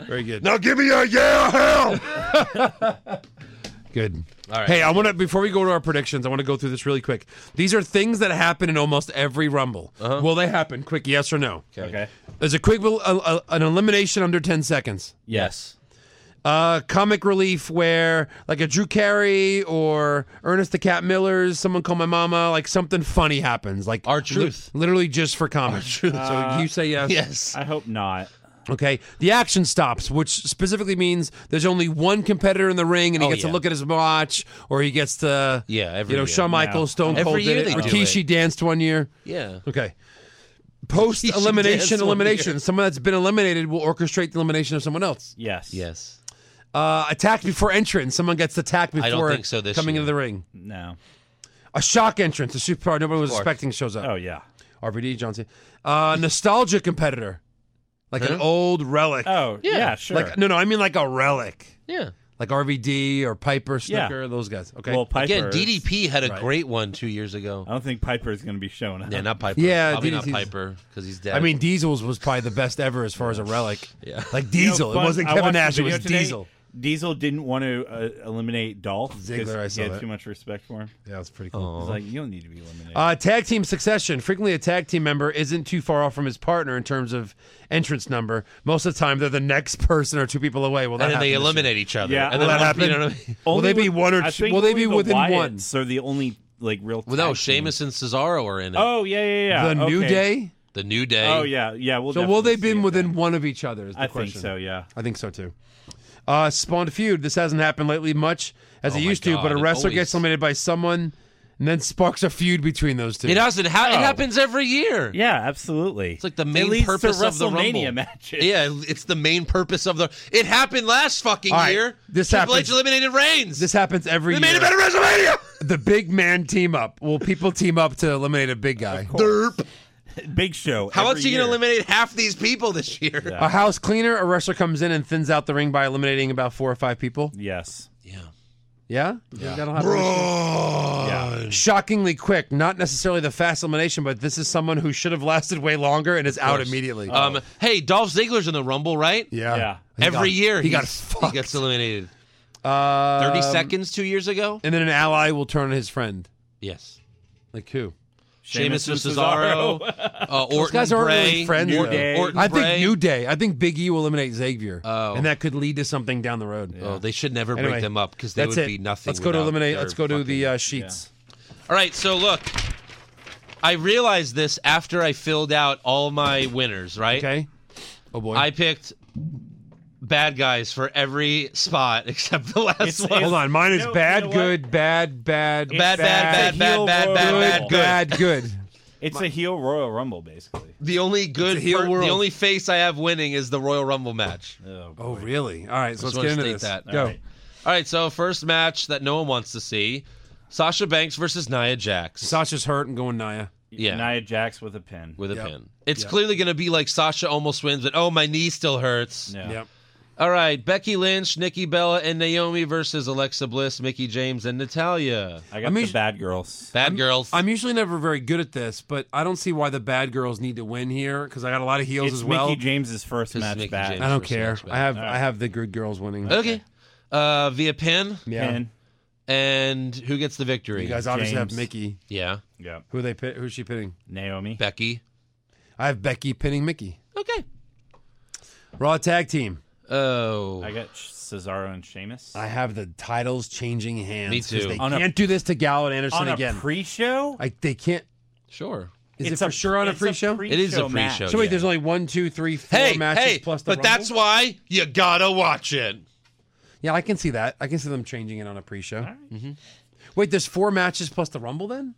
S2: Very good.
S7: now give me a yeah hell.
S2: Good.
S1: All right.
S2: Hey, I want to before we go to our predictions, I want to go through this really quick. These are things that happen in almost every rumble. Will they happen? Quick, yes or no?
S3: Okay.
S2: There's a quick uh, uh, an elimination under 10 seconds.
S3: Yes.
S2: uh, comic relief where like a Drew Carey or Ernest the Cat Miller's Someone Call My Mama, like something funny happens. Like Our
S1: Truth.
S2: literally just for comedy.
S1: Truth.
S2: so you say yes.
S1: Yes.
S3: I hope not.
S2: Okay. The action stops, which specifically means there's only one competitor in the ring, and he
S1: Oh,
S2: gets
S1: yeah.
S2: to look at his watch, or he gets to
S1: Yeah, every
S2: you know
S1: year.
S2: Shawn Michaels, Stone
S1: Every
S2: Cold
S1: year
S2: did it,
S1: they do
S2: Rikishi
S1: it.
S2: danced one year.
S1: Yeah.
S2: Okay. Post
S1: danced
S2: elimination,
S1: one
S2: elimination.
S1: year.
S2: Someone that's been eliminated will orchestrate the elimination of someone else.
S3: Yes.
S1: Yes.
S2: Uh, attack before entrance. Someone gets attacked before
S1: don't think so this
S2: coming
S1: year.
S2: into the ring.
S3: No.
S2: A shock entrance. A superpower nobody was
S1: course.
S2: expecting shows up.
S3: Oh yeah.
S2: RVD Johnson. Uh, nostalgia competitor, like an old relic.
S3: Oh yeah. sure.
S2: Like no, no, I mean like a relic.
S1: Yeah.
S2: like RVD or Piper,
S3: Yeah.
S2: Snooker, those guys. Okay.
S3: well, Piper.
S1: Again, DDP had a
S2: Right.
S1: great one two years ago.
S3: I don't think Piper is going to be showing up.
S1: Yeah, not Piper.
S2: Yeah,
S1: probably
S2: DDT's
S1: not Piper because he's dead.
S2: I mean, Diesel's was probably the best ever as far as a relic. Yeah. Like Diesel.
S3: You know,
S2: it wasn't
S3: fun- I
S2: Kevin
S3: watched the
S2: Nash. It
S3: video
S2: was
S3: today.
S2: Diesel.
S3: Diesel didn't want to uh, eliminate Dolph because
S2: Ziggler, I saw
S3: he had
S2: that.
S3: too much respect for him.
S2: Yeah, that's pretty cool.
S3: He's like, you don't need to be eliminated.
S2: Uh, tag team succession. Frequently, a tag team member isn't too far off from his partner in terms of entrance number. Most of the time, they're the next person or two people away. Well, that
S1: and then they
S2: happened this year.
S1: eliminate each other.
S3: Yeah,
S1: and
S2: Will
S1: then
S2: that
S1: one-
S2: happen?
S1: You know what I mean?
S2: Will
S3: Only
S2: they be
S3: with-
S2: one or
S3: I
S2: two?
S3: think
S2: Will they
S3: only
S2: be
S3: the
S2: within
S3: Wyatts
S2: one?
S3: are the only like real.
S1: Well, no,
S3: tag team.
S1: Sheamus and Cesaro are in it.
S3: Oh yeah, yeah,
S2: The
S3: yeah.
S2: New
S3: Okay.
S2: Day?
S1: The New Day.
S3: Oh yeah, yeah. We'll
S2: So will they
S3: definitely
S2: be
S3: see it
S2: within
S3: then.
S2: one of each other? Is the
S3: I
S2: question.
S3: think so. Yeah.
S2: I think so too. Uh, spawned a feud. This hasn't happened lately much as
S1: Oh
S2: it
S1: my
S2: used to,
S1: God,
S2: but a
S1: it
S2: wrestler
S1: always-
S2: gets eliminated by someone and then sparks a feud between those two.
S1: It doesn't. Ha- It
S2: Oh.
S1: happens every year.
S3: Yeah, absolutely. It's
S1: like the main purpose
S3: to
S1: of the
S3: WrestleMania
S1: Rumble.
S3: matches.
S1: Yeah, it's the main purpose of the. It happened last fucking
S2: All right,
S1: year.
S2: this
S1: Triple
S2: happens-
S1: H eliminated Reigns.
S2: This happens every
S1: they
S2: year.
S1: made it better WrestleMania.
S2: The big man team up. Will people team up to eliminate a big guy?
S1: Derp.
S3: Big Show.
S1: How
S3: every
S1: else are you
S3: year.
S1: gonna eliminate half these people this year? Yeah.
S2: A house cleaner. A wrestler comes in and thins out the ring by eliminating about four or five people.
S3: Yes.
S2: Yeah, yeah. That'll happen. Uh,
S3: Yeah.
S2: Shockingly quick. Not necessarily the fast elimination, but this is someone who should have lasted way longer and is out immediately.
S1: Um. Hey, Dolph Ziggler's in the Rumble, right?
S2: yeah.
S3: Yeah.
S2: He
S1: Every
S2: got-
S1: year
S2: he got
S1: he's-
S2: fucked.
S1: He gets eliminated.
S2: Uh,
S1: Thirty seconds two years ago.
S2: and then an ally will turn on his friend.
S1: Yes.
S2: Like who?
S1: Sheamus and
S3: and
S1: Cesaro, uh, Orton,
S2: guys aren't
S1: Bray,
S2: really friends,
S1: New
S2: though.
S1: Day. Orton,
S2: I think
S1: Bray.
S2: New Day. I think Big E will eliminate Xavier,
S1: Oh.
S2: and that could lead to something down the road.
S1: Oh, they should never
S2: Anyway,
S1: break them up because they
S2: That's
S1: would
S2: it.
S1: be nothing.
S2: Let's go to
S1: without
S2: eliminate.
S1: their
S2: Let's go to the
S1: fucking-
S2: uh, sheets.
S1: All right, so look, I realized this after I filled out all my winners. Right?
S2: Okay. Oh boy.
S1: I picked bad guys for every spot except the last
S3: It's-
S1: one.
S2: Hold on. Mine is
S3: You know-
S2: bad,
S3: you know what?
S2: good, bad, bad,
S1: Bad, bad, bad,
S3: It's a
S1: bad,
S3: heel
S1: bad, bad,
S3: royal
S1: bad,
S3: rumble.
S1: good.
S2: bad, good.
S3: It's a heel Royal Rumble, basically.
S1: The only good,
S2: heel
S1: per-
S2: world.
S1: the only face I have winning is the Royal Rumble match.
S2: Oh really? All right. So
S1: Just
S2: let's
S1: wanna
S2: get into
S1: state
S2: this.
S1: that.
S2: Go.
S3: All right.
S1: All right, so first match that no one wants to see: Sasha Banks versus Nia Jax.
S2: Sasha's hurt and going Naya.
S1: Yeah.
S3: Nia Jax with a pin.
S1: with a
S2: Yep.
S1: pin. It's clearly going to be like Sasha almost wins, but oh, my knee still hurts.
S3: yeah.
S2: Yep.
S1: All right, Becky Lynch, Nikki Bella, and Naomi versus Alexa Bliss, Mickey James, and Natalia.
S3: I got
S2: I mean-
S3: the bad girls.
S1: Bad girls.
S2: I'm usually never very good at this, but I don't see why the bad girls need to win here because I got a lot of heels
S3: It's
S2: as well.
S3: Mickey James's first
S1: This is
S3: match
S1: Mickey
S3: back.
S1: James.
S2: I don't
S1: First
S2: care.
S1: match, man.
S2: I have I have the good girls winning.
S1: okay. Uh, via pin,
S2: Yeah.
S3: Pin.
S1: and who gets the victory?
S2: You guys obviously have
S3: James.
S2: Mickey.
S1: yeah,
S3: Yeah.
S2: Who are they? Pit, who's she pitting?
S3: Naomi.
S1: Becky.
S2: I have Becky pinning Mickey.
S1: Okay.
S2: Raw tag team.
S1: Oh,
S3: I got Cesaro and Sheamus.
S2: I have the titles changing hands.
S1: Me
S2: 'cause
S1: too.
S2: They
S3: On a-
S2: can't do this to Gallo and Anderson
S3: On a
S2: again.
S3: pre-show?
S2: I, they can't.
S1: sure.
S2: Is
S3: It's
S2: it for sure on a
S3: it's
S2: free show?
S1: It is a
S3: match.
S1: pre-show.
S2: so wait,
S1: yeah.
S2: there's only one, two, three, four
S1: Hey,
S2: matches
S1: hey,
S2: plus the
S1: but
S2: Rumble?
S1: that's why you gotta watch it.
S2: yeah, I can see that. I can see them changing it on a pre-show. Mm-hmm. Wait, there's four matches plus the Rumble then?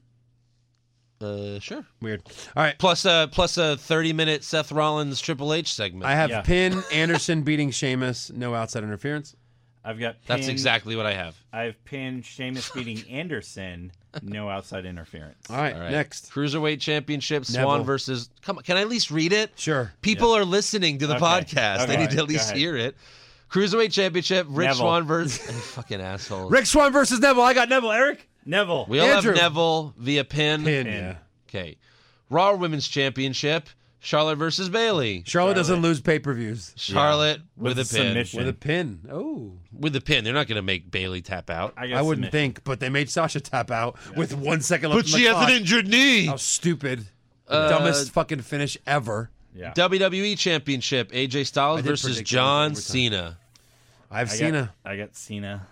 S1: Uh, sure.
S2: Weird. All right,
S1: Plus a plus a 30 minute Seth Rollins Triple H segment.
S2: I have
S3: Yeah.
S2: Pin Anderson beating Sheamus. No outside interference.
S3: I've got
S1: That's
S3: pin-
S1: exactly what I have.
S3: I've pinned Sheamus beating Anderson. No outside interference.
S2: All right,
S1: All right.
S2: next.
S1: Cruiserweight Championship, Swan
S2: Neville.
S1: versus. Come on, can I at least read it?
S2: Sure.
S1: People are listening to the
S3: Okay.
S1: podcast. They
S3: Okay.
S1: need to
S3: Go
S1: at least
S3: ahead.
S1: hear it. Cruiserweight Championship, Rick
S3: Neville.
S1: Swan versus. you fucking asshole.
S2: Rick Swan versus Neville. I got Neville. Eric.
S3: Neville.
S1: we all
S2: Andrew.
S1: have Neville via pin.
S2: Pin. Yeah.
S1: Okay. Raw Women's Championship, Charlotte versus Bailey.
S2: Charlotte, doesn't lose pay per views
S1: Charlotte with, a
S3: With
S1: pin.
S3: submission.
S2: with a pin. Oh,
S1: With a pin. They're not going to make Bailey tap out.
S3: I, got
S2: I wouldn't
S3: submission.
S2: think, but they made Sasha tap out with one second left.
S1: but
S2: on the
S1: she has
S2: clock.
S1: an injured knee.
S2: How stupid! Dumbest fucking finish ever.
S3: Yeah.
S1: WWE E Championship, AJ Styles
S2: did
S1: versus
S2: predict that
S1: John
S2: over time.
S1: Cena.
S2: I've
S3: I
S2: seen
S3: got,
S2: her.
S3: I got Cena.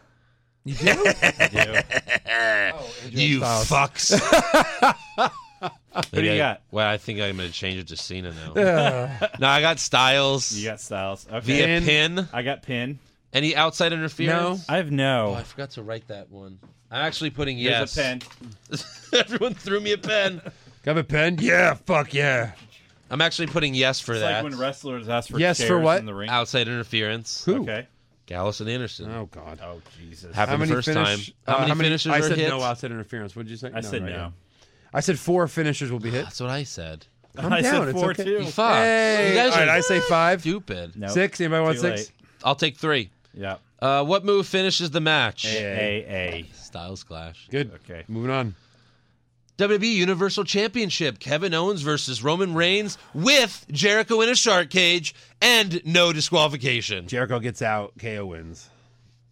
S12: You do?
S3: I do. Oh,
S1: you
S12: Styles.
S1: fucks.
S3: Who do you got?
S1: Well, I think I'm going to change it to Cena now. No, I got Styles
S3: You got Styles.
S1: via
S3: Okay.
S2: Pin.
S1: pin.
S3: I got Pin.
S1: Any outside interference?
S3: I have
S1: Oh, I
S3: no.
S1: forgot to write that one. I'm actually putting
S3: Here's
S1: yes.
S3: a pen.
S1: Everyone threw me a pen.
S2: Got a pen? Yeah, fuck yeah.
S1: I'm actually putting yes for
S3: It's
S1: that.
S3: like when wrestlers ask for
S2: Yes, for
S3: chairs
S2: what?
S3: in the ring.
S1: outside interference.
S2: Who?
S3: Okay.
S1: Gallus and Anderson.
S2: Oh God.
S3: Oh Jesus.
S1: Happened the first
S2: finish-
S1: time. How
S2: uh,
S1: many finishes
S2: I
S1: were
S2: said
S1: hit?
S2: no outside interference. What did you say?
S3: I said
S2: right
S3: no.
S2: here. I said four finishers will be hit.
S1: That's what I said.
S3: I
S2: down,
S3: said
S2: it's
S3: four
S2: okay.
S1: You
S3: too.
S1: Ah, fuck.
S2: Hey.
S1: You guys
S2: All right,
S1: are
S2: I say five.
S1: stupid.
S3: No.
S2: Six. Anybody want
S3: Too
S2: six?
S3: late.
S1: I'll take three.
S3: Yeah.
S1: Uh, what move finishes the match?
S3: A A.
S1: Styles Clash.
S2: Good.
S3: Okay.
S2: Moving on.
S1: WWE Universal Championship Kevin Owens versus Roman Reigns with Jericho in a shark cage and no disqualification.
S2: Jericho gets out. KO wins.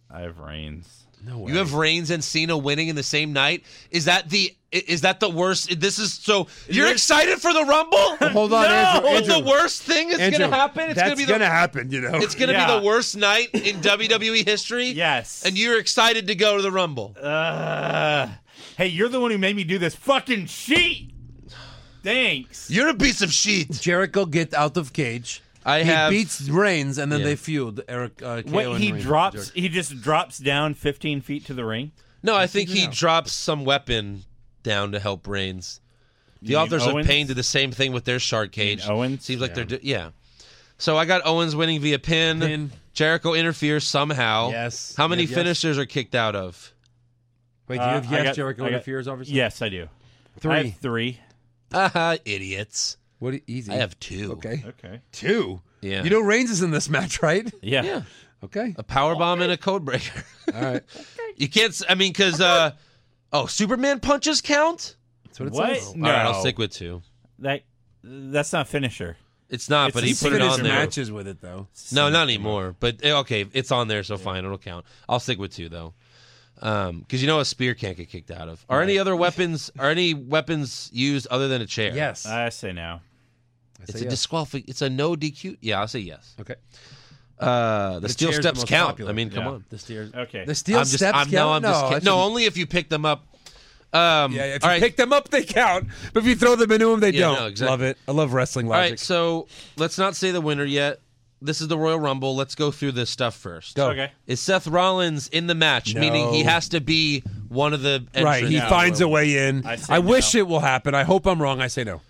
S3: I have reigns.
S2: No way.
S1: You have Reigns and Cena winning in the same night. Is that the i- is that the worst? This is so you're excited for the Rumble?
S2: Hold on,
S1: no!
S2: Andrew,
S1: It's
S2: Andrew.
S1: the worst thing that's
S2: Andrew,
S1: going to happen. It's
S2: that's
S1: going to be the
S2: gonna happen. You know.
S1: it's going to be
S3: Yeah.
S1: the worst night in WWE history.
S3: Yes.
S1: And you're excited to go to the Rumble.
S3: Uh, hey, you're the one who made me do this fucking sheet. Thanks.
S1: You're a piece of shit.
S2: Jericho get out of cage.
S1: I
S2: he
S1: have-
S2: beats Reigns, and then
S1: Yeah.
S2: they feud. Eric uh, KO
S3: what
S2: and
S3: he
S2: Reigns.
S3: drops,
S2: Jericho.
S3: he just drops down 15 feet to the ring.
S1: No, I think he drops some weapon down to help Reigns. The
S3: mean
S1: authors of
S3: Owens?
S1: Pain did the same thing with their shark cage.
S3: Owens?
S1: seems like they're do- yeah. So I got Owens winning via pin.
S2: Pin.
S1: Jericho interferes somehow.
S2: Yes.
S1: Oh. How many
S2: Yes.
S1: finishers are kicked out of?
S2: Wait, do you have
S3: Uh, I
S2: yes?
S3: got-
S2: Jericho
S3: I got-
S2: interferes, obviously.
S3: Yes, I do. I
S2: Three.
S3: have three.
S1: Haha, idiots.
S2: What? do you- Easy.
S1: I have two.
S2: Okay.
S3: Okay.
S2: Two.
S1: Yeah.
S2: You know Reigns is in this match, right?
S3: Yeah.
S1: Yeah.
S2: Okay.
S1: A power bomb and a code breaker.
S2: All right.
S1: you can't. s- I mean, because uh, oh, Superman punches count.
S2: That's what it
S3: What?
S2: says.
S3: No.
S1: All right, I'll stick with two.
S3: that. That's not finisher.
S1: It's not,
S3: It's
S1: but
S3: a
S1: he
S2: He
S1: put it on
S2: finished
S1: there.
S2: matches with it though.
S1: No, not anymore. But eh, okay, it's on there, so fine, it'll count. I'll stick with two though, because you know a spear can't get kicked out of. Are any other weapons? Are any weapons used other than a chair?
S2: Yes.
S3: I say no.
S2: I
S1: it's
S2: say
S1: a
S2: yes.
S1: disqualif. It's a no DQ. Yeah, I'll say yes.
S2: Okay.
S1: Uh, the, steel
S2: chair's the
S1: steps
S2: most
S1: count.
S2: popular.
S1: I mean, come
S3: Yeah.
S1: on.
S2: The steers.
S3: Okay.
S2: The steel
S1: I'm just.
S2: steps
S1: I'm,
S2: count.
S1: no, I'm just.
S2: I
S1: kidding. No,
S2: shouldn't-
S1: only if you pick them up. Um,
S2: Yeah, yeah, if
S1: all
S2: you
S1: right.
S2: pick them up, they count. But if you throw them into them, they
S1: Yeah,
S2: don't.
S1: no, exactly.
S2: Love it. I love wrestling
S1: all
S2: logic.
S1: right. So let's not say the winner yet. This is the Royal Rumble. Let's go through this stuff first.
S2: Go.
S3: Okay.
S1: Is Seth Rollins in the match?
S2: No.
S1: Meaning he has to be one of the entrants.
S2: right. He finds a way in.
S3: I
S2: I,
S3: say
S2: wish
S3: no.
S2: it will happen. I hope I'm wrong. I say no.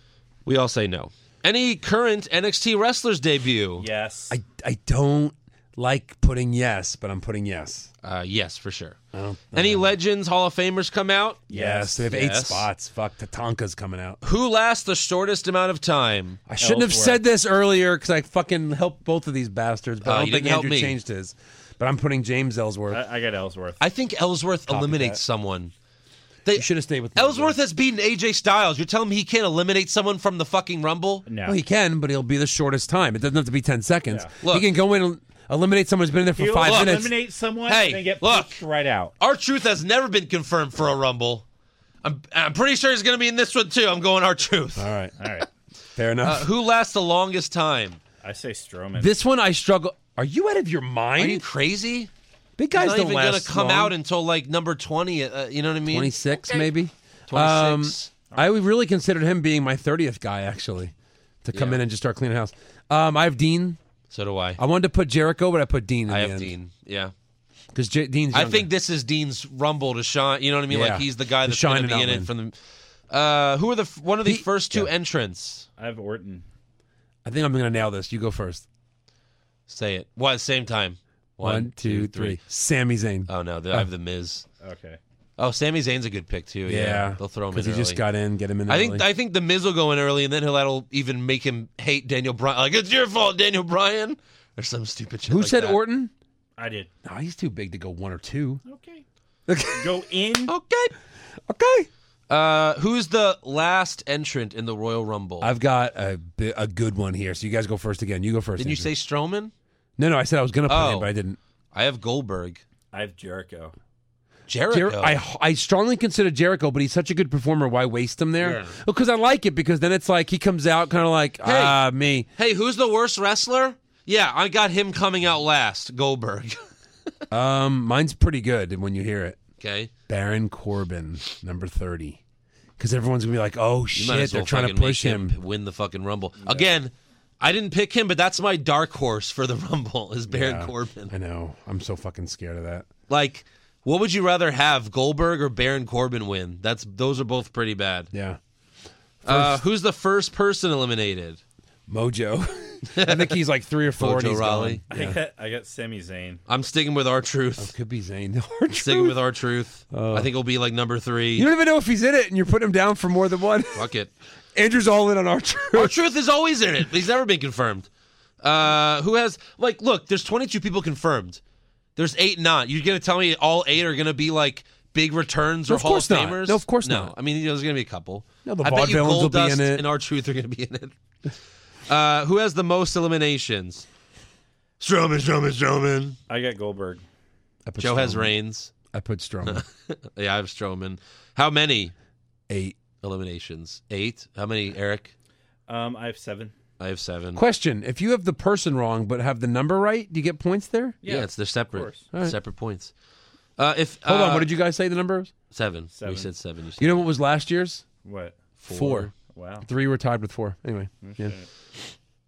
S1: We all say no. Any current NXT wrestlers debut?
S3: Yes.
S2: I, I don't like putting yes, but I'm putting yes.
S1: Uh, yes, for sure. Any legends, Hall of Famers come out?
S2: Yes. They have eight
S1: Yes.
S2: spots. Fuck, Tatanka's coming out.
S1: Who lasts the shortest amount of time?
S2: I shouldn't have
S3: Ellsworth.
S2: said this earlier because I fucking helped both of these bastards, but
S1: Oh,
S2: I
S1: you
S2: don't think
S1: didn't help
S2: Andrew
S1: me. Uh,
S2: changed his. But I'm putting James Ellsworth.
S3: I, I got Ellsworth.
S1: I think Ellsworth eliminates someone. They,
S2: you should have stayed with
S1: Ellsworth has beaten AJ Styles. You're telling me he can't eliminate someone from the fucking Rumble?
S3: no.
S2: Well, he can, but he'll be the shortest time. It doesn't have to be 10 seconds.
S1: Look.
S2: he can go in and eliminate someone who's been in there for
S3: He'll
S2: five minutes.
S3: eliminate someone
S1: Hey,
S3: and get
S1: look.
S3: pushed right out.
S1: Our truth has never been confirmed for a Rumble. I'm, I'm pretty sure he's going to be in this one too. I'm going our truth.
S2: All right.
S3: All right.
S2: Fair enough.
S1: Uh, who lasts the longest time?
S3: I say Strowman.
S2: This one I struggle. Are you out of your
S1: Are you
S2: mind?
S1: crazy?
S2: Big guys
S1: not
S2: don't
S1: even
S2: last
S1: gonna come
S2: long.
S1: out until like number twenty. Uh, you know what I mean?
S2: 26 maybe.
S1: 26.
S2: Um, I would really considered him being my 30th guy actually to come
S1: Yeah.
S2: in and just start cleaning house. Um, I have Dean.
S1: so do I.
S2: I wanted to put Jericho, but I put Dean. In
S1: I
S2: the
S1: have
S2: end.
S1: Dean. Yeah.
S2: because J- Dean's.
S1: I
S2: younger.
S1: think this is Dean's rumble to shine. You know what I mean?
S2: Yeah.
S1: Like he's the guy
S2: The
S1: that's going to
S2: shining
S1: be in it from
S2: outline.
S1: the. Uh, who are the f- one of the
S2: He-
S1: first two
S2: yeah.
S1: entrants?
S3: I have Orton.
S2: I think I'm going to nail this. You go first.
S1: Say it. What? Same time.
S2: One, two, three. Sami Zayn.
S1: Oh no, the, I have the Miz.
S3: Okay.
S1: Oh, Sami Zayn's a good pick too. Yeah, they'll throw him in
S2: because he
S1: early.
S2: just got in. Get him in.
S1: I think
S2: early.
S1: I think the Miz will go in early, and then he'll that'll even make him hate Daniel Bryan. Like it's your fault, Daniel Bryan, or some stupid shit.
S2: Who
S1: like
S2: said
S1: that.
S2: Orton?
S3: I did.
S2: No, he's too big to go one or two.
S3: Okay.
S2: Okay.
S3: Go in.
S1: Okay.
S2: okay.
S1: Uh, who's the last entrant in the Royal Rumble?
S2: I've got a bi- a good one here. So you guys go first again. You go first.
S1: Didn't you say
S2: Andrew.
S1: Strowman?
S2: No, no. I said I was going to put
S1: Oh.
S2: him, but I didn't.
S1: I have Goldberg.
S3: I have Jericho.
S1: Jericho.
S2: Jer- I I strongly consider Jericho, but he's such a good performer. Why waste him there? Because I like it. Because then it's like he comes out kind of like ah me.
S1: Hey, who's the worst wrestler? Yeah, I got him coming out last, Goldberg.
S9: um,
S2: mine's pretty good when you hear it.
S1: Okay.
S2: Baron Corbin, number 30. Because everyone's going to be like, oh
S1: You
S2: shit,
S1: might as
S2: they're
S1: well
S2: trying to
S1: fucking make
S2: push him.
S1: p- win the fucking Rumble again. I didn't pick him, but that's my dark horse for the Rumble is Baron
S2: Yeah,
S1: Corbin.
S2: I know. I'm so fucking scared of that.
S1: Like, what would you rather have, Goldberg or Baron Corbin win? That's those are both pretty bad.
S2: Yeah.
S1: Uh, who's the first person eliminated?
S2: Mojo. I think he's like three or four. and
S1: Mojo
S2: he's
S1: Rawley.
S2: gone.
S3: I got I got Sami Zayn.
S1: I'm sticking with our truth.
S2: Could be Zayn.
S1: Sticking with our truth. I think it'll be like number three.
S9: you don't even know if he's in it, and you're putting him down for more than one.
S1: Fuck it.
S9: Andrew's all in on our
S1: Our
S9: truth.
S1: truth is always in it. but He's never been confirmed. Uh, who has like? Look, there's 22 people confirmed. There's eight not. You're gonna tell me all eight are gonna be like big returns or
S9: of
S1: Hall of
S9: course not.
S1: Famers?
S9: No, of course
S1: no.
S9: not.
S1: I mean, there's gonna be a couple.
S9: No, the
S1: I bet you
S9: vaudevillains will
S1: Gold
S9: be in
S1: Dust
S9: it.
S1: and our truth are gonna be in it. Uh, who has the most eliminations? Strowman, Strowman, Strowman.
S3: I got Goldberg.
S2: I put
S1: Joe has
S2: Strowman.
S1: Reigns.
S2: I put Strowman.
S1: Yeah, I have Strowman. How many
S2: Eight.
S1: eliminations? Eight. How many, Eric?
S3: Um, I have seven.
S1: I have seven.
S2: Question: If you have the person wrong but have the number right, do you get points there?
S1: yeah, it's they're separate.
S3: course.
S1: Separate points. Uh, if
S2: Hold
S1: uh,
S2: on. What did you guys say the number was?
S1: Seven. We
S3: Seven.
S1: said seven. You said
S2: You know what was last year's?
S3: What?
S1: four.
S3: Wow.
S2: Three were tied with four. Anyway, yeah.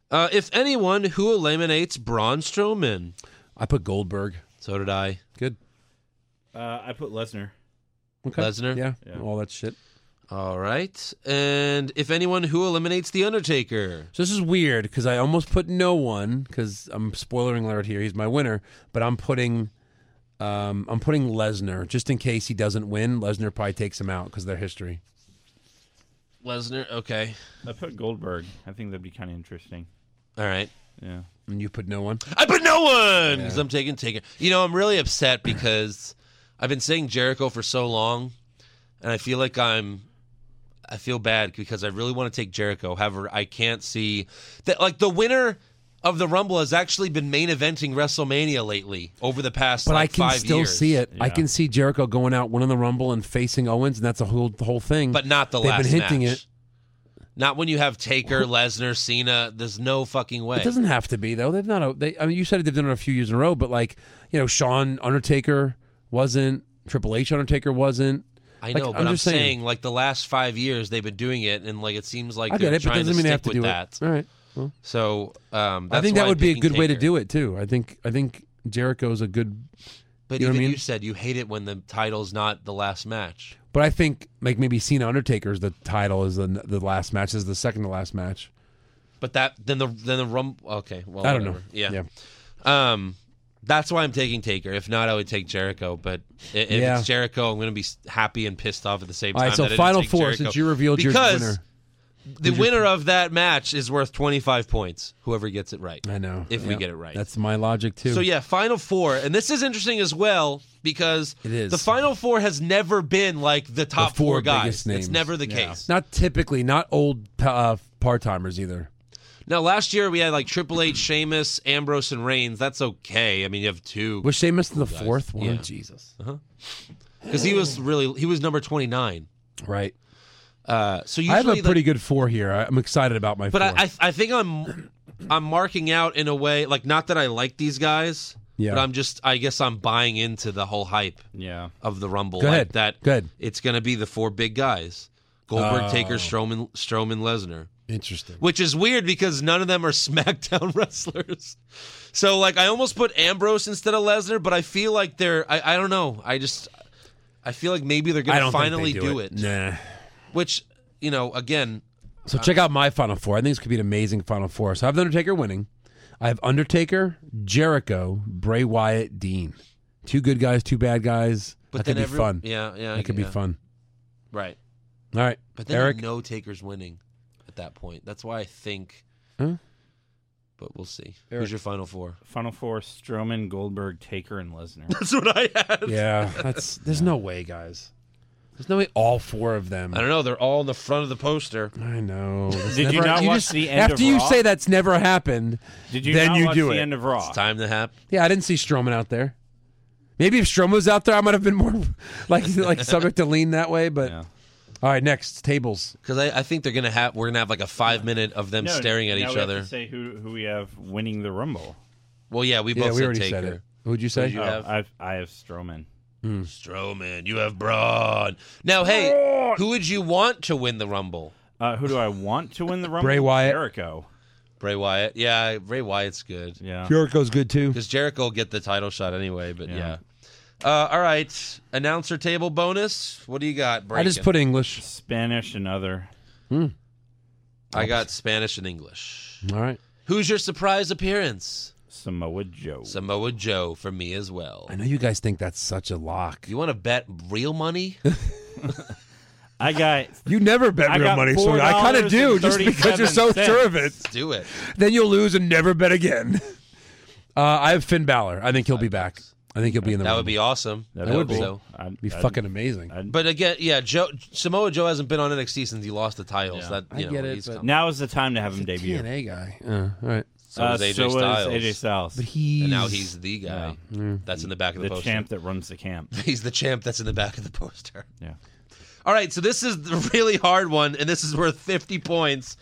S1: Uh, if anyone, who eliminates Braun Strowman?
S2: I put Goldberg.
S1: So did I.
S2: Good.
S3: Uh, I put Lesnar.
S2: Okay.
S1: Lesnar?
S2: Yeah.
S3: Yeah.
S2: All that shit.
S1: All right. And if anyone, who eliminates The Undertaker?
S2: So this is weird because I almost put no one because I'm spoiling alert here. He's my winner, but I'm putting. Um, I'm putting Lesnar just in case he doesn't win. Lesnar probably takes him out because of their history.
S1: Lesnar. Okay.
S3: I put Goldberg. I think that'd be kind of interesting.
S1: All right.
S3: Yeah.
S2: And you put no one.
S1: I put no one because I'm taking Taker. You know, I'm really upset because I've been saying Jericho for so long, and I feel like I'm. I feel bad because I really want to take Jericho. However, I can't see that. Like the winner of the Rumble has actually been main eventing WrestleMania lately over the past.
S2: But
S1: like,
S2: I can
S1: five
S2: still
S1: years.
S2: see it. I
S3: Yeah.
S2: can see Jericho going out, winning the Rumble, and facing Owens, and that's a whole the whole thing.
S1: but not the
S2: They've
S1: last.
S2: been hinting
S1: match.
S2: it.
S1: Not when you have Taker, Lesnar, Cena. There's no fucking way.
S2: It doesn't have to be though. They've not. A, they, I mean, you said they've done it a few years in a row, but like you know, Sean Undertaker wasn't. Triple H Undertaker wasn't.
S1: I
S2: Like,
S1: know, but
S2: I'm
S1: I'm,
S2: just
S1: saying,
S2: saying-
S1: like the last five years they've been doing it, and like it seems like
S2: I
S1: they're
S2: get it, but
S1: trying
S2: doesn't
S1: to
S2: mean they have
S1: stick
S2: to
S1: with
S2: do
S1: that.
S2: it. All right. Well,
S1: So um,
S2: I
S1: that's
S2: think
S1: why
S2: that
S1: I'm
S2: would be a
S1: picking
S2: good way to
S1: Taker.
S2: do it too. I think. I think Jericho's a good.
S1: But
S2: You know
S1: even
S2: what I mean?
S1: you said you hate it when the title's not the last match.
S2: But I think like maybe Cena Undertaker's the title is the the last match is the second to last match.
S1: But that then the then the rum. Okay, well
S2: I don't know.
S1: whatever. Yeah. Um, that's why I'm taking Taker. If not, I would take Jericho. But i- if
S2: Yeah.
S1: it's Jericho, I'm going to be s- happy and pissed off at the same
S2: All
S1: time.
S2: right. So
S1: that I didn't
S2: final
S1: take
S2: four
S1: Jericho.
S2: since you revealed
S1: Because
S2: your winner.
S1: The winner of that match is worth 25 points. Whoever gets it right.
S2: I know.
S1: If we
S2: Yeah.
S1: get it right.
S2: That's my logic too.
S1: So yeah, Final Four, and this is interesting as well because
S2: It is.
S1: the Final Four has never been like the top
S2: four
S1: four, guys.
S2: biggest names.
S1: It's never the
S3: Yeah.
S1: case.
S2: Not typically, not old uh, part timers either.
S1: Now last year we had like Triple H, Sheamus, Ambrose, and Reigns. That's okay. I mean you have two
S2: Was Sheamus the fourth one?
S1: Yeah.
S2: Jesus.
S1: because he was really he was number twenty nine.
S2: Right.
S1: Uh, so usually
S2: I have a
S1: the-
S2: pretty good four here. I- I'm excited about my
S1: but
S2: four.
S1: I, I I think I'm I'm marking out in a way like not that I like these guys.
S2: Yeah.
S1: But I'm just I guess I'm buying into the whole hype.
S3: Yeah.
S1: of the Rumble.
S2: Go
S1: like
S2: ahead.
S1: That
S2: Go ahead.
S1: It's going to be the four big guys: Goldberg,
S2: Oh.
S1: Taker, Strowman, Strowman, Lesnar.
S2: Interesting.
S1: Which is weird because none of them are SmackDown wrestlers. So like, I almost put Ambrose instead of Lesnar, but I feel like they're. I, I don't know. I just. I feel like maybe they're
S2: I
S1: going to
S2: don't think
S1: finally
S2: they
S1: do it.
S2: Nah.
S1: Which you know, again,
S2: So check out my final four. I think this could be an amazing final four. So I have the Undertaker winning. I have Undertaker, Jericho, Bray Wyatt, Dean. Two good guys, two bad guys.
S1: but
S2: that
S1: then
S2: could be
S1: every-
S2: fun.
S1: Yeah, yeah,
S2: that could
S1: yeah.
S2: be fun.
S1: Right,
S2: All right,
S1: but then
S2: Eric.
S1: no Taker's winning at that point. That's why I think.
S2: Huh?
S1: But we'll see. Who's your final four?
S3: Final four: Strowman, Goldberg, Taker, and Lesnar.
S1: That's what I had.
S2: Yeah, that's. There's no way, guys. There's no way all four of them.
S1: I don't know. They're all in the front of the poster.
S2: I know. That's
S3: Did you not watch the end of
S2: After you
S3: Raw?
S2: say that's never happened,
S3: Did you
S2: then
S3: not
S2: you
S3: watch
S2: do
S3: the
S2: it.
S3: end of Raw?
S1: Time to happen.
S2: yeah, I didn't see Strowman out there. Maybe if Strowman was out there, I might have been more like like subject to lean that way. But
S3: Yeah.
S2: all right, next tables.
S1: Because I, I think they're gonna have we're gonna have like a five minute of them
S3: No,
S1: staring at
S3: now
S1: each
S3: we have
S1: other.
S3: to say who who we have winning the Rumble. Oh,
S1: well, yeah, we both
S2: yeah, we
S1: said
S2: already
S1: Taker.
S2: said it. Who'd you say?
S9: you have?
S3: I've, I have Strowman.
S9: Strowman. You have Braun. Now, hey, who would you want to win the Rumble?
S3: Uh, who do I want to win the Rumble?
S2: Bray Wyatt.
S3: Jericho.
S9: Bray Wyatt. Yeah, Bray Wyatt's good.
S3: Yeah.
S2: Jericho's good too.
S9: Because Jericho will get the title shot anyway, but yeah.
S3: Yeah.
S9: Uh, all right. Announcer table bonus. What do you got,
S2: I
S9: Breaking?
S2: just put English.
S3: Spanish and other.
S9: I got Spanish and English.
S2: All right.
S9: Who's your surprise appearance?
S3: Samoa Joe.
S9: Samoa Joe for me as well.
S2: I know you guys think that's such a lock.
S9: You want to bet real money?
S3: I got
S2: You never bet
S3: I
S2: real
S3: got
S2: money, so I kind of do just because you're so
S3: $4.37.
S2: sure of it.
S9: Do it.
S2: Then you'll lose and never bet again. Uh, I have Finn Balor. I think he'll be back. I think he'll be in the.
S9: That would
S2: Rumble.
S9: be awesome.
S3: That'd
S9: I
S3: be
S9: hope
S3: cool.
S9: so.
S3: I'd-
S2: be
S3: I'd-
S2: fucking amazing.
S9: But again, yeah, Joe Samoa Joe hasn't been on NXT since he lost the titles. That you
S2: I
S9: know,
S2: get it,
S9: he's
S2: but-
S9: come-
S3: Now is the time to have him debut.
S2: TNA guy. Uh, all right.
S9: so is AJ
S3: so
S9: Styles.
S3: is AJ Styles,
S2: But he's
S9: and now he's the guy
S2: Mm.
S9: that's in the back of the,
S3: the
S9: poster.
S3: champ that runs the camp.
S9: He's the champ that's in the back of the poster.
S3: Yeah.
S9: All right, so this is the really hard one, and this is worth 50 points.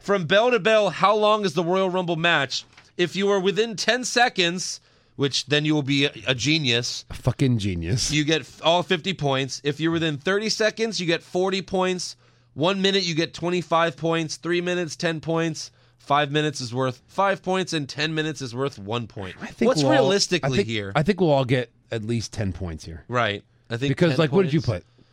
S9: From bell to bell, how long is the Royal Rumble match? If you are within 10 seconds, which then you will be a, a genius,
S2: a fucking genius.
S9: you get f- all 50 points. If you're within 30 seconds, you get 40 points. One minute, you get 25 points. Three minutes, 10 points. Five minutes is worth five points, and 10 minutes is worth one point.
S2: I think
S9: What's
S2: we'll all-
S9: realistically
S2: I think,
S9: here?
S2: I think we'll all get at least ten points here.
S9: right. I think
S2: Because
S9: 10
S2: like, what did you
S9: points.
S2: put?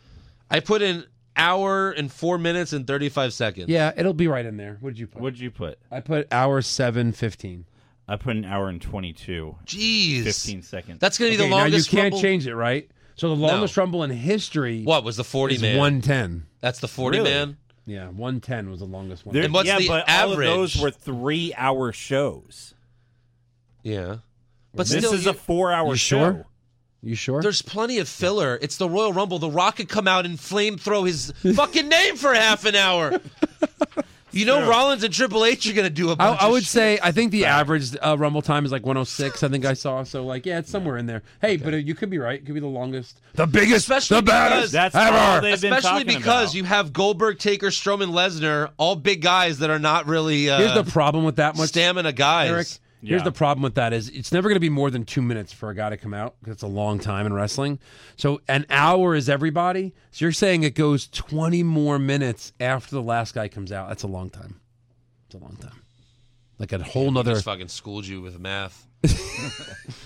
S9: I put in hour and four minutes and 35 seconds.
S2: Yeah, it'll be right in there. What did you put?
S3: What'd you put?
S2: I put hour seven fifteen.
S3: I put an hour and 22,
S9: Jeez.
S3: 15 seconds.
S9: That's going to be
S2: Okay,
S9: the
S2: now you
S9: longest
S2: can't
S9: Rumble-
S2: change it, right? So the longest rumble in history
S9: What was the 40
S2: is
S9: man?
S2: one ten.
S9: That's the 40
S3: Really?
S9: man.
S2: Yeah, one ten was the longest one.
S3: There-
S9: And what's
S3: yeah,
S9: the
S3: but
S9: average?
S3: all of those were three-hour shows.
S9: Yeah. But
S3: This
S9: still,
S3: is
S9: you-
S3: a four-hour
S2: You
S3: show.
S2: sure? you sure?
S9: there's plenty of filler. It's the Royal Rumble. The Rock could come out and flame throw his fucking name for half an hour. You know Rollins and Triple H are going to do a
S2: I,
S9: bunch
S2: I
S9: of
S2: would
S9: shit.
S2: say I think the average uh, rumble time is like 106. I think I saw. So like, yeah, it's somewhere in there. Hey, but uh, you could be right. It could be the longest, the biggest,
S9: Especially
S2: the baddest
S9: because-
S3: That's all
S2: ever.
S3: they've been
S9: Especially
S3: talking
S9: because
S3: about.
S9: you have Goldberg, Taker, Strowman, Lesnar, all big guys that are not really uh,
S2: Here's the problem with that much.
S9: stamina guys.
S2: Eric. Here's
S3: Yeah.
S2: the problem with that is it's never going to be more than two minutes for a guy to come out because it's a long time in wrestling. So an hour is everybody. So you're saying it goes 20 more minutes after the last guy comes out. That's a long time. It's a long time. Like a whole nother.
S9: Just fucking schooled you with math.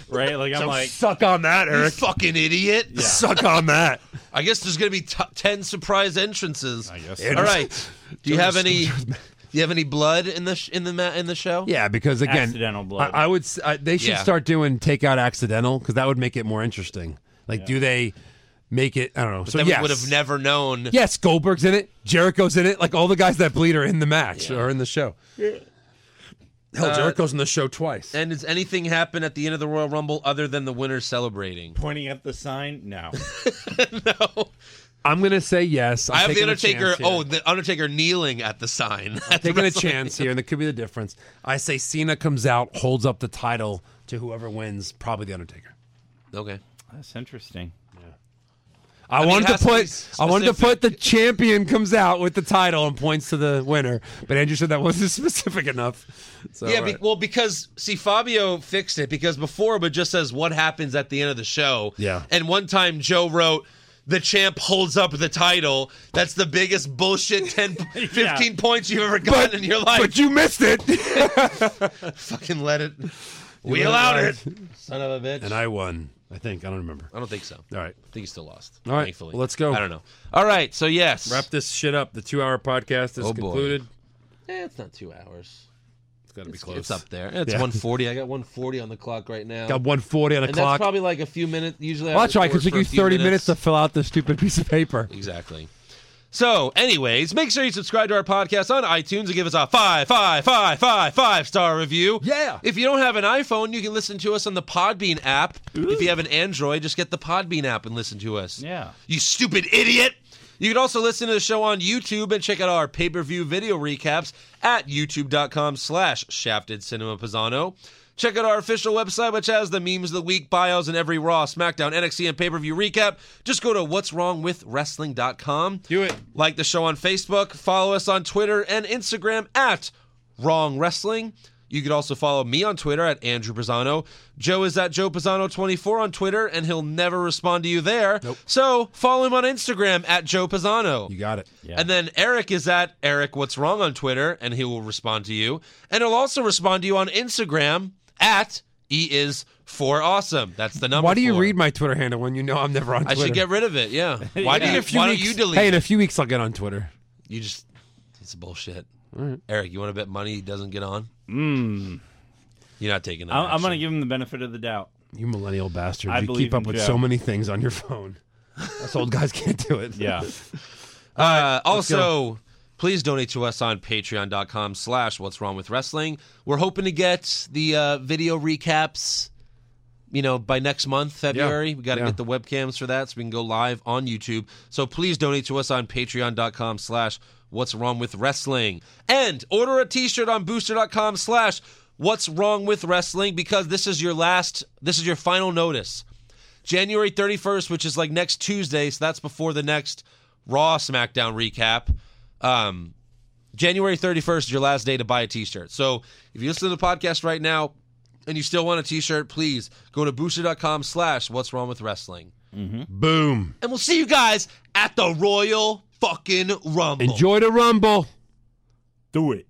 S3: right? Like I'm like,
S2: Suck on that,
S9: You
S2: Eric.
S9: fucking idiot.
S2: Suck on that.
S9: I guess there's going to be t- 10 surprise entrances. I
S3: guess so.
S9: All right. Do you have any do you have any blood in the sh- in the ma- in the show?
S2: Yeah, because again,
S3: Accidental blood.
S2: I, I would. s- I, they should
S9: Yeah.
S2: start doing takeout accidental because that would make it more interesting. Like, do they make it? I don't know. so
S9: That we
S2: yes,
S9: would have never known.
S2: yes, Goldberg's in it. Jericho's in it. Like all the guys that bleed are in the match or in the show. Hell, Jericho's in the show twice.
S9: Uh, And does anything happen at the end of the Royal Rumble other than the winners celebrating?
S3: pointing at the sign. No,
S2: I'm gonna say yes. I'm
S9: I have the
S2: taking a
S9: Undertaker.
S2: chance here.
S9: Oh, the Undertaker kneeling at the sign. at the
S2: taking a
S9: wrestling-
S2: chance here, and that could be the difference. I say Cena comes out, holds up the title to whoever wins, probably the Undertaker.
S9: Okay.
S3: that's interesting.
S2: I,
S9: mean, it
S2: wanted
S9: has
S2: to
S9: to be
S2: put I wanted to put
S9: specific.
S2: the champion comes out with the title and points to the winner, but Andrew said that wasn't specific enough. So,
S9: yeah,
S2: all
S9: be-
S2: right.
S9: well, because see, Fabio fixed it because before it just says what happens at the end of the show.
S2: Yeah.
S9: And one time Joe wrote, the champ holds up the title. That's the biggest bullshit 10, 15 points you've ever gotten
S2: but,
S9: in your life.
S2: but you missed it,
S9: Fucking let it.
S2: let
S9: We
S2: it
S9: allowed it.
S2: ride.
S9: Son of a bitch.
S2: and I won. I think I don't remember.
S9: I don't think so.
S2: All right,
S9: I think he still lost.
S2: All right,
S9: Thankfully.
S2: well, let's go.
S9: I don't know. All right. So, yes.
S2: wrap this shit up. The two-hour podcast is
S9: Oh, boy.
S2: concluded.
S9: Eh, it's not two hours.
S2: It's got to be close.
S9: It's up there. It's
S2: Yeah.
S9: 140. I got 140 on the clock right now.
S2: Got 140 on the
S9: and that's
S2: clock.
S9: probably like a few minutes. Usually,
S2: well,
S9: I
S2: that's right. Because
S9: record
S2: it took
S9: for a
S2: you 30
S9: few
S2: minutes to fill out this stupid piece of paper.
S9: Exactly. So, anyways, make sure you subscribe to our podcast on iTunes and give us a five, five, five, five, five star review.
S2: Yeah.
S9: If you don't have an iPhone, you can listen to us on the Podbean app. If you have an Android, just get the Podbean app and listen to us.
S3: Yeah.
S9: You stupid idiot. You can also listen to the show on YouTube and check out our pay-per-view video recaps at youtube.com slash shafted cinema pisano. Check out our official website, which has the memes of the week, bios, and every Raw, SmackDown, NXT, and pay-per-view recap. Just go to what's wrong with wrestling.com.
S2: Do it.
S9: Like the show on Facebook, follow us on Twitter and Instagram at Wrong Wrestling. You could also follow me on Twitter at Andrew Pisano. Joe is at Joe Pisano24 on Twitter, and he'll never respond to you there. So follow him on Instagram at Joe Pisano.
S13: You got it.
S9: And then Eric is at Eric What's Wrong on Twitter, and he will respond to you. And he'll also respond to you on Instagram at E is for awesome. That's the number.
S2: Why do you
S9: four.
S2: read my Twitter handle when you know I'm never on
S9: I
S2: Twitter?
S9: should get rid of it. Yeah. Why do
S2: In
S9: you?
S2: a few
S9: why
S2: weeks-
S9: don't you delete?
S2: Hey, in
S9: it?
S2: a few weeks I'll get on Twitter.
S9: You just. It's bullshit. Eric, you want to bet money he doesn't get on?
S3: Mm.
S9: You're not taking that.
S3: I'm, I'm
S9: action.
S3: going to give him the benefit of the doubt.
S2: You millennial bastard.
S3: I
S2: you
S3: believe
S2: keep up
S3: in
S2: with
S3: Joe.
S2: so many things on your phone. Us old guys can't do it.
S3: Yeah.
S9: Uh, also, please donate to us on patreon.com slash what's wrong with wrestling. We're hoping to get the uh, video recaps, you know, by next month, February. We got to
S2: Yeah.
S9: get the webcams for that so we can go live on YouTube. So please donate to us on patreon.com slash what's wrong with wrestling. And order a t-shirt on booster.com slash what's wrong with wrestling because this is your last, this is your final notice. January 31st, which is like next Tuesday, so that's before the next Raw SmackDown recap. Um, January 31st is your last day to buy a t shirt. So if you listen to the podcast right now and you still want a t shirt, please go to booster.com slash what's wrong with wrestling.
S2: Boom.
S9: And we'll see you guys at the Royal fucking Rumble.
S2: Enjoy the rumble.
S3: Do it.